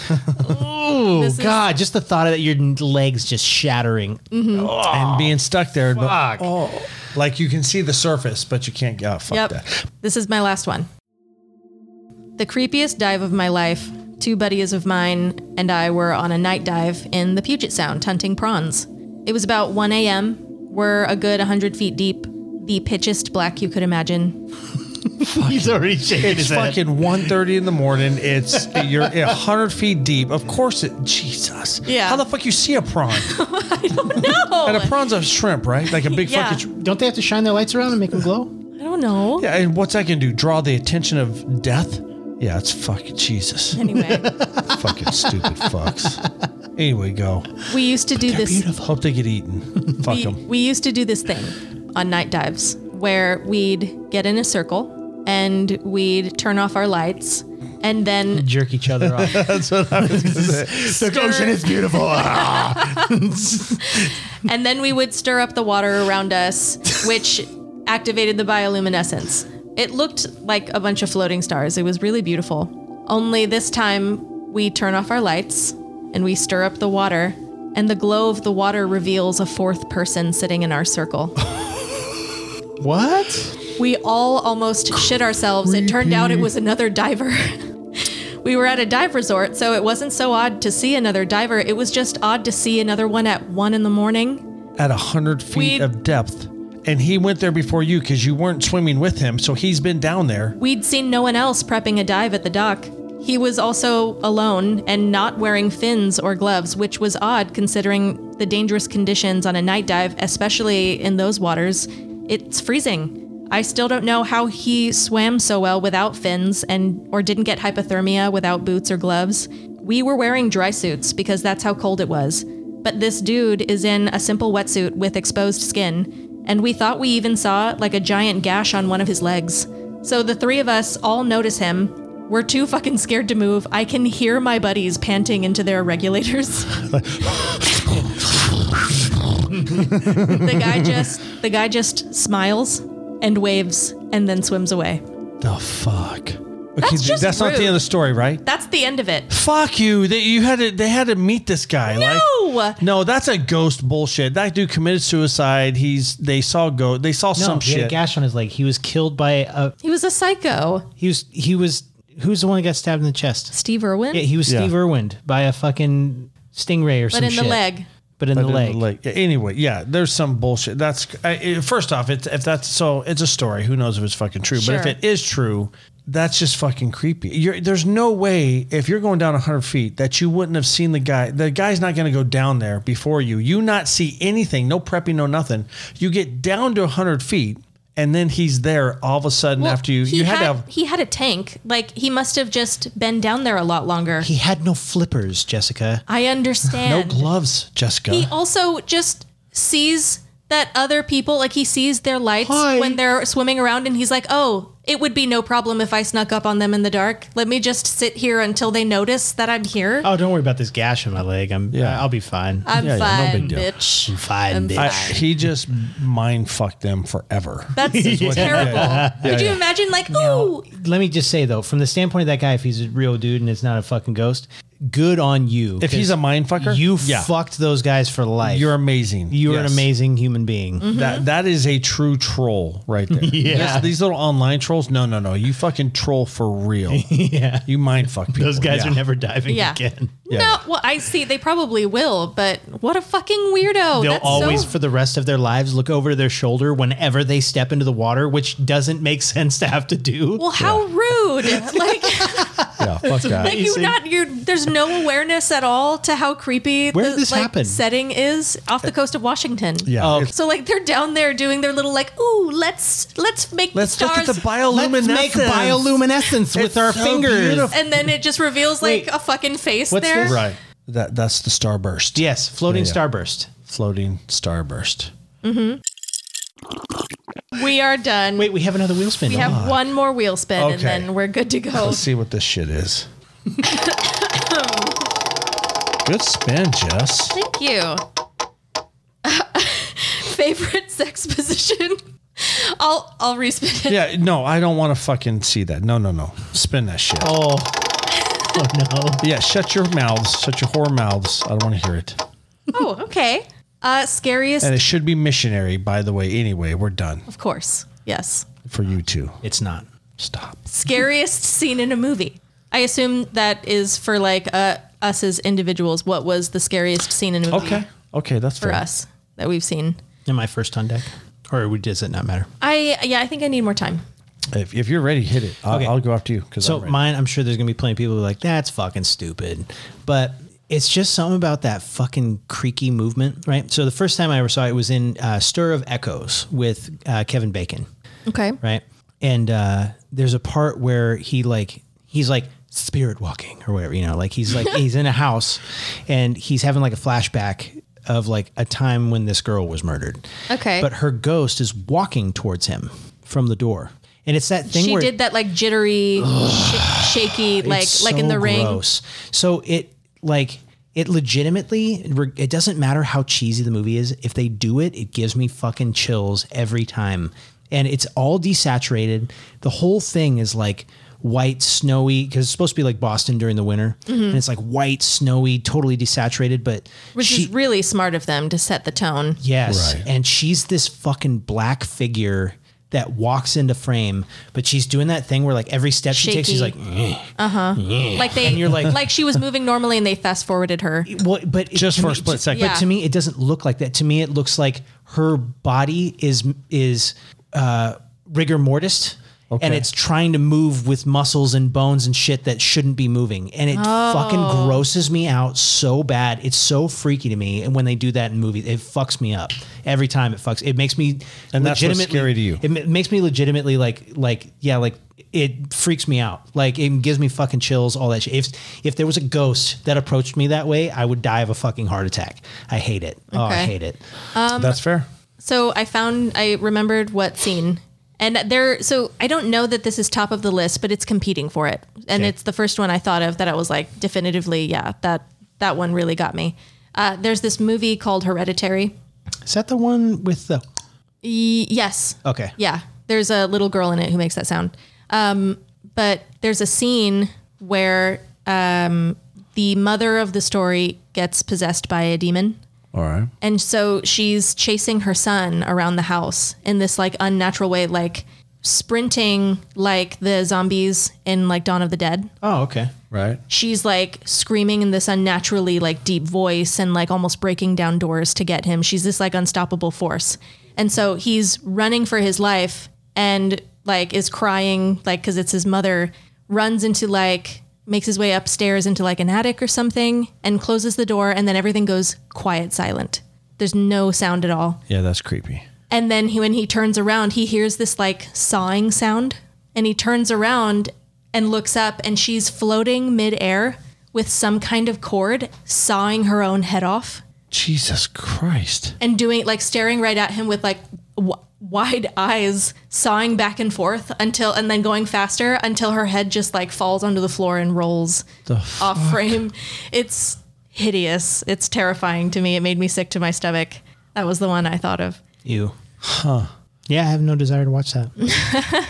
oh, God. Just the thought of that, your n- legs just shattering. Mm-hmm. and being stuck there, but- Fuck. oh, like you can see the surface, but you can't get. Oh, fuck that. This is my last one. The creepiest dive of my life. Two buddies of mine and I were on a night dive in the Puget Sound hunting prawns. It was about 1 a.m. We're a good 100 feet deep, the pitchest black you could imagine. He's already shaking It's fucking 1.30 in the morning. It's you're hundred feet deep. Of course, it. Jesus. Yeah. How the fuck you see a prawn? No! and a prawn's a shrimp, right? Like a big Oh, Yeah. fucking. Shrimp. Don't they have to shine their lights around and make them glow? I don't know. Yeah, and what's that gonna do? Draw the attention of death? Yeah, it's fucking Jesus. Anyway, fucking stupid fucks. Anyway, go. we used to do this. Hope they get eaten. Fuck We, them. we used to do this thing on night dives where we'd get in a circle and we'd turn off our lights and then jerk each other off. stir- beautiful. and then we would stir up the water around us, which activated the bioluminescence. It looked like a bunch of floating stars. It was really beautiful. Only this time, we turn off our lights and we stir up the water, and the glow of the water reveals a fourth person sitting in our circle. what? We all almost shit ourselves. It turned out it was another diver. we were at a dive resort, so it wasn't so odd to see another diver. It was just odd to see another one at one in the morning. at a hundred feet We- of depth, and he went there before you because you weren't swimming with him, so he's been down there. We'd seen no one else prepping a dive at the dock. He was also alone and not wearing fins or gloves, which was odd considering the dangerous conditions on a night dive, especially in those waters. It's freezing. I still don't know how he swam so well without fins and or didn't get hypothermia without boots or gloves. We were wearing dry suits because that's how cold it was. But this dude is in a simple wetsuit with exposed skin, and we thought we even saw like a giant gash on one of his legs. So the three of us all notice him. We're too fucking scared to move. I can hear my buddies panting into their regulators. the guy just the guy just smiles and waves and then swims away. The fuck. Okay, That's th- just that's not the end rude. of the story, right? That's the end of it. Fuck you! They, you had to. They had to meet this guy. No! like, no, that's a ghost bullshit. That dude committed suicide. He's. They saw go. They saw No, some he had a shit. gash on his leg. He was killed by a. He was a psycho. He was. He was. Who's the one that got stabbed in the chest? Steve Irwin. Yeah, he was Yeah. Steve Irwin by a fucking stingray or but some in shit. the leg. But in the leg. Like anyway, yeah. There's some bullshit. That's I, it- first off. It's if that's so. It's a story. Who knows if it's fucking true? But if Sure. it is true, that's just fucking creepy. You're, there's no way if you're going down 100 feet that you wouldn't have seen the guy. The guy's not going to go down there before you. You not see anything. No prepping. No nothing. You get down to 100 feet. And then he's there all of a sudden Well, after you. he You had, to have he had a tank. Like he must have just been down there a lot longer. He had no flippers, Jessica. I no understand. gloves, Jessica. He also just sees that other people, like he sees their lights Hi. when they're swimming around, and he's like, oh, it would be no problem if I snuck up on them in the dark. Let me just sit here until they notice that I'm here. Oh, don't worry about this gash on my leg. I'm. I'll be fine. I'm yeah, yeah, no fine, big deal. bitch. I'm fine, bitch. I, he just mind fucked them forever. That's terrible. Could you imagine, like, ooh, Let me just say though, from the standpoint of that guy, if he's a real dude and it's not a fucking ghost, good on you. If he's a mind fucker, you yeah. fucked those guys for life. You're amazing. You're an Yes. amazing human being. Mm-hmm. That that is a true troll right there. yeah. these little online trolls. No, no, no. You fucking troll for real. yeah. You mind fuck people. Those guys Yeah. are never diving yeah. again. No, well, I see. They probably will, but what a fucking weirdo. They'll That's always, so for the rest of their lives, look over their shoulder whenever they step into the water, which doesn't make sense to have to do. Well, how rude! Like, Yeah. Fuck that. like you Amazing. not you. There's no awareness at all to how creepy Where the did this like, happen? setting is off the coast of Washington. Uh, Yeah. Oh, it's- So like they're down there doing their little like, ooh, let's let's make let's the look at stars. the bioluminescence. Let's make bioluminescence with It's our so fingers. beautiful. and then it just reveals like a fucking face what's there. this? Right. That that's the starburst. Yes, floating Yeah, yeah. starburst. Floating starburst. We are done. Wait, we have another wheel spin. we have Oh. one more wheel spin Okay. and then we're good to go. Let's see what this shit is. Good spin, Jess. Thank you. Favorite sex position? I'll I'll respin it. Yeah, no, I don't want to fucking see that. No, no, no. Spin that shit. Oh. Oh, no. Yeah, shut your mouths. Shut your whore mouths. I don't want to hear it. Oh, okay. Uh, scariest, And it should be missionary, by the way. Anyway, we're done of course. Yes. for you two. It's not. Stop. scariest scene in a movie. I assume that is for like uh, us as individuals. What was the scariest scene in a movie Okay. Okay, that's for fair. us that we've seen? Am I first on deck? Or would- does it not matter? I yeah, I think I need more time. If, if you're ready, hit it. I'll, Okay. I'll go after you. Cause So I'm ready. mine, I'm sure there's gonna be plenty of people who are like, that's fucking stupid. But it's just something about that fucking creaky movement, right? So the first time I ever saw it was in uh, Stir of Echoes with uh, Kevin Bacon, Okay. right? And uh, there's a part where he like he's like spirit walking or whatever, you know, like he's like he's in a house and he's having like a flashback of like a time when this girl was murdered. Okay. But her ghost is walking towards him from the door. And it's that thing she where did that like jittery, sh- shaky, like it's like in so the ring. gross. So it like it legitimately re- it doesn't matter how cheesy the movie is. If they do it, it gives me fucking chills every time. And it's all desaturated. The whole thing is like white, snowy because it's supposed to be like Boston during the winter, Mm-hmm. and it's like white, snowy, totally desaturated. But which she, is really smart of them to set the tone. Yes. Right. And she's this fucking black figure that walks into frame, but she's doing that thing where like every step she takes, she's like, Shaky. Like they, you're like- like, she was moving normally, and they fast forwarded her. well, but it- Just to for me- a split to- second. But to me, it doesn't look like that. To me, it looks like her body is is uh, rigor mortis. And Okay. it's trying to move with muscles and bones and shit that shouldn't be moving. And it fucking grosses me out so bad. It's so freaky to me. And when they do that in movies, it fucks me up every time. It fucks. It makes me And that's what's legitimately- scary to you. It ma- makes me legitimately like like yeah like it freaks me out. Like it gives me fucking chills. All that shit. If if there was a ghost that approached me that way, I would die of a fucking heart attack. I hate it. Oh, I Okay. hate it. Um, That's fair. So I found, I remembered what scene, and there. So I don't know that this is top of the list, but it's competing for it, and it's the first one I thought of that I was like definitively, yeah, that that one really got me. Uh, there's this movie called Hereditary. Is that the one with the? Y- yes, Okay. Yeah, there's a little girl in it who makes that sound. Um, but there's a scene where um, the mother of the story gets possessed by a demon. All right. And so she's chasing her son around the house in this like unnatural way, like sprinting like the zombies in like Dawn of the Dead. Oh, okay. Right. She's like screaming in this unnaturally like deep voice and like almost breaking down doors to get him. She's this like unstoppable force. And so he's running for his life and like is crying like cuz it's his mother runs into like makes his way upstairs into like an attic or something and closes the door and then everything goes quiet silent. There's no sound at all. Yeah, that's creepy. And then he, when he turns around, he hears this like sawing sound. And he turns around and looks up, and she's floating midair with some kind of cord, sawing her own head off Jesus Christ. and doing like staring right at him with like w- wide eyes, sawing back and forth until and then going faster until her head just like falls onto the floor and rolls off frame. It's hideous. It's terrifying to me. It made me sick to my stomach. That was the one I thought of. You. Huh. Yeah, I have no desire to watch that.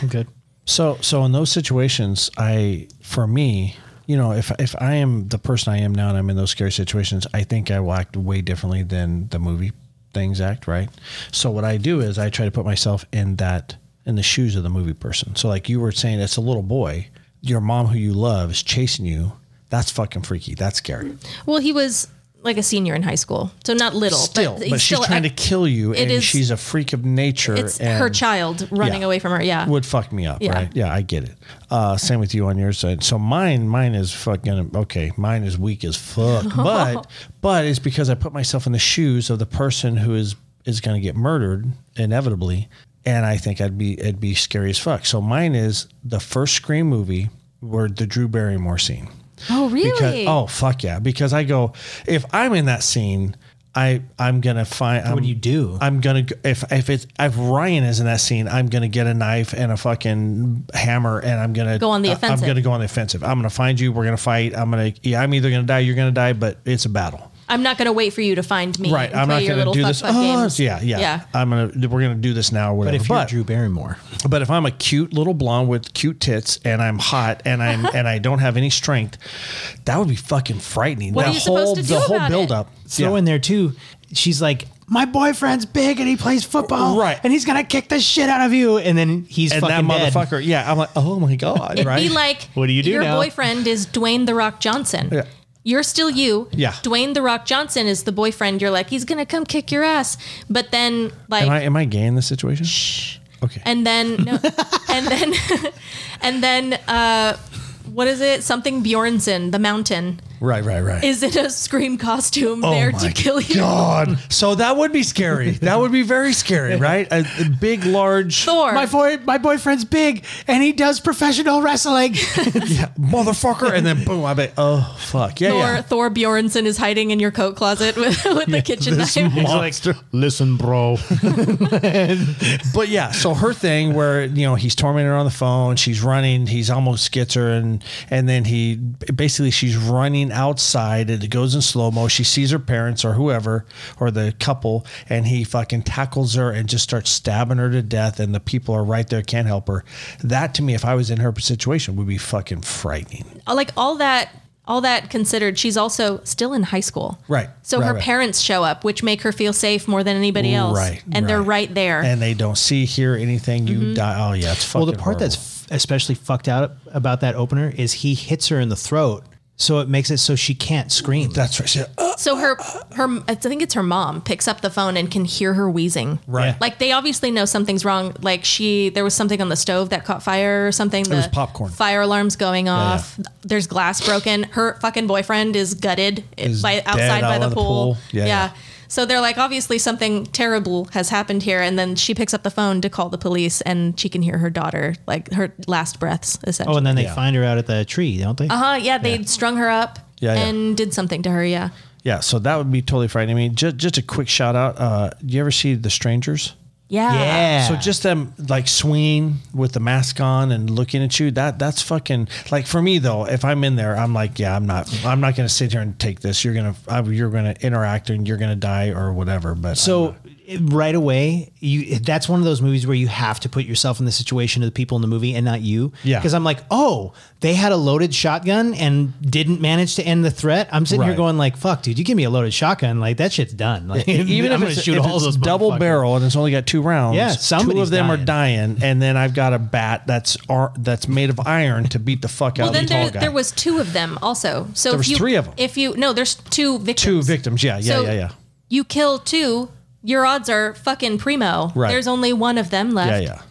I'm good. So so in those situations, I for me, you know, if if I am the person I am now and I'm in those scary situations, I think I will act way differently than the movie things act, right? So what I do is I try to put myself in that in the shoes of the movie person. So like you were saying, it's a little boy, your mom who you love is chasing you. That's fucking freaky. That's scary. Well, he was like a senior in high school, so not little. Still, but, he's she's still- trying I- to kill you, it and is- she's a freak of nature. It's and her child running Yeah. away from her. Yeah, would fuck me up, Yeah. right? Yeah, I get it. Uh, same with you on your side. So mine, mine is fucking okay. Mine is weak as fuck, but but it's because I put myself in the shoes of the person who is is going to get murdered inevitably, and I think I'd be it'd be scary as fuck. So mine is the first Scream movie where the Drew Barrymore scene. Oh, Because, really? oh fuck yeah! Because I go if I'm in that scene, I I'm gonna find. I'm, What do you do? I'm gonna go- if if it's if Ryan is in that scene, I'm gonna get a knife and a fucking hammer, and I'm gonna Go on the I- offensive. I'm gonna go on the offensive. I'm gonna find you. We're gonna fight. I'm gonna yeah. I'm either gonna die. You're gonna die. But it's a battle. I'm not going to wait for you to find me. Right. and I'm play not your gonna little do fuck this. fuck Oh, games. yeah, yeah. Yeah. I'm gonna we're gonna do this now. Or But whatever. if you're Drew Barrymore, But if I'm a cute little blonde with cute tits and I'm hot and I'm and I don't have any strength, that would be fucking frightening. What that are you supposed to do the whole about it? build up. throw in there too. She's like, my boyfriend's big and he plays football, Right. And he's gonna kick the shit out of you, and then he's and that fucking dead. motherfucker, yeah, I'm like, oh my god, It'd right? be like, What do you do Your now? boyfriend is Dwayne the Rock Johnson. Yeah. You're still you. Yeah. Dwayne the Rock Johnson is the boyfriend. You're like, he's gonna come kick your ass. But then, like, am I am I gay in this situation? Okay. and then no, and then and then uh what is it something bjornson the mountain Right, right, right. is in a scream costume there to kill you. Oh God. So that would be scary. That would be very scary, right? A, a big, large Thor. My boy, my boyfriend's big, and he does professional wrestling. yeah, motherfucker, and then boom, I bet. Oh fuck, yeah, Thor, yeah. Thor Bjornsson is hiding in your coat closet with, with the kitchen knife. Monster. Listen, bro. But yeah, so her thing where you know he's tormenting her on the phone, she's running, he's almost gets her, and and then he basically she's running outside, and it goes in slow mo. She sees her parents or whoever or the couple, and he fucking tackles her and just starts stabbing her to death, and the people are right there, can't help her. That to me, if I was in her situation, would be fucking frightening. Uh, like all that all that considered she's also still in high school Right, so right, her right. parents show up which make her feel safe more than anybody else Right, and they're right. right there And they don't see, hear anything. You die. Oh yeah, it's fucking. Mm-hmm. Well, the part horrible. that's f- especially fucked out about that opener is he hits her in the throat, so it makes it so she can't scream. that's right. She- uh, so her her i think it's her mom picks up the phone and can hear her wheezing Right. like they obviously know something's wrong like she there was something on the stove that caught fire or something the was popcorn. fire alarms going off there's glass broken her fucking boyfriend is gutted by outside dead by out the, on the pool, pool. Yeah, yeah. so they're like obviously something terrible has happened here and then she picks up the phone to call the police and she can hear her daughter like her last breaths essentially Oh, and then they find her out at the tree, don't they? uh-huh yeah they strung her up Yeah, yeah. and did something to her yeah yeah, so that would be totally frightening. I mean, just just a quick shout out. Uh, you ever see The Strangers? yeah Yeah. So just them like swinging with the mask on and looking at you. That that's fucking like for me though. If I'm in there, I'm like, yeah, I'm not. I'm not gonna sit here and take this. You're gonna I, you're gonna interact and you're gonna die or whatever. But So it- right away, you that's one of those movies where you have to put yourself in the situation of the people in the movie and not you. Yeah. Because I'm like, oh, they had a loaded shotgun and didn't manage to end the threat. I'm sitting Right. here going like, fuck, dude, you give me a loaded shotgun, like that shit's done. Like even I'm if gonna it's, if it's double motherfuckers. barrel and it's only got two rounds, Yeah, two of somebody's them are dying, and then I've got a bat that's ar- that's made of iron to beat the fuck well out of then the tall there, guy. there was two of them also so There if was you, three of 'em. if you no there's two victims two victims. Yeah, yeah, So yeah, yeah. you kill two your odds are fucking primo Right. there's only one of them left Yeah, yeah.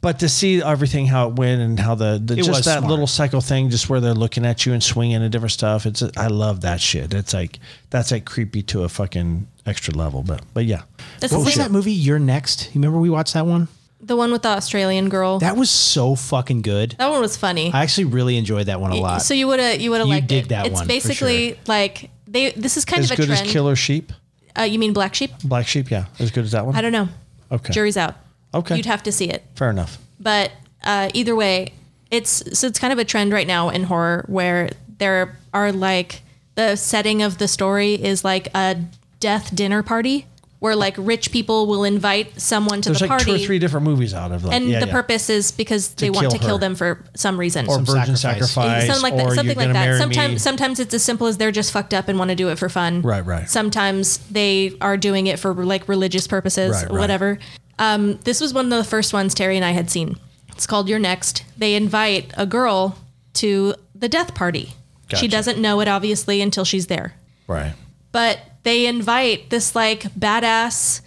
But to see everything how it went and how the, the just was that smart. little psycho thing, just where they're looking at you and swinging and different stuff. It's I love that shit. It's like that's like creepy to a fucking extra level. But but yeah, This What is was like that movie? You're next. You remember we watched that one? the one with the Australian girl. That, That was so fucking good. one was funny. I actually really enjoyed that one a lot. so you would have you would have You liked dig it. that it's one, for basically like they. This is kind as of a good as trend. Killer Sheep, uh, you mean Black Sheep? Black Sheep. Yeah, as good as that one. I don't know. okay, Jury's out. Okay. You'd have to see it. fair enough. But uh, either way, it's so it's kind of a trend right now in horror where there are like the setting of the story is like a death dinner party where like rich people will invite someone to There's the like party. two or three different movies out of like and yeah, the yeah. purpose is because they want kill to kill her. them for some reason. or virgin sacrifice. sacrifice, something like or that. you're Something like gonna that. marry Sometimes, me. sometimes it's as simple as they're just fucked up and want to do it for fun. Right, right. Sometimes they are doing it for like religious purposes, Right, right. whatever. Um, this was one of the first ones Terry and I had seen. It's called Your Next. They invite a girl to the death party. She Gotcha. doesn't know it obviously until she's there right. but they invite this like badass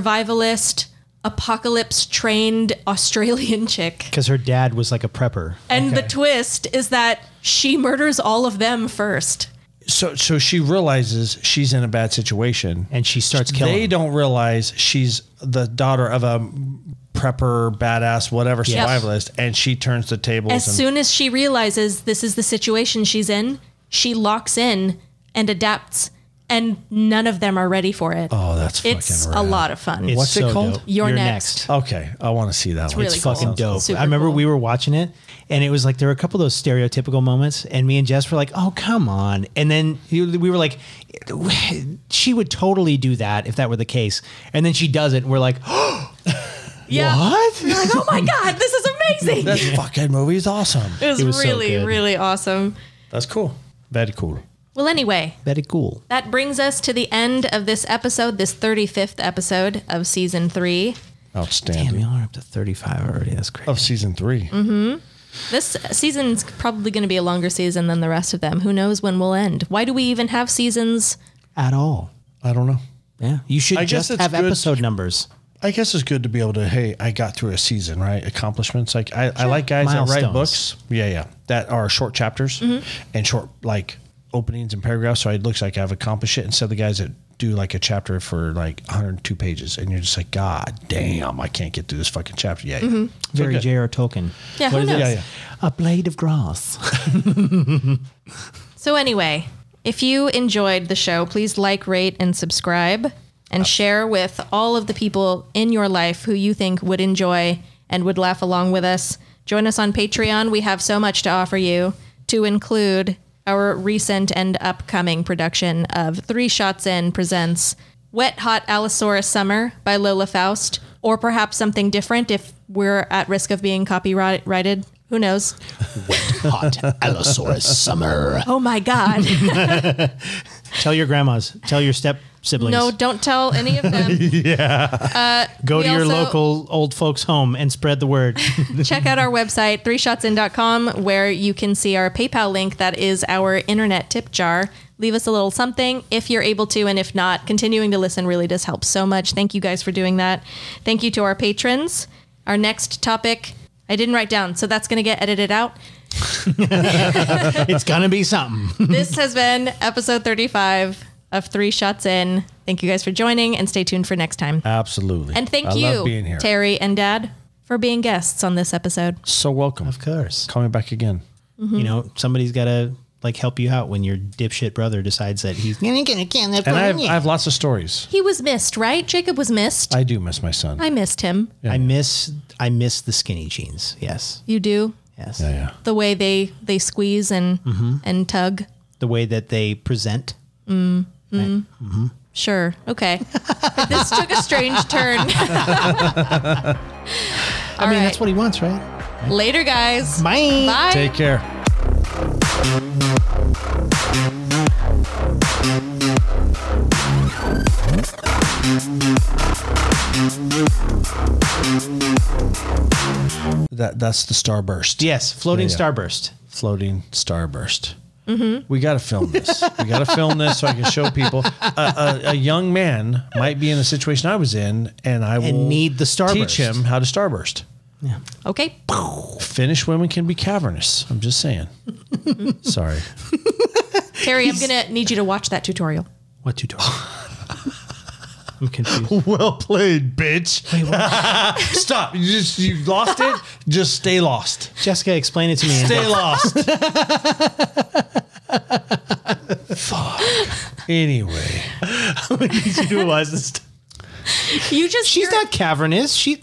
survivalist apocalypse trained Australian chick. because her dad was like a prepper. And the twist is that she murders all of them first. So so she realizes she's in a bad situation, And she starts killing. They him. don't realize she's the daughter of a prepper, badass, whatever survivalist, and she turns the tables. As and soon as she realizes this is the situation she's in, she locks in and adapts and none of them are ready for it. oh, that's it's fucking a rad. lot of fun. It's What's it so called? dope. You're You're Next. next. Okay, I want to see that one. really It's cool. fucking dope. Super I remember cool. we were watching it and it was like there were a couple of those stereotypical moments and me and Jess were like, "Oh, come on." And then you- we were like she would totally do that if that were the case. And then she does it and we're like, yeah. "What?" You're like, oh my God, this is amazing. This fucking movie is awesome. it was, It was so really, good. really awesome. That's cool. Very cool. Well, anyway, Very cool. That brings us to the end of this episode, this 35th episode of season three. Damn, Outstanding. y'all are up to 35 already. That's crazy. Of season 3 Mm-hmm. This season's probably going to be a longer season than the rest of them. Who knows when we'll end? Why do we even have seasons? At all. I don't know. Yeah. You should I guess just it's have good- episode numbers. I guess it's good to be able to. Hey, I got through a season, right? Accomplishments. Like I, I like guys that write Milestones. Mm-hmm. books. Yeah, yeah. That are short chapters and short like openings and paragraphs, so it looks like I've accomplished it. Instead of the guys that do like a chapter for like 102 pages, and you're just like, God damn, I can't get through this fucking chapter yet. Mm-hmm. Very J.R. Tolkien. Yeah, who knows? Yeah, yeah. A blade of grass. So anyway, if you enjoyed the show, please like, rate, and subscribe, and share with all of the people in your life who you think would enjoy and would laugh along with us. Join us on Patreon. We have so much to offer you, to include our recent and upcoming production of Three Shots In presents Wet Hot Allosaurus Summer by Lola Faust, or perhaps something different if we're at risk of being copyrighted. Who knows? Hot Allosaurus summer. Oh my God. Tell your grandmas. Tell your step siblings. No, don't tell any of them. Go we to your also- local old folks' home and spread the word. Check out our website, threeshotsin.com, where you can see our PayPal link that is our internet tip jar. Leave us a little something if you're able to, and if not, continuing to listen really does help so much. Thank you guys for doing that. Thank you to our patrons. Our next topic, I didn't write down, so that's going to get edited out. it's gonna be something. This has been episode 35 of Three Shots In. Thank you guys for joining, and stay tuned for next time. Absolutely. And thank I you, love being here. Terry and Dad, for being guests on this episode. so welcome. Of course. Call me back again. Mm-hmm. You know, somebody's gotta like help you out when your dipshit brother decides that he's gonna get a can of And I have, onion. I have lots of stories. He was missed, right? Jacob was missed. I do miss my son. I missed him. I miss I miss the skinny jeans. Yes. You do Yes. yeah, yeah. the way they they squeeze and Mm-hmm. and tug. The way that they present. Sure. Okay. But this took a strange turn. I I mean that's what he wants, right? Later, guys. Bye. Bye. Take care. That that's the starburst. Yes, floating Yeah, yeah. starburst. Floating starburst. Mm-hmm. We got to film this. we got to film this so I can show people. A, a, a young man might be in the situation I was in, and I will need the starburst. Teach him how to starburst. Okay. Finnish women can be cavernous. I'm just saying. Sorry. Terry, I'm gonna need you to watch that tutorial. What tutorial? I'm confused. Well played, bitch. Stop. You just you lost it. Just stay lost. Jessica, explain it to me. Stay lost. Fuck. Anyway, Who was this? You just She's you're- not cavernous. She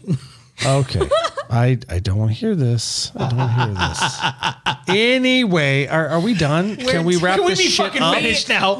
okay. I I don't want to hear this. I don't want to hear this. Anyway, are, are we done? can we wrap Can we this be shit fucking up? finished now?